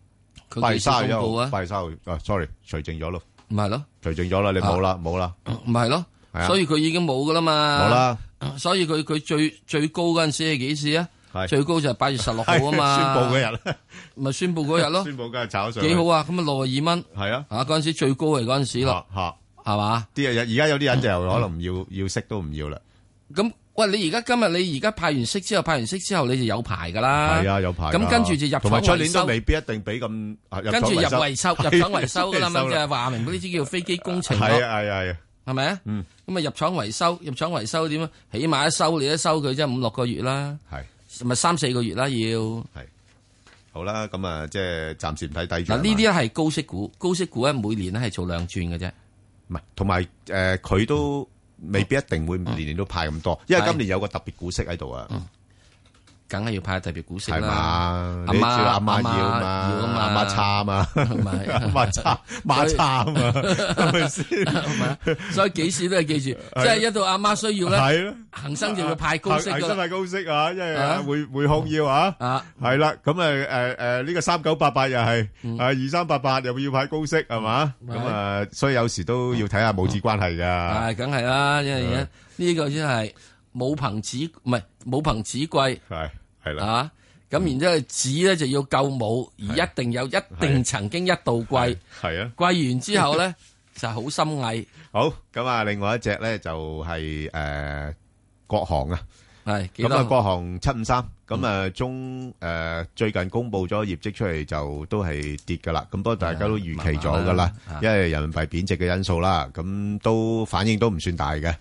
[SPEAKER 4] 佢
[SPEAKER 3] 八月
[SPEAKER 4] 幾時
[SPEAKER 3] 三十一
[SPEAKER 4] 公佈
[SPEAKER 3] 號，
[SPEAKER 4] 啊
[SPEAKER 3] 八月三十號啊，sorry，除淨咗咯，
[SPEAKER 4] 唔係咯，
[SPEAKER 3] 除淨咗啦，你冇啦，冇啦，
[SPEAKER 4] 唔係咯
[SPEAKER 3] 係啊，
[SPEAKER 4] 所以佢已經冇噶啦嘛。啊
[SPEAKER 3] 冇啦，
[SPEAKER 4] 所以佢佢最最高嗰陣時係幾時啊？最高就係八月十六號啊嘛。
[SPEAKER 3] (laughs) 宣佈嗰日啦，
[SPEAKER 4] 咪宣佈嗰日咯。
[SPEAKER 3] (laughs) 宣佈嗰日炒上去
[SPEAKER 4] 幾好啊！咁啊六廿二蚊，
[SPEAKER 3] 係啊，
[SPEAKER 4] 啊嗰陣時最高係嗰陣時咯，
[SPEAKER 3] 嚇
[SPEAKER 4] 係嘛？嗯
[SPEAKER 3] 啲人而家有啲人就可能唔要要息都唔要啦。
[SPEAKER 4] 咁喂，你而家今日你而家派完息之後，派完息之後你就有排噶啦。
[SPEAKER 3] 係啊，有排㗎。
[SPEAKER 4] 咁跟住就入
[SPEAKER 3] 同埋
[SPEAKER 4] 廠
[SPEAKER 3] 出
[SPEAKER 4] 維
[SPEAKER 3] 年都
[SPEAKER 4] 修
[SPEAKER 3] 未必一定俾咁，啊入
[SPEAKER 4] 跟住入
[SPEAKER 3] 廠 (laughs)
[SPEAKER 4] 維修，入廠維修噶啦嘛，
[SPEAKER 3] 係
[SPEAKER 4] 即係話明呢啲叫飛機工程咯。
[SPEAKER 3] 係啊係啊係啊，
[SPEAKER 4] 係咪啊？
[SPEAKER 3] 嗯，
[SPEAKER 4] 咁啊入廠維修，入廠維修點啊？起碼一收你一收佢即係五六個月啦，
[SPEAKER 3] 係
[SPEAKER 4] 咪三四個月啦要？係
[SPEAKER 3] 好啦，咁啊，即係暫時唔睇低住。
[SPEAKER 4] 嗱呢啲係高息股，高息股咧每年咧係做兩轉嘅啫。
[SPEAKER 3] 唔係，同埋誒佢都未必一定會年年都派咁多，因為今年有個特別股息喺度啊。
[SPEAKER 4] 梗係要派特別股息
[SPEAKER 3] 係嘛
[SPEAKER 4] 啦，？
[SPEAKER 3] 你知道阿
[SPEAKER 4] 阿
[SPEAKER 3] 媽
[SPEAKER 4] 媽
[SPEAKER 3] 要啊嘛，
[SPEAKER 4] 要啊嘛，
[SPEAKER 3] 阿媽差啊嘛， (laughs) 阿媽差，媽差啊
[SPEAKER 4] (laughs)
[SPEAKER 3] 嘛，係咪先？
[SPEAKER 4] 所以幾時都係記住，即係一到阿媽需要咧，
[SPEAKER 3] 係咯
[SPEAKER 4] 恒生就會派高息
[SPEAKER 3] 恒
[SPEAKER 4] 噶
[SPEAKER 3] 生
[SPEAKER 4] 啦
[SPEAKER 3] 派。高息啊，因為
[SPEAKER 4] 啊
[SPEAKER 3] 匯匯控要啊，係啦，咁啊誒誒呢個三九八八又係，啊二三八八又要派高息係嘛？咁啊，所以有時都要睇下母子關係㗎。
[SPEAKER 4] 係，梗係啦，因為而
[SPEAKER 3] 嗯
[SPEAKER 4] 家呢個先係冇朋子，唔係冇朋子貴，
[SPEAKER 3] 係係嗯
[SPEAKER 4] 啦，啊，咁然之後子咧就要救母，而一定有一定曾經一度貴，
[SPEAKER 3] 係啊，
[SPEAKER 4] 貴完之後
[SPEAKER 3] (laughs)
[SPEAKER 4] 咧就係好心翳，
[SPEAKER 3] 好，咁啊，另外一隻咧就係誒國航啊，
[SPEAKER 4] 係幾
[SPEAKER 3] 咁啊，
[SPEAKER 4] 多
[SPEAKER 3] 國航七五三，咁啊中誒最近公布咗業績出嚟，就都係跌噶啦。咁不過大家都預期咗噶啦，因為人民幣貶值嘅因素啦，咁都反應都唔算大嘅。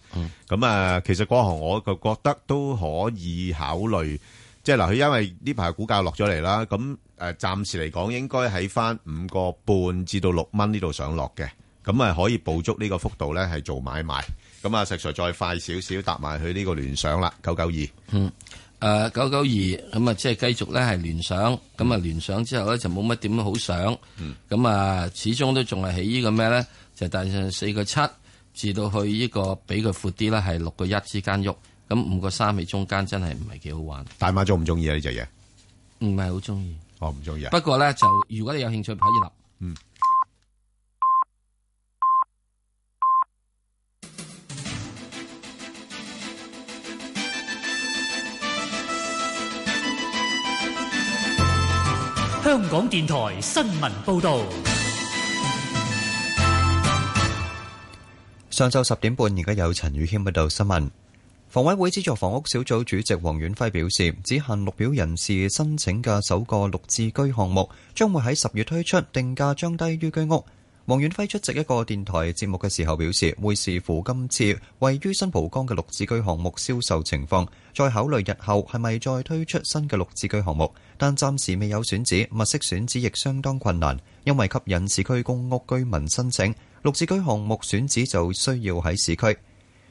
[SPEAKER 3] 咁啊，其實國航我就覺得都可以考慮，即係嗱，佢因為呢排股價落咗嚟啦，咁誒暫時嚟講應該喺翻五個半至到六蚊呢度上落嘅，咁啊可以捕捉呢個幅度咧係做買賣。咁啊，石 Sir 再快少少搭埋佢呢個聯想啦，九九二。
[SPEAKER 4] 嗯，誒九九二咁啊，即係繼續咧係聯想，咁啊聯想之後咧就冇乜點好想，咁啊始終都仲係起呢個咩咧，就大上四個七至到去呢個比佢闊啲啦，係六個一之間喐，咁五個三喺中間真係唔係幾好玩，
[SPEAKER 3] 大馬中唔中意啊？呢只嘢
[SPEAKER 4] 唔係好中意。
[SPEAKER 3] 我唔中意啊。
[SPEAKER 4] 不過咧就如果你有興趣可以立，
[SPEAKER 3] 嗯，
[SPEAKER 22] 香港電台新聞報導，
[SPEAKER 6] 上晝十點半，而家有陳宇軒報道新聞。房委會資助房屋小組主席黃遠輝表示，只限綠表人士申請嘅首個綠置居項目，將會喺十月推出，定價將低於居屋。黃遠輝出席一個電台節目嘅時候表示，會視乎今次位於新蒲崗嘅綠置居項目銷售情況，再考慮日後係咪再推出新嘅綠置居項目。但暫時未有選址，物色選址亦相當困難，因為吸引市區公屋居民申請綠置居項目選址就需要喺市區。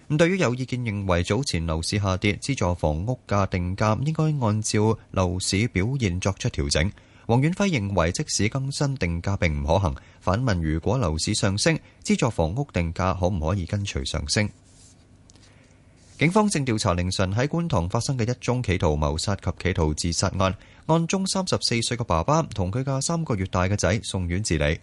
[SPEAKER 6] 咁對於有意見認為早前樓市下跌，資助房屋嘅定價應該按照樓市表現作出調整。黃遠輝認為，即使更新定價並唔可行，反問如果樓市上升，資助房屋定價可唔可以跟隨上升？警方正調查凌晨喺觀塘發生嘅一宗企圖謀殺及企圖自殺案，案中三十四歲嘅爸爸同佢嘅三個月大嘅仔送院治理。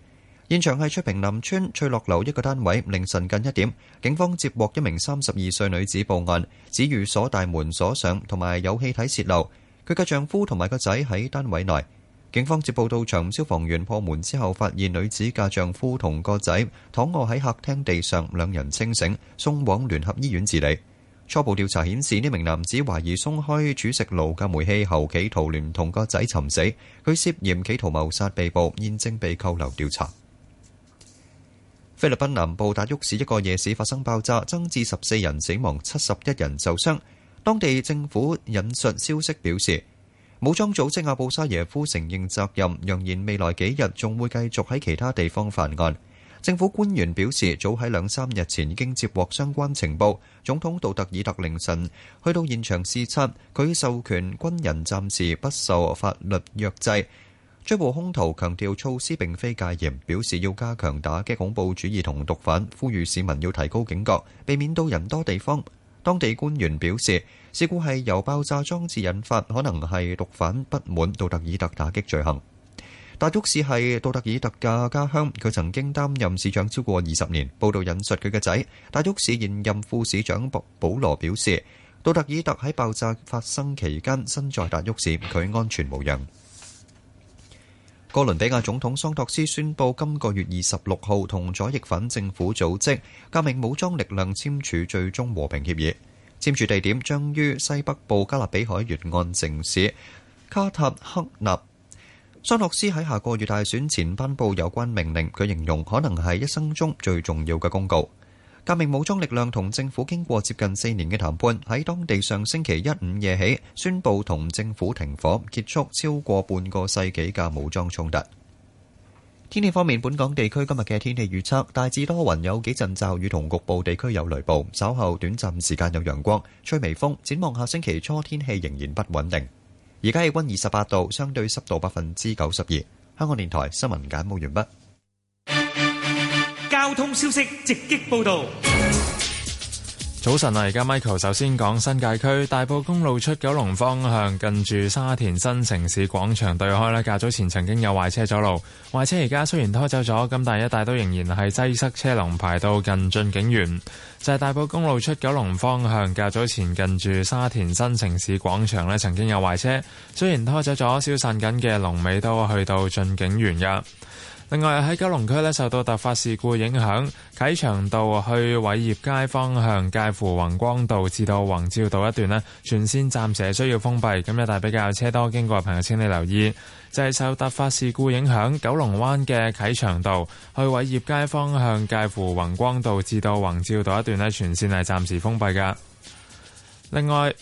[SPEAKER 6] 現場係翠屏林村翠樂樓一個單位，凌晨近一點，警方接獲一名三十二歲女子報案，指寓所大門鎖上同埋有氣體泄漏，佢嘅丈夫同埋個仔喺單位內。警方接報到場，消防員破門之後，發現女子嘅丈夫同個仔躺卧喺客廳地上，兩人清醒，送往聯合醫院治理。初步調查顯示，呢名男子懷疑鬆開煮食爐嘅煤氣後，企圖聯同個仔尋死。佢涉嫌企圖謀殺被捕，現正被扣留調查。菲律賓南部達沃市一個夜市發生爆炸，增至十四人死亡，七十一人受傷。當地政府引述消息表示，武裝組織阿布沙耶夫承認責任，揚言未來幾日仲會繼續喺其他地方犯案。政府官員表示，早喺兩三日前已經接獲相關情報。總統杜特爾特凌晨去到現場視察，佢授權軍人暫時不受法律約制。追捕兇徒強調措施並非戒嚴，表示要加強打擊恐怖主義同毒販，呼籲市民要提高警覺，避免到人多地方。當地官員表示，事故係由爆炸裝置引發，可能係毒販不滿杜特爾特打擊罪行。達沃市係杜特爾特嘅家鄉，佢曾經擔任市長超過二十年。報道引述佢嘅仔達沃市現任副市長博保羅表示，杜特爾特喺爆炸發生期間身在達沃市，佢安全無恙。哥倫比亞總統桑托斯宣布，今個月二十六號同左翼反政府組織革命武裝力量簽署最終和平協議，簽署地點將於西北部加勒比海沿岸城市卡塔克納。桑托斯喺下個月大選前頒布有關命令，佢形容可能係一生中最重要嘅公告。革命武裝力量同政府經過接近四年嘅談判，喺當地上星期一午夜起宣布同政府停火，結束超過半個世紀嘅武裝衝突。天氣方面，本港地區今日嘅天氣預測大致多雲，有幾陣驟雨同局部地區有雷暴，稍後短暫時間有陽光，吹微風。展望下星期初天氣仍然不穩定。而家氣温二十八度，相對濕度百分之九十二。香港電台新聞簡報完畢。
[SPEAKER 22] 交通消息直擊報道。
[SPEAKER 7] 早晨啊，而家 Michael 首先講新界區大埔公路出九龍方向，近住沙田新城市廣場對開呢，較早前曾經有壞車阻路，壞車而家雖然拖走咗，咁但一帶都仍然係擠塞車龍排到近駿景園。就係、是、大埔公路出九龍方向，較早前近住沙田新城市廣場呢，曾經有壞車，雖然拖走咗，消散緊嘅龍尾都去到駿景園㗎。另外喺九龍區咧，受到突發事故影響，啟祥道去偉業街方向介乎宏光道至到宏照道一段咧，全線暫時係需要封閉，咁一帶比較車多經過嘅朋友請你留意。就係受突發事故影響，九龍灣嘅啟祥道去偉業街方向介乎宏光道至到宏照道一段咧，全線係暫時封閉噶。另外，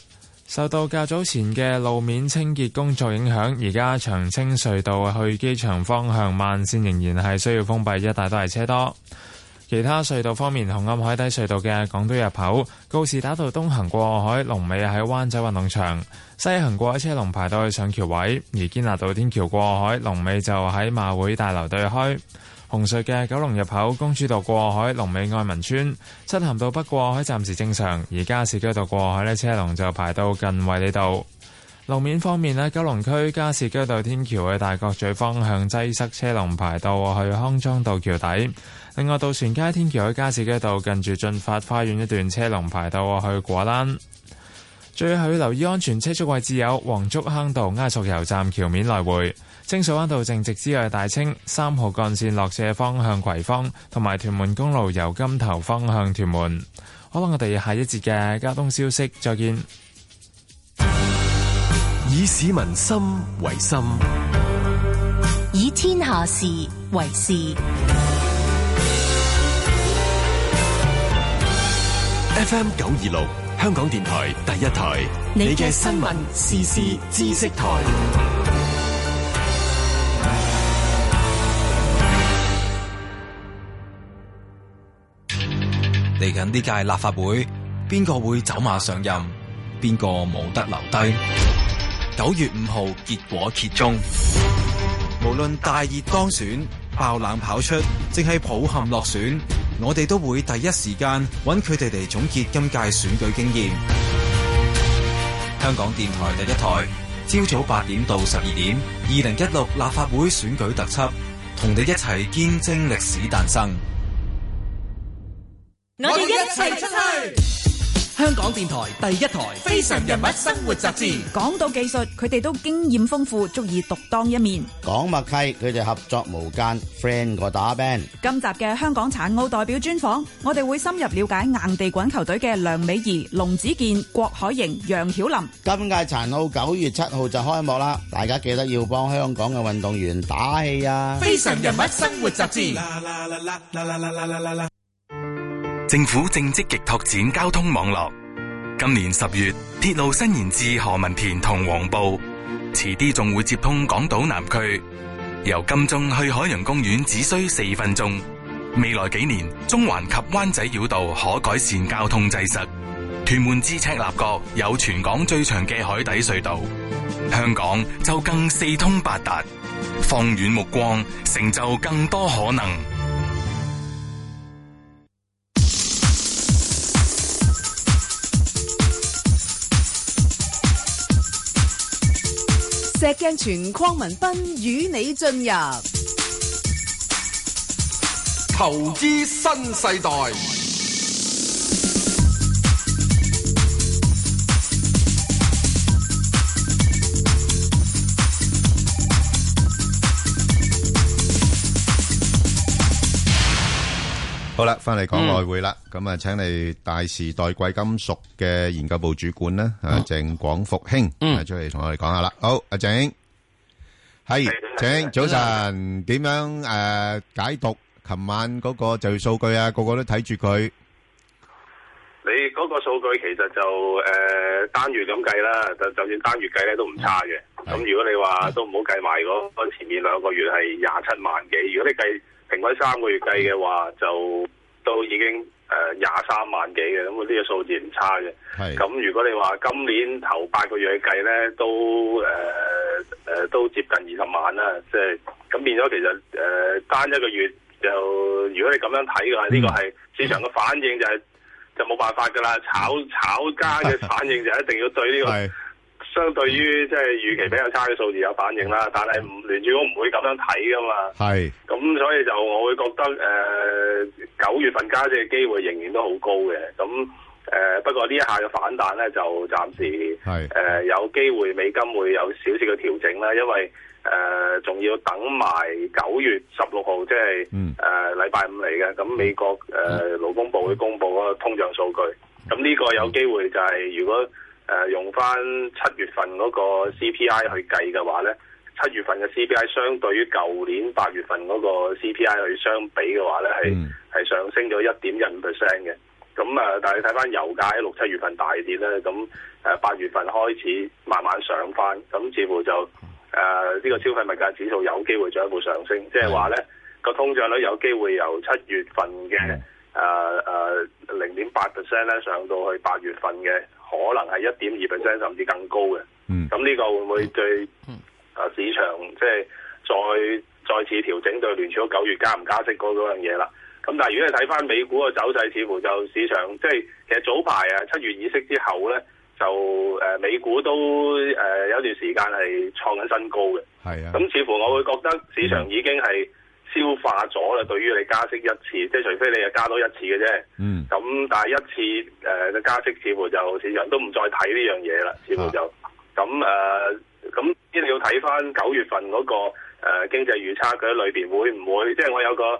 [SPEAKER 7] 受到較早前嘅路面清潔工作影響，而家長青隧道去機場方向慢線仍然係需要封閉，一帶都係車多。其他隧道方面，紅磡海底隧道嘅港島入口告士打道東行過海，龍尾喺灣仔運動場；西行過海車龍排到去上橋位，而堅拿道天橋過海龍尾就喺馬會大樓對開。紅隧嘅九龍入口公主道過海，龍尾愛民村；漆咸道北過海暫時正常，而加士居道過海呢，車龍就排到近衛理道。路面方面呢，九龍區加士居道天橋嘅大角咀方向擠塞車龍排到去康莊道橋底。另外，渡船街天橋去加士居道近住駿發花園一段車龍排到去果欄。最後要留意安全車速位置有黃竹坑道埃索油站橋面來回。清水灣道正直之外，大清三號幹線落斜方向葵芳，同埋屯門公路由金頭方向屯門。好啦，我哋下一節嘅交通消息再見。
[SPEAKER 2] 以市民心為心，
[SPEAKER 28] 以天下事為事。
[SPEAKER 2] FM 九二六，香港電台第一台，你嘅新聞時事知識台。
[SPEAKER 10] 嚟緊呢屆立法會，邊個會走馬上任，邊個冇得留低？九月五號結果揭盅，無論大熱當選、爆冷跑出，淨係抱憾落選，我哋都會第一時間揾佢哋嚟總結今屆選舉經驗。香港電台第一台，朝早八點到十二點，二零一六立法會選舉特輯，同你一齊見證歷史誕生。
[SPEAKER 13] 我哋一齊出去！香港電台第一台《非常人物生活雜誌》。
[SPEAKER 14] 講到技術，佢哋都經驗豐富，足以獨當一面。
[SPEAKER 33] 講默契，佢哋合作無間，friend 過打 band。
[SPEAKER 14] 今集嘅香港殘奧代表專訪，我哋會深入了解硬地滾球隊嘅梁美儀、龍子健、郭海瑩、楊曉琳。
[SPEAKER 33] 今屆殘奧九月七號就開幕啦，大家記得要幫香港嘅運動員打氣啊！
[SPEAKER 13] 《非常人物生活雜誌》。
[SPEAKER 34] 政府正積極拓展交通網絡。今年十月，鐵路伸延至何文田同黃埔，遲啲仲會接通港島南區。由金鐘去海洋公園只需四分鐘。未來幾年，中環及灣仔繞道可改善交通擠塞。屯門至赤鱲角有全港最長嘅海底隧道。香港就更四通八達，放遠目光，成就更多可能。
[SPEAKER 1] 石鏡泉鄺民彬與你進入
[SPEAKER 18] 投資新世代。
[SPEAKER 3] 好啦，翻嚟講外匯啦，咁啊，請嚟大時代貴金屬嘅研究部主管啦，啊鄭廣復兄，啊出嚟同我哋講下啦。好，阿鄭，係鄭，早晨，點樣誒解讀琴晚嗰個就業數據啊？個個都睇住佢。
[SPEAKER 31] 你嗰個數據其實就誒、呃、單月咁計啦，就就算單月計咧都唔差嘅。咁如果你話都唔好計埋嗰嗰前面兩個月係廿七萬幾，如果你計平均三個月計嘅話，就都已經誒廿三萬幾嘅，咁呢個數字唔差嘅。咁如果你話今年頭八個月去計咧，都誒誒、呃呃都接近二十萬啦，即係咁變咗其實誒、呃、單一個月就如果你咁樣睇嘅話，呢、個係市場嘅反應就係、就冇辦法㗎啦，炒炒家嘅反應就一定要對呢、個。相對於即係預期比較差嘅數字有反應啦，但係唔聯儲局唔會咁樣睇噶嘛。
[SPEAKER 3] 係
[SPEAKER 31] 咁所以就我會覺得誒九、月份加息嘅機會仍然都好高嘅。咁誒、呃不過呢一下嘅反彈咧，就暫時
[SPEAKER 3] 係
[SPEAKER 31] 誒、有機會美金會有少少嘅調整啦，因為誒仲、要等埋九月十六號，即係誒禮拜五嚟嘅。咁美國誒、呃、勞工部會公布嗰個通脹數據，咁呢個有機會就係、如果誒、用翻七月份嗰個 CPI 去計嘅話咧，七月份嘅 CPI 相對於舊年八月份嗰個 CPI 去相比嘅話咧，係係、上升咗一點一五 percent 嘅。咁啊，但係睇翻油價喺六七月份大跌咧，咁誒八月份開始慢慢上翻，咁似乎就呃誒呢、個消費物價指數有機會進一步上升，即係話咧個通脹率有機會由七月份嘅誒誒零點八 percent 咧上到去八月份嘅可能係一點二 percent 甚至更高嘅。咁呢個會唔會對啊市場即係再再次調整對聯儲局九月加唔加息嗰嗰樣嘢啦？咁但係如果你睇翻美股嘅走勢，似乎就市場即係其實早排啊七月議息之後咧，就誒、呃美股都誒、呃有一段時間係創緊新高嘅。
[SPEAKER 3] 係啊，
[SPEAKER 31] 咁似乎我會覺得市場已經係消化咗啦，對於你加息一次，即係除非你係加多一次嘅啫。
[SPEAKER 3] 嗯，
[SPEAKER 31] 咁但係一次呃誒嘅、加息，似乎就市場都唔再睇呢樣嘢啦，
[SPEAKER 3] 啊
[SPEAKER 31] 似乎就咁誒，咁呢你要睇翻九月份嗰、個誒、呃、經濟預測佢喺裏邊會唔會，即係我有個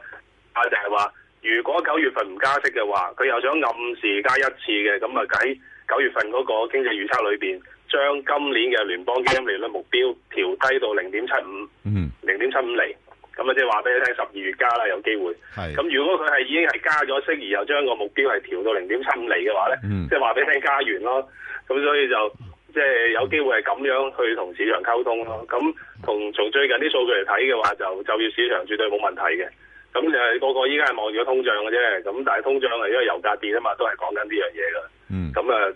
[SPEAKER 31] 啊就係話，如果九月份唔加息嘅話，佢又想暗示加一次嘅，咁啊喺九月份嗰個經濟預測裏邊，將今年嘅聯邦基金利率目標調低到零點七五。
[SPEAKER 3] 嗯，
[SPEAKER 31] 零點七五厘，咁啊即係話俾你聽，十二月加啦，有機會。
[SPEAKER 3] 係
[SPEAKER 31] 咁如果佢係已經係加咗息，而又將個目標係調到零點七五厘嘅話咧，
[SPEAKER 3] 嗯
[SPEAKER 31] 即係話俾你聽加完咯。咁所以就即係有機會係咁樣去同市場溝通咯。咁同從最近啲數據嚟睇嘅話，就就業市場絕對冇問題嘅。咁就係個個依家係望住個通脹嘅啫。咁但係通脹係因為油價跌啊嘛，都係講緊呢樣嘢㗎。
[SPEAKER 3] 嗯，
[SPEAKER 31] 咁啊。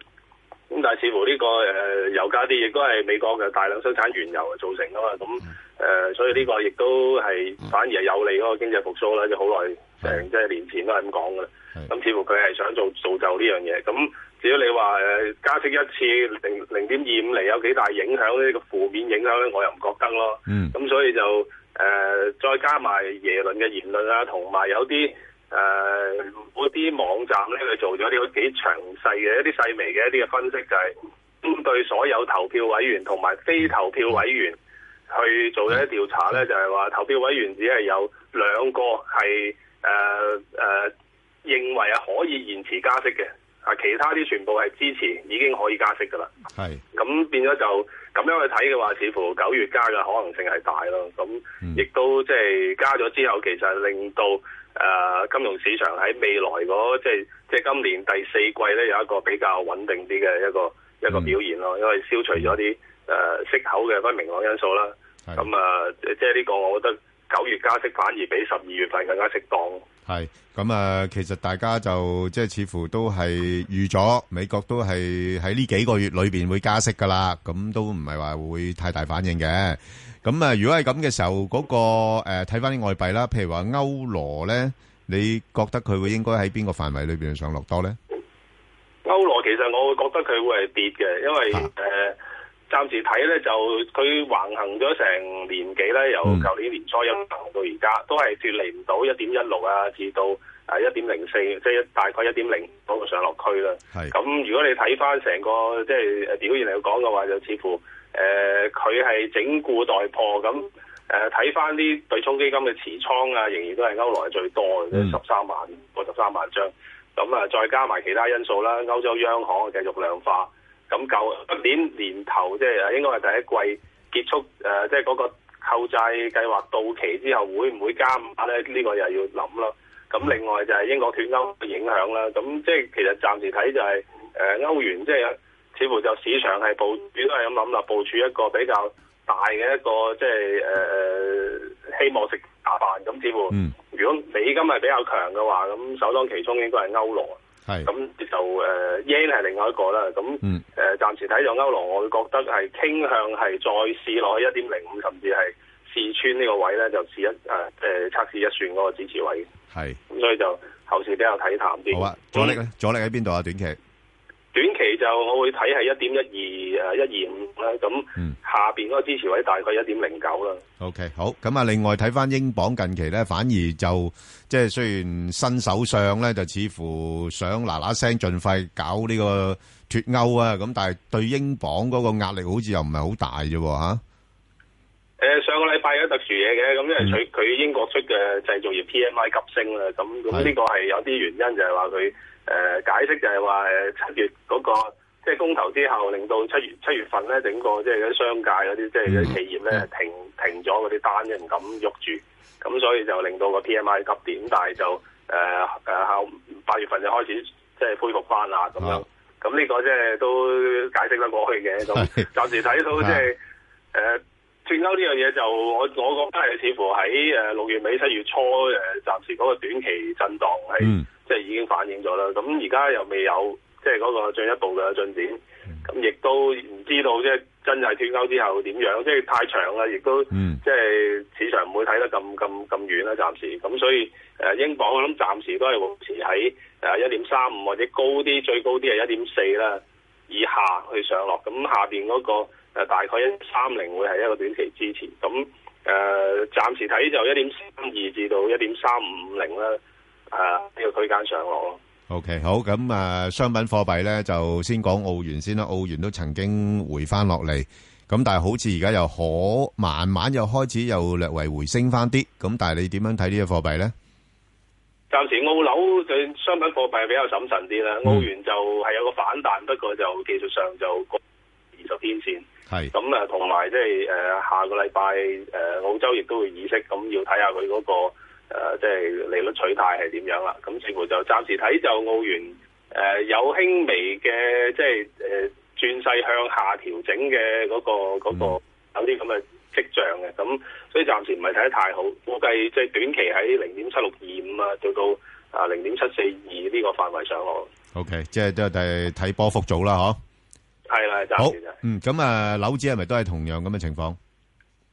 [SPEAKER 31] 咁但係似乎呢、個誒、呃油價跌，亦都係美國嘅大量生產原油造成噶嘛，咁誒、呃所以呢個亦都係反而係有利嗰個經濟復甦嗯啦，即係好耐成即係年前都係咁講噶啦。咁似乎佢係想做造就呢樣嘢。咁至於你話誒、呃加息一次零零點二五厘有幾大影響呢？個負面影響咧，我又唔覺得咯。
[SPEAKER 3] 嗯
[SPEAKER 31] 咁所以就誒、呃再加埋耶倫嘅言論啊，同埋有啲誒嗰啲網站咧，佢做咗啲幾詳細嘅一啲細微嘅一啲嘅分析，就係、 (clears throat) 針對所有投票委員同埋非投票委員去做咗啲調查咧，就係、話投票委員只係有兩個係誒誒認為係可以延遲加息嘅，啊其他啲全部係支持已經可以加息噶啦。
[SPEAKER 3] 係
[SPEAKER 31] 咁變咗就咁樣去睇嘅話，似乎九月加嘅可能性係大咯。咁亦都即係加咗之後，其實令到誒、呃金融市場喺未來嗰即係即係今年第四季咧有一個比較穩定啲嘅一個一個表現咯，因為消除咗啲誒息口嘅不明朗因素啦。咁啊，即係呢個我覺得九月加息反而比十二月份更加適當。
[SPEAKER 3] 系咁啊，其實大家就即係似乎都係預咗美國都係喺呢幾個月裏边會加息噶啦，咁都唔係話會太大反應嘅。咁啊，如果係咁嘅時候，嗰、個诶睇翻啲外幣啦，譬如話歐羅咧，你覺得佢會應該喺邊個範圍裏边上落多咧？
[SPEAKER 31] 歐羅其實我會覺得佢會係跌嘅，因為誒、呃、暫時睇咧就佢橫行咗成年幾咧，由舊年年初一路行到而家，都係脱離唔到一點一六啊，至到啊一點零四，即係一大概一點零嗰個上落區啦。咁如果你睇翻成個即係呃表現嚟講嘅話，就似乎誒佢係整固待破咁。誒呃睇翻啲對沖基金嘅持倉啊，仍然都係歐羅係最多嘅，
[SPEAKER 8] 嗯
[SPEAKER 31] 十三萬個十三萬張。咁啊，再加埋其他因素啦，歐洲央行啊繼續量化。咁舊年年頭即係應該係第一季結束誒、呃即係嗰個購債計劃到期之後，會唔會加碼咧？呢、個又要諗啦。咁咁另外就係英國脱歐嘅影響啦。咁即係其實暫時睇就係、誒、歐元即係似乎就市場係部署都係咁諗啦，部署一個比較大嘅一個即係誒誒希望食大飯。咁似乎、
[SPEAKER 3] 嗯
[SPEAKER 31] 如果美金係比較強嘅話，咁首當其衝應該係歐羅。
[SPEAKER 3] 係
[SPEAKER 31] 咁就誒、yen 係另外一個啦。咁誒、
[SPEAKER 3] 嗯
[SPEAKER 31] 暫時睇咗歐羅，我會覺得係傾向係再試落去一點零五，甚至係試穿呢個位咧，就試一誒誒、呃測試一算嗰個支持位。
[SPEAKER 3] 係
[SPEAKER 31] 咁所以就後市比較睇淡啲。
[SPEAKER 3] 好啊，阻力咧，阻力喺邊度啊？短期
[SPEAKER 31] 短期就我會睇係一點一二誒一二五啦，咁
[SPEAKER 3] 嗯
[SPEAKER 31] 下邊嗰個支持位大概一點零九啦。
[SPEAKER 3] OK，好。咁啊，另外睇翻英鎊近期咧，反而就即係雖然新首相咧就似乎想嗱嗱聲盡快搞呢個脱歐啊，咁但係對英鎊嗰個壓力好似又唔係好大啫喎嚇。
[SPEAKER 31] 誒、呃上個禮拜有特殊嘢嘅，咁因為佢佢英國出嘅製造業 PMI 急升啦，咁咁呢個係有啲原因就係話佢誒解釋就係話誒七月嗰、個即係公投之後，令到七月七月份咧整個即係嗰啲商界嗰啲即係嗰啲企業咧停停咗嗰啲單嘅唔敢喐住，咁所以就令到個 PMI 急跌，但係就誒誒後八月份就開始即係恢復翻啦咁樣，咁呢個即係都解釋得過去嘅，咁暫時睇到即係。誒脱歐呢樣嘢就我我覺得係似乎喺誒六月尾七月初誒、暫時嗰個短期震盪係、即係已經反映咗啦。咁而家又未有即係嗰個進一步嘅進展，咁亦都唔知道即係真係脱歐之後點樣，即係太長啦，亦都、即係市場唔會睇得咁咁咁遠啦，暫時。咁所以誒、呃英鎊我諗暫時都係維持喺呃誒一點三五或者高啲，最高啲係一點四啦。以下去上落，咁下邊嗰、個、呃、大概一三零會係一個短期支持，咁誒、呃、暫時睇就一點三二至到一點三五零啦，誒、呢個區間上落咯。
[SPEAKER 3] OK，好，咁，呃，商品貨幣呢，就先講澳元先啦，澳元都曾經回返落嚟，咁但係好似而家又可慢慢又開始又略為回升返啲，咁但係你點樣睇呢啲貨幣呢？
[SPEAKER 31] 暫時澳樓就商品貨幣比較審慎啲啦，
[SPEAKER 3] 嗯
[SPEAKER 31] 澳元就係有個反彈，不過就技術上就過二十天線。
[SPEAKER 3] 係
[SPEAKER 31] 咁啊，同埋即係誒下個禮拜誒澳洲亦都會議息，咁要睇下佢嗰、個呃即係、利率取態係點樣啦。咁似乎就暫時睇就澳元誒、呃有輕微嘅即係誒轉勢向下調整嘅嗰、個嗰、個有啲咁嘅跡象嘅，咁所以暫時唔係睇得太好，估計即係短期喺零點七六二五啊，到到啊零點七四二呢個範圍上落，
[SPEAKER 3] OK，即係都係睇-睇波幅組啦，嗬？
[SPEAKER 31] 係啦，暫時就係。
[SPEAKER 3] 好，嗯，咁，呃，樓指係咪都係同樣咁嘅情況？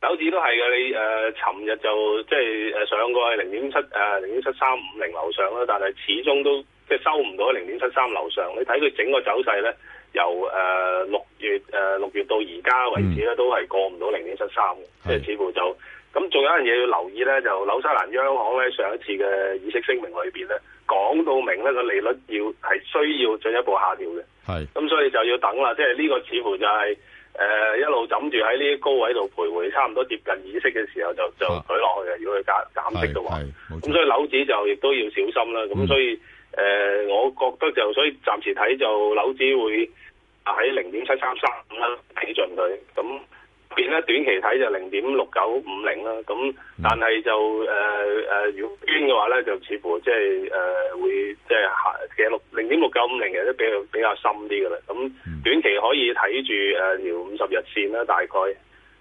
[SPEAKER 31] 樓指都係嘅，你誒尋日就即係誒呃上過去零點七誒零點七三五零樓上啦，但係始終都即係收唔到零點七三樓上。你睇佢整個走勢咧，由誒六、月誒六、月到而家為止咧，都係過唔到零點七三嘅，即係似乎就咁。仲有一樣嘢要留意咧，就紐西蘭央行咧上一次嘅議息聲明裏邊咧，講到明咧個利率要係需要進一步下調嘅。
[SPEAKER 3] 係。
[SPEAKER 31] 咁所以就要等啦，即係呢個似乎就係、誒、呃一路枕住喺呢啲高位度徘徊，差唔多接近議息嘅時候就就舉落去啊！如果佢減減息嘅話，咁所以樓指就亦都要小心啦。咁所以誒、呃我覺得就所以暫時睇就樓指會喺零點七三三五啦，睇盡佢咁。變咧短期睇就零點六九五零啦，咁但係就誒誒、如果捐嘅話咧，就似乎即係誒會即係下其實六零點六九五零其實都比較比較深啲嘅啦。咁短期可以睇住誒條五十日線啦，大概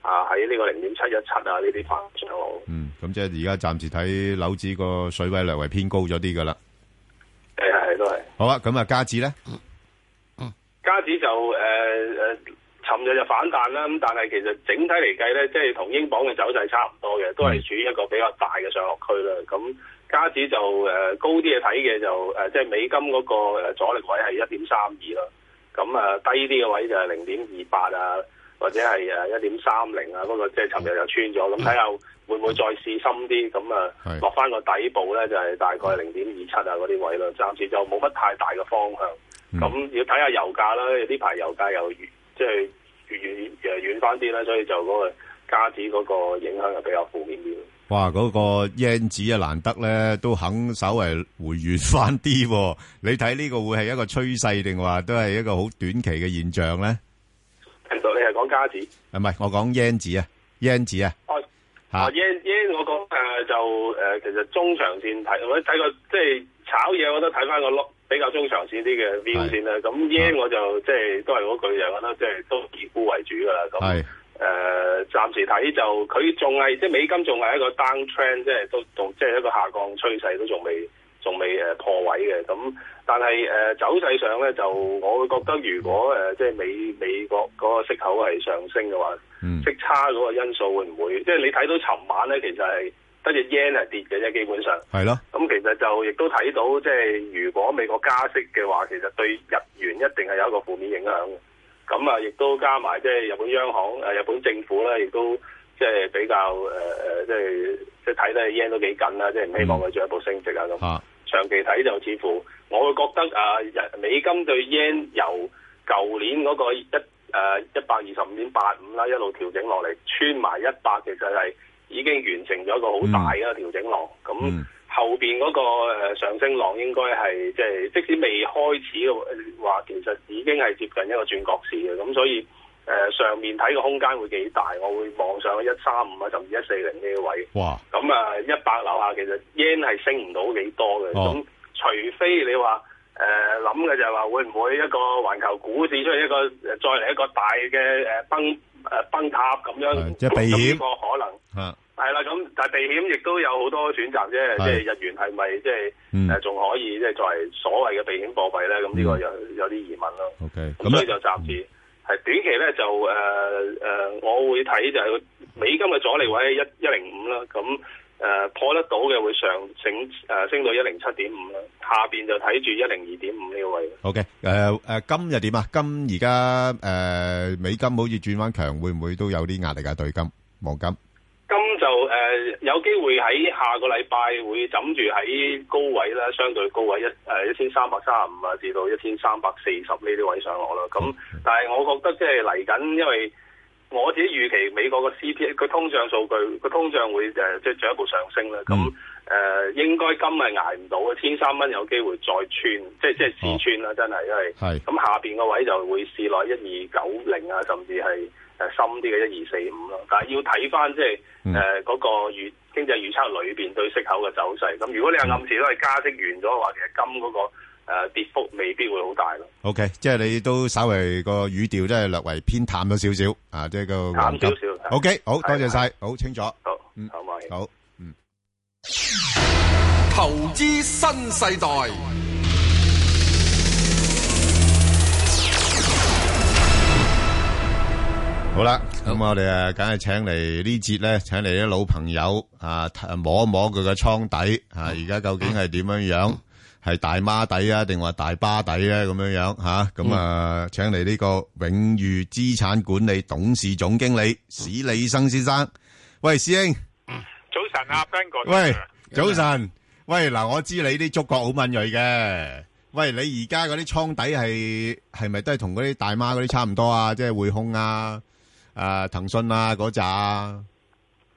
[SPEAKER 31] 啊喺呢個零點七一七啊呢啲範圍上落。
[SPEAKER 3] 嗯咁即係而家暫時睇樓指個水位略為偏高咗啲㗎啦。好啊，咁啊，加指呢？
[SPEAKER 31] 誒係都係。加指就誒誒，呃尋、日就反彈啦，咁但係其實整體嚟計咧，即係同英鎊嘅走勢差唔多嘅，都係處於一個比較大嘅上落區啦。咁加指就誒、呃高啲嘅睇嘅就誒、呃即係美金嗰個呃阻力位係一點三二啦。咁啊、呃低啲嘅位就係零點二八啊，或者係誒一點三零啊，不過即係尋日又穿咗，咁睇下會唔會再試深啲，咁啊落翻個底部咧就係、大概零點二七啊嗰啲位咯，暫時就冇乜太大嘅方向，咁、要睇下油價啦，呢排油價又越即係越遠誒遠翻啲啦，所以就嗰個加指嗰個影響就比較負面啲咯。
[SPEAKER 3] 哇，嗰個yen指啊，難得呢，都肯稍為回軟返啲喎。你睇呢個會係一個趨勢定話都係一個好短期嘅現象呢？
[SPEAKER 31] 你係講加指？
[SPEAKER 3] (laughs) 唔係，我講yen指啊，yen指啊。
[SPEAKER 31] 哦，啊 yen yen 我講誒就誒、呃其實中長線睇或者睇個即係炒嘢，我覺得睇翻個 look 比較中長線啲嘅 view 先啦。咁 yen 我就即係都係嗰句，就覺得即係都以沽為主㗎啦。咁
[SPEAKER 3] 係
[SPEAKER 31] 誒、暫時睇就佢仲係即係美金仲係一個 down trend，即係都仲即係一個下降趨勢都仲未仲未誒破位嘅。咁但係誒、走勢上咧，就我會覺得如果誒、呃即係美美國嗰個息口係上升嘅話，息差嗰個因素會唔會即係你睇到尋晚咧，其實係得只 yen 係跌嘅啫，基本上。
[SPEAKER 3] 係咯，
[SPEAKER 31] 咁其實就亦都睇到，即係如果美國加息嘅話，其實對日元一定係有一個負面影響嘅。咁啊，亦都加埋即係日本央行、誒日本政府咧，亦都即係比較誒誒、呃即係即係睇得 yen 都幾緊啦，即係唔希望佢進一步升值啊咁。長期睇就似乎，我會覺得啊，日美金對 yen 由舊年嗰個一誒一百二十五點八五啦，一路調整落嚟，穿埋一百，其實係已經完成咗一個好大嘅調整浪。咁、
[SPEAKER 3] 嗯
[SPEAKER 31] 後邊嗰個呃上升浪應該係即係即使未開始嘅話，其實已經係接近一個轉角市嘅，咁所以誒、呃上面睇個空間會幾大，我會望上一三五啊，甚至一四零呢個位。
[SPEAKER 3] 哇！
[SPEAKER 31] 咁啊，一百樓下其實 yen 係升唔到幾多嘅，
[SPEAKER 3] 哦
[SPEAKER 31] 咁、呃除非你話誒諗嘅就係話會唔會一個環球股市出現一個呃再嚟一個大嘅誒崩誒崩塌咁樣，
[SPEAKER 3] 即係避險
[SPEAKER 31] 咁呢個可能。
[SPEAKER 3] 啊，
[SPEAKER 31] 係啦，咁但係避險亦都有好多選擇啫，即係嗯日元係咪即係誒仲可以即係作為所謂嘅避險貨幣咧？咁呢個有有啲疑問咯。
[SPEAKER 3] OK，
[SPEAKER 31] 嗯咁所以就暫時係短期咧就誒誒、呃我會睇就係美金嘅阻力位一一零五啦，咁誒、呃破得到嘅會上升誒、呃升到一零七點五啦，下邊就睇住一零二點五呢個位。
[SPEAKER 3] 好嘅，誒，誒，金又點啊？金而家，誒，美金好似轉返強，會唔會都有啲壓力啊？對金，黃金？
[SPEAKER 31] 金就誒、呃有機會喺下個禮拜會枕住喺高位啦，相對高位一呃誒一千三百三十五啊，至到一千三百四十呢啲位上落啦。咁但係我覺得即係嚟緊，因為我自己預期美國個 CPI 佢通脹數據，佢通脹會誒、呃即係進一步上升啦。咁誒、呃、應該金係捱唔到嘅，千三蚊有機會再穿，即係即係試穿啦，真係因為
[SPEAKER 3] 係
[SPEAKER 31] 咁下邊個位就會試落一二九零啊，甚至係誒深啲嘅一二四五咯。但係要睇翻即係
[SPEAKER 3] 嗯
[SPEAKER 31] 誒嗰個預經濟預測裏邊對息口嘅走勢。咁如果你係暗示都係加息完咗嘅話，其實金嗰、個、呃、跌幅未必會好大咯。
[SPEAKER 3] OK，即係你都稍微個語調都係略為偏淡咗少少，啊，即係個黃金。
[SPEAKER 31] 淡少少，係。
[SPEAKER 3] OK，好，多謝晒，好，清楚。
[SPEAKER 31] 嗯，
[SPEAKER 3] 好。
[SPEAKER 18] 投資新世代，
[SPEAKER 3] 好啦，咁我哋啊，梗系请嚟呢节咧，请嚟啲老朋友啊，摸一摸佢嘅仓底啊，而家究竟系点样样？系大孖底啊，定话大巴底咧？咁样样吓，咁啊，请嚟呢个永裕资产管理董事总经理史李生先生。喂，师兄，
[SPEAKER 8] 早晨啊，Ben 哥。
[SPEAKER 3] 喂，早
[SPEAKER 4] Dạ.
[SPEAKER 3] 晨，喂，嗱，我知你啲触觉好敏锐嘅。喂，你而家嗰啲仓底系系咪都系同嗰啲大妈嗰啲差唔多啊？即系汇控啊、诶腾讯啊嗰扎啊？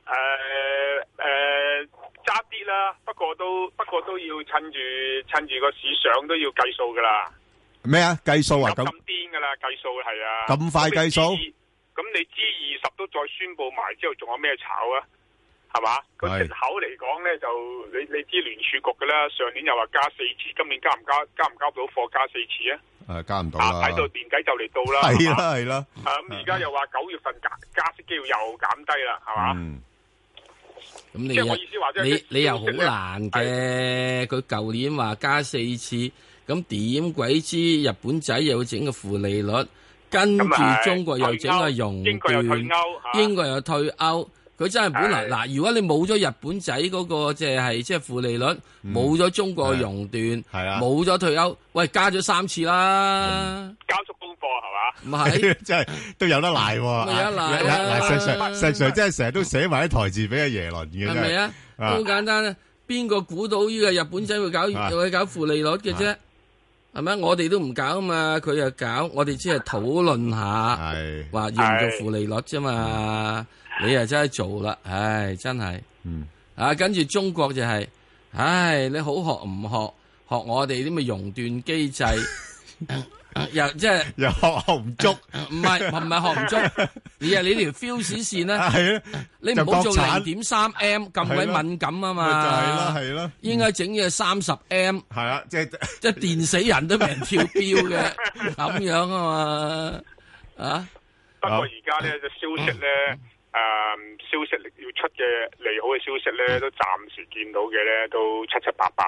[SPEAKER 8] 誒誒揸啲啦，不過都不過都要趁住趁住個市上都要計數噶啦，
[SPEAKER 3] 咩啊？计数啊？咁
[SPEAKER 8] 癲噶啦，計數係啊。
[SPEAKER 3] 咁快計數
[SPEAKER 8] 咁你知咁你知二十都再宣佈埋之後，仲有咩炒啊？係嘛？個
[SPEAKER 3] 係
[SPEAKER 8] 息口嚟講咧，就你你知聯儲局噶啦，上年又話加四次，今年加唔加加唔加到貨加四次啊？
[SPEAKER 3] 诶，加唔到
[SPEAKER 8] 啊，
[SPEAKER 3] 啦
[SPEAKER 8] 睇。到年底就嚟到啦。
[SPEAKER 3] 係啦
[SPEAKER 8] 係嘛
[SPEAKER 3] 係啦
[SPEAKER 8] 啊咁而家又話九月份加加息機會又減低啦，係嘛？
[SPEAKER 4] 嗯咁你
[SPEAKER 8] 即係我意思話即係
[SPEAKER 4] 你
[SPEAKER 8] 即係
[SPEAKER 4] 你又好難嘅，佢舊年話加四次，咁點鬼知日本仔又整個負利率，跟住
[SPEAKER 8] 咁啊係
[SPEAKER 4] 中國又整個融
[SPEAKER 8] 英國又退
[SPEAKER 4] 券，
[SPEAKER 8] 歐
[SPEAKER 4] 英國又退歐，佢真係本來
[SPEAKER 8] 係
[SPEAKER 4] 嗱，如果你冇咗日本仔嗰個即係即係負利率，
[SPEAKER 8] 嗯
[SPEAKER 4] 冇咗中國嘅熔斷，
[SPEAKER 8] 啊
[SPEAKER 4] 冇咗退歐，喂加咗三次啦，
[SPEAKER 8] 交嗯足功課
[SPEAKER 4] 係嘛？唔係
[SPEAKER 3] (laughs) 真係都有得賴喎。
[SPEAKER 4] 咪有得賴啦
[SPEAKER 3] 嗱，石 Sir，石 Sir 真係成日都寫埋啲台字俾阿耶倫嘅，
[SPEAKER 4] 系咪啊？都好簡單啊！邊個估到呢個日本仔會搞
[SPEAKER 3] 啊
[SPEAKER 4] 會搞負利率嘅啫？係咪？我哋都唔搞啊嘛，佢又搞，我哋只係討論下，話要唔要負利率啫嘛。你又真係做啦，唉，真係。
[SPEAKER 3] 嗯。
[SPEAKER 4] 啊，跟住中國就係，
[SPEAKER 3] (laughs)
[SPEAKER 4] 唉，你好學唔學？學我哋啲咪熔斷機制。又即係
[SPEAKER 3] 又學學唔足，
[SPEAKER 4] 唔係唔係學唔足，
[SPEAKER 3] (laughs)
[SPEAKER 4] 而係你條 fuse 線咧，
[SPEAKER 3] 係啊
[SPEAKER 4] 你唔好做
[SPEAKER 3] 就國產
[SPEAKER 4] 零點三 M 咁鬼
[SPEAKER 3] 係咯
[SPEAKER 4] 敏感啊嘛，
[SPEAKER 3] 咪就係咯係咯
[SPEAKER 4] 應該整嘢三十 M，
[SPEAKER 3] 係啊，即係
[SPEAKER 4] (laughs) 即係電死人都俾人跳標
[SPEAKER 3] (laughs)
[SPEAKER 4] 嘅咁樣啊嘛，啊！
[SPEAKER 8] 不過而家
[SPEAKER 4] 嗯
[SPEAKER 8] 咧，就消息咧，誒、消息要出嘅利好嘅消息
[SPEAKER 4] 嗯
[SPEAKER 8] 咧，都暫時見到嘅咧，都七七八八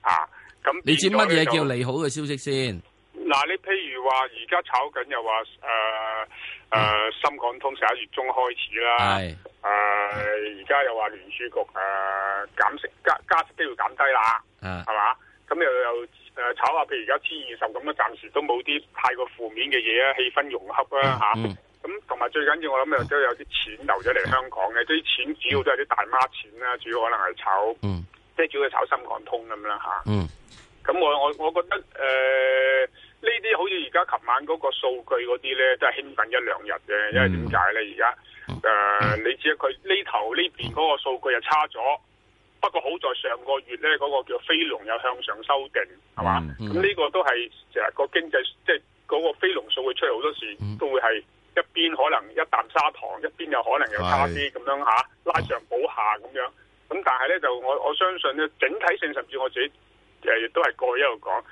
[SPEAKER 8] 啊。咁
[SPEAKER 4] 你知乜嘢叫
[SPEAKER 8] 變咗咧就
[SPEAKER 4] 利好嘅消息先？
[SPEAKER 8] 嗱，你譬如話而家炒緊又話
[SPEAKER 4] 嗯
[SPEAKER 8] 誒誒深港通十一月中開始啦，
[SPEAKER 31] 啊
[SPEAKER 8] 誒
[SPEAKER 4] 係
[SPEAKER 8] 而家又話聯儲局誒、呃、減息加加息機會減低啦，
[SPEAKER 4] 啊
[SPEAKER 8] 係嘛？咁又又誒、呃炒下，譬如而家 G 二十咁啊，暫時都冇啲太過負面嘅嘢啊，氣氛融洽啊嚇。咁同埋最緊要，我諗又都有啲錢流咗嚟香港嘅，啲錢主要都係啲大媽錢啦，主要可能係炒，
[SPEAKER 4] 嗯
[SPEAKER 8] 即係主要炒深港通咁啦嚇。
[SPEAKER 4] 嗯
[SPEAKER 8] 咁我我我覺得誒呢啲好似而家琴晚嗰個數據嗰啲咧，都係興奮一兩日嘅，因為點解咧？而家誒你知啊佢呢頭呢邊嗰個數據又差咗，不過好在上個月咧嗰、個叫飛龍又向上修訂，係嘛？
[SPEAKER 1] 嗯
[SPEAKER 8] 咁呢、個都係成日個經濟即係嗰個飛龍數據出嚟好多時都會係。一邊可能一啖砂糖，一邊又可能又差啲
[SPEAKER 17] 係
[SPEAKER 8] 咁樣嚇，拉上補下咁樣。咁但係咧就我我相信咧，整體性甚至我自己誒亦都係過去一路講，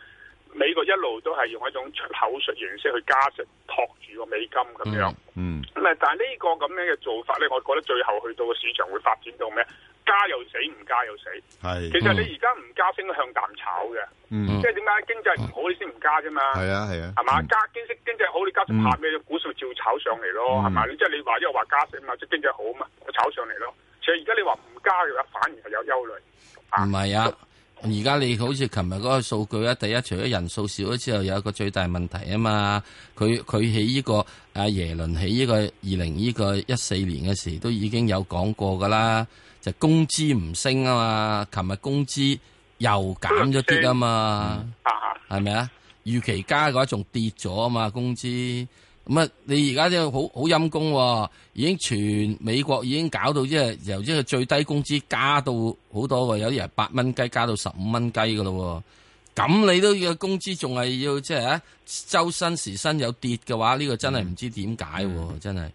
[SPEAKER 8] 美國一路都係用一種出口術形式去加息，托住個美金咁樣。
[SPEAKER 3] 嗯，
[SPEAKER 8] 咁啊，但係呢個咁樣嘅做法咧，我覺得最後去到個市場會發展到咩？加又死，唔加又死。
[SPEAKER 3] 係
[SPEAKER 8] 其實你而家唔加升向淡炒嘅，
[SPEAKER 3] 嗯
[SPEAKER 8] 即係點解經濟唔好你先唔加啫嘛？
[SPEAKER 3] 係啊係啊
[SPEAKER 8] 係嘛？加經濟經濟好，你加息怕咩？股數照炒上嚟咯，係咪？
[SPEAKER 3] 嗯
[SPEAKER 8] 即係你話因為話加息嘛，即係經濟好嘛，就炒上嚟咯。其實而家你話唔加嘅話，反而係有憂慮。
[SPEAKER 4] 唔係啊，而家你好似琴日嗰個數據啊，第一除咗人數少咗之後，有一個最大問題啊嘛。佢佢喺呢個阿耶倫喺呢個二零呢個一四年嘅時都已經有講過噶啦，就工資唔升啊嘛。琴日工資又減咗啲啊嘛，係咪啊？預期加嘅話仲跌咗啊嘛，工資。咁啊，你而家真係好好陰公喎，已經全美國已經搞到即係由即係最低工資加到好多喎，有啲人八蚊雞加到十五蚊雞噶咯喎，咁你都要工資仲係要即係啊，周薪時薪有跌嘅話，呢、個真係唔知點解喎，真係。
[SPEAKER 8] 啊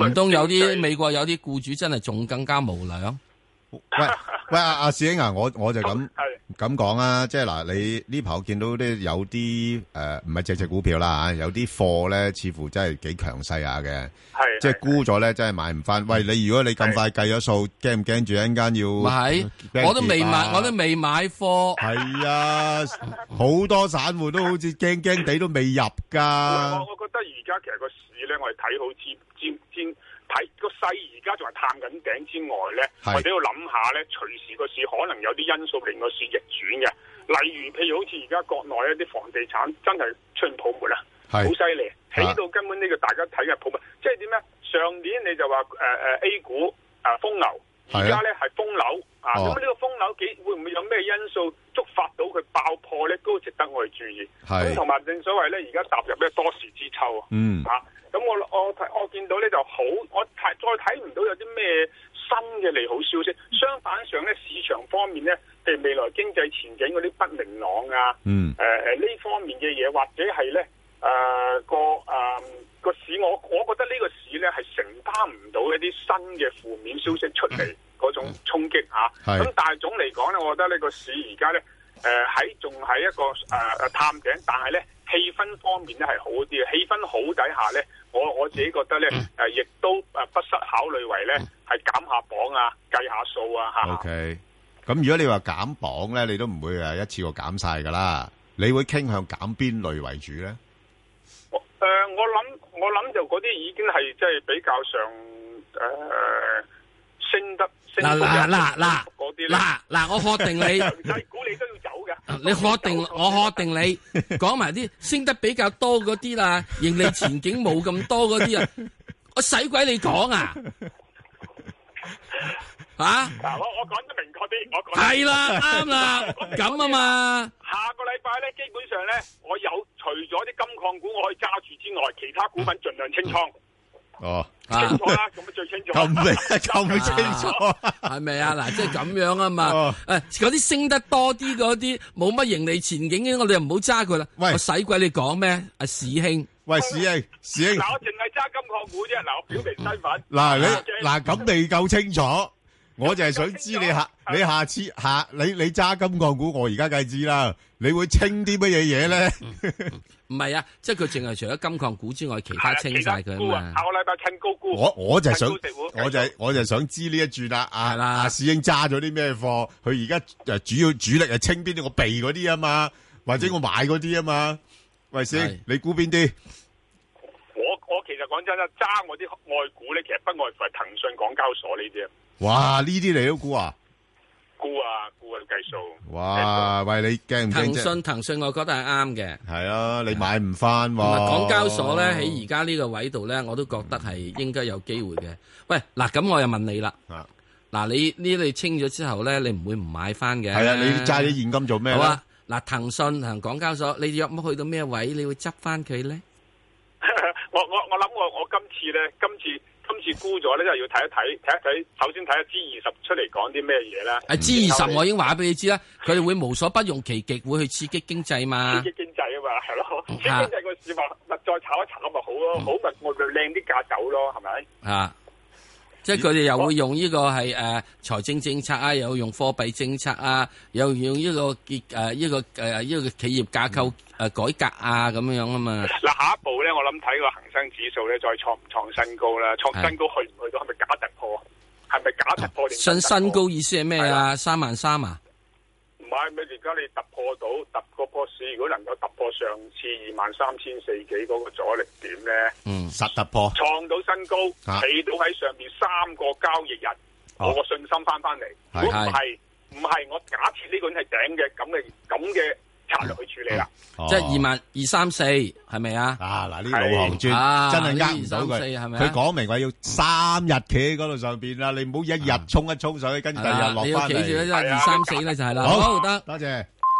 [SPEAKER 4] 唔通有啲美國有啲僱主真係仲更加無良？
[SPEAKER 8] (laughs)
[SPEAKER 3] 喂喂，阿阿史兄啊，我我就咁咁講啊，即係嗱，你呢排我見到啲有啲誒，唔係隻隻股票啦嚇，有啲貨咧，似乎真係幾強勢下嘅，
[SPEAKER 8] 係
[SPEAKER 3] 即係沽咗咧，真係買唔翻。喂，你如果你咁快計咗數，驚唔驚住一陣間要？
[SPEAKER 4] 唔係，我都未買，我都未買貨。
[SPEAKER 3] 係啊，好多散户都好似驚驚地都未入㗎。
[SPEAKER 8] 我我覺得而家其實個市咧，我係睇好之之之睇個勢，而家仲係探緊頂之外咧，
[SPEAKER 3] 係
[SPEAKER 8] 我哋要諗下咧，隨時個市可能有啲因素令個市逆轉嘅。例如譬如好似而家國內一啲房地產真係出現泡沫啦，好
[SPEAKER 21] 係
[SPEAKER 8] 犀利，起到根本呢個大家睇嘅泡沫，即係點咧？上年你就話誒誒 A 股誒瘋牛，
[SPEAKER 21] 係啊
[SPEAKER 8] 而家咧係封樓啊！咁
[SPEAKER 21] 哦
[SPEAKER 8] 呢個封樓幾會唔會有咩因素觸發到佢爆破咧？都值得我哋注意。咁
[SPEAKER 21] 係
[SPEAKER 8] 同埋正所謂咧，而家踏入咧多事之秋啊！
[SPEAKER 21] 嗯
[SPEAKER 8] 啊，咁我我睇我見到咧就好，我睇再睇唔到有啲咩新嘅利好消息。相反上咧，市場方面咧，譬如未來經濟前景嗰啲不明朗啊，
[SPEAKER 3] 嗯
[SPEAKER 31] 呃
[SPEAKER 8] 誒誒呢方面嘅嘢，或者係咧誒個誒個市，我我覺得呢個市咧係承擔唔到一啲新嘅負面消息出嚟嗰種衝擊啊。
[SPEAKER 21] 係
[SPEAKER 8] 咁但係總嚟講咧，我覺得呢個市而家咧誒喺仲係一個誒、呃、探頂，但係咧氣氛方面咧係好啲嘅，氣氛好底下咧，我我自己覺得咧誒亦都誒呃不失考慮為咧係減下磅啊，計下數啊嚇。
[SPEAKER 3] OK，咁如果你話減磅咧，你都唔會誒一次過減晒㗎啦，你會傾向減邊類為主咧？
[SPEAKER 8] 誒、呃我諗我諗就嗰啲已經係即係比較上誒、呃升得升 (laughs)
[SPEAKER 4] 嗱
[SPEAKER 8] 得
[SPEAKER 4] 嗱嗱嗱
[SPEAKER 8] 嗰啲咧
[SPEAKER 4] 嗱嗱，
[SPEAKER 8] (laughs)
[SPEAKER 4] 我確定你。
[SPEAKER 8] 低估你都要走嘅。
[SPEAKER 4] 你確
[SPEAKER 8] (laughs)
[SPEAKER 4] 定我確定你講埋啲升得比較多嗰啲啦，盈利前景冇咁多
[SPEAKER 8] (laughs)
[SPEAKER 4] 嗰啲啊，我使鬼你講啊吓？
[SPEAKER 8] 嗱，我我講得明確啲，我講得
[SPEAKER 4] 係啦，啱
[SPEAKER 8] (laughs)
[SPEAKER 4] 啦，咁啊嘛，
[SPEAKER 8] 下個禮拜咧，基本
[SPEAKER 4] (laughs)
[SPEAKER 8] 上咧，我有除咗啲金礦股我可以揸住之外，其他股份盡量清倉。
[SPEAKER 3] 哦，
[SPEAKER 8] 清楚啦，咁最清楚。
[SPEAKER 3] 咁
[SPEAKER 8] (laughs)
[SPEAKER 3] 明咁清楚，
[SPEAKER 4] 係咪啊？嗱，即係咁樣啊嘛。誒，嗰啲升得多啲嗰啲冇乜盈利前景嘅，我哋唔好揸佢啦。我使鬼你講咩？阿史兄，
[SPEAKER 3] 喂，史兄，史兄
[SPEAKER 8] 嗱，，我淨係揸金礦股啫。嗱，我表明身份。啊
[SPEAKER 3] 嗱你
[SPEAKER 8] 我
[SPEAKER 3] 嗱咁未夠清楚，我就係想知你下你下次下你你揸金礦股，我而家梗係知啦，你會清啲乜嘢嘢咧？
[SPEAKER 4] 唔係啊，即係佢淨係除咗金礦股之外，其他清晒佢
[SPEAKER 8] 沽
[SPEAKER 4] 啊
[SPEAKER 8] 啊
[SPEAKER 4] 嘛，
[SPEAKER 8] 下。個禮拜趁高沽。
[SPEAKER 3] (laughs) 我我就係想
[SPEAKER 8] 趁高食糊，
[SPEAKER 3] 我就係我就係想知呢一轉啦。阿阿史英揸咗啲咩貨？佢而家誒主要主力係清邊啲？我避嗰啲啊嘛，或者我買嗰啲啊嘛。喂，史英，你估邊啲？
[SPEAKER 8] 我我其實講真啦，揸我啲外股咧，其實不外乎係騰訊、港交所呢啲啊，
[SPEAKER 3] 哇！呢啲你都估啊？
[SPEAKER 8] 沽啊沽啊計數。
[SPEAKER 3] 哇！喂，你驚唔驚
[SPEAKER 4] 騰
[SPEAKER 3] 啫？
[SPEAKER 4] 訊騰訊，我覺得係啱嘅。
[SPEAKER 3] 係啊，你買唔翻
[SPEAKER 4] 同埋
[SPEAKER 3] 喎。
[SPEAKER 4] 港交所咧喺而家呢個位度咧，我都覺得係應該有機會嘅。喂，嗱咁我又問你啦，嗱你呢你清咗之後咧，你唔會唔買翻嘅？
[SPEAKER 3] 係啊，你揸啲現金做咩
[SPEAKER 4] 好
[SPEAKER 3] 咧
[SPEAKER 4] 啊？，嗱騰訊同港交所，你約摸去到咩位，你會執翻佢咧？
[SPEAKER 8] (laughs) 我我我諗我我今次咧，今次今次沽咗咧，真係要睇一睇睇一睇，首先睇一 G 二十出嚟講啲咩嘢啦。
[SPEAKER 4] 啊，G 二十我已經話俾你知啦，佢哋會無所不用其極，會去刺激經濟嘛
[SPEAKER 8] 刺。激經濟啊嘛， (laughs) 係咯，
[SPEAKER 4] 哦
[SPEAKER 8] 刺激經濟個市況咪再炒一炒咪好
[SPEAKER 4] 嗯
[SPEAKER 8] 咯，好咪我咪靚啲價走咯，係咪？
[SPEAKER 4] 啊！即係佢哋又會用呢個係誒財政政策啊，又用貨幣政策啊，又用呢個結誒呢個誒呢個企業架構
[SPEAKER 3] 嗯
[SPEAKER 4] 誒改革啊咁樣啊嘛。
[SPEAKER 8] 嗱，下一步咧，我諗睇個恒生指數咧，再創唔創新高啦？創新高去唔去到係咪假突破？係咪假突破定
[SPEAKER 4] 啊信
[SPEAKER 8] 真突
[SPEAKER 4] 新
[SPEAKER 8] 破？
[SPEAKER 4] 高意思係咩啊？三萬三啊？
[SPEAKER 8] 唔係咪而家你突破到突破個市，如果能夠突破上次二萬三千四幾嗰個阻力點咧，
[SPEAKER 3] 嗯，實突破。
[SPEAKER 8] 創到新高，
[SPEAKER 3] 啊
[SPEAKER 8] 企到喺上面三個交易日，
[SPEAKER 3] 哦
[SPEAKER 8] 我個信心翻翻嚟。
[SPEAKER 3] 係
[SPEAKER 8] 如果唔係唔係，我假設呢個人係頂嘅咁嘅咁嘅策略去處理啦。
[SPEAKER 4] 即係二萬二三四係咪啊？
[SPEAKER 3] 哦啊嗱，呢啲老行專真係呃唔到佢，
[SPEAKER 4] 係咪啊
[SPEAKER 3] 佢講明話要三日企喺嗰度上邊啦，你唔好一日沖一沖水，跟住第二日落
[SPEAKER 4] 啊你要
[SPEAKER 3] 翻
[SPEAKER 4] 企住咧，
[SPEAKER 3] 嚟。啊
[SPEAKER 4] 二三四咧就係啦。
[SPEAKER 3] 好
[SPEAKER 4] 得，
[SPEAKER 3] 多謝。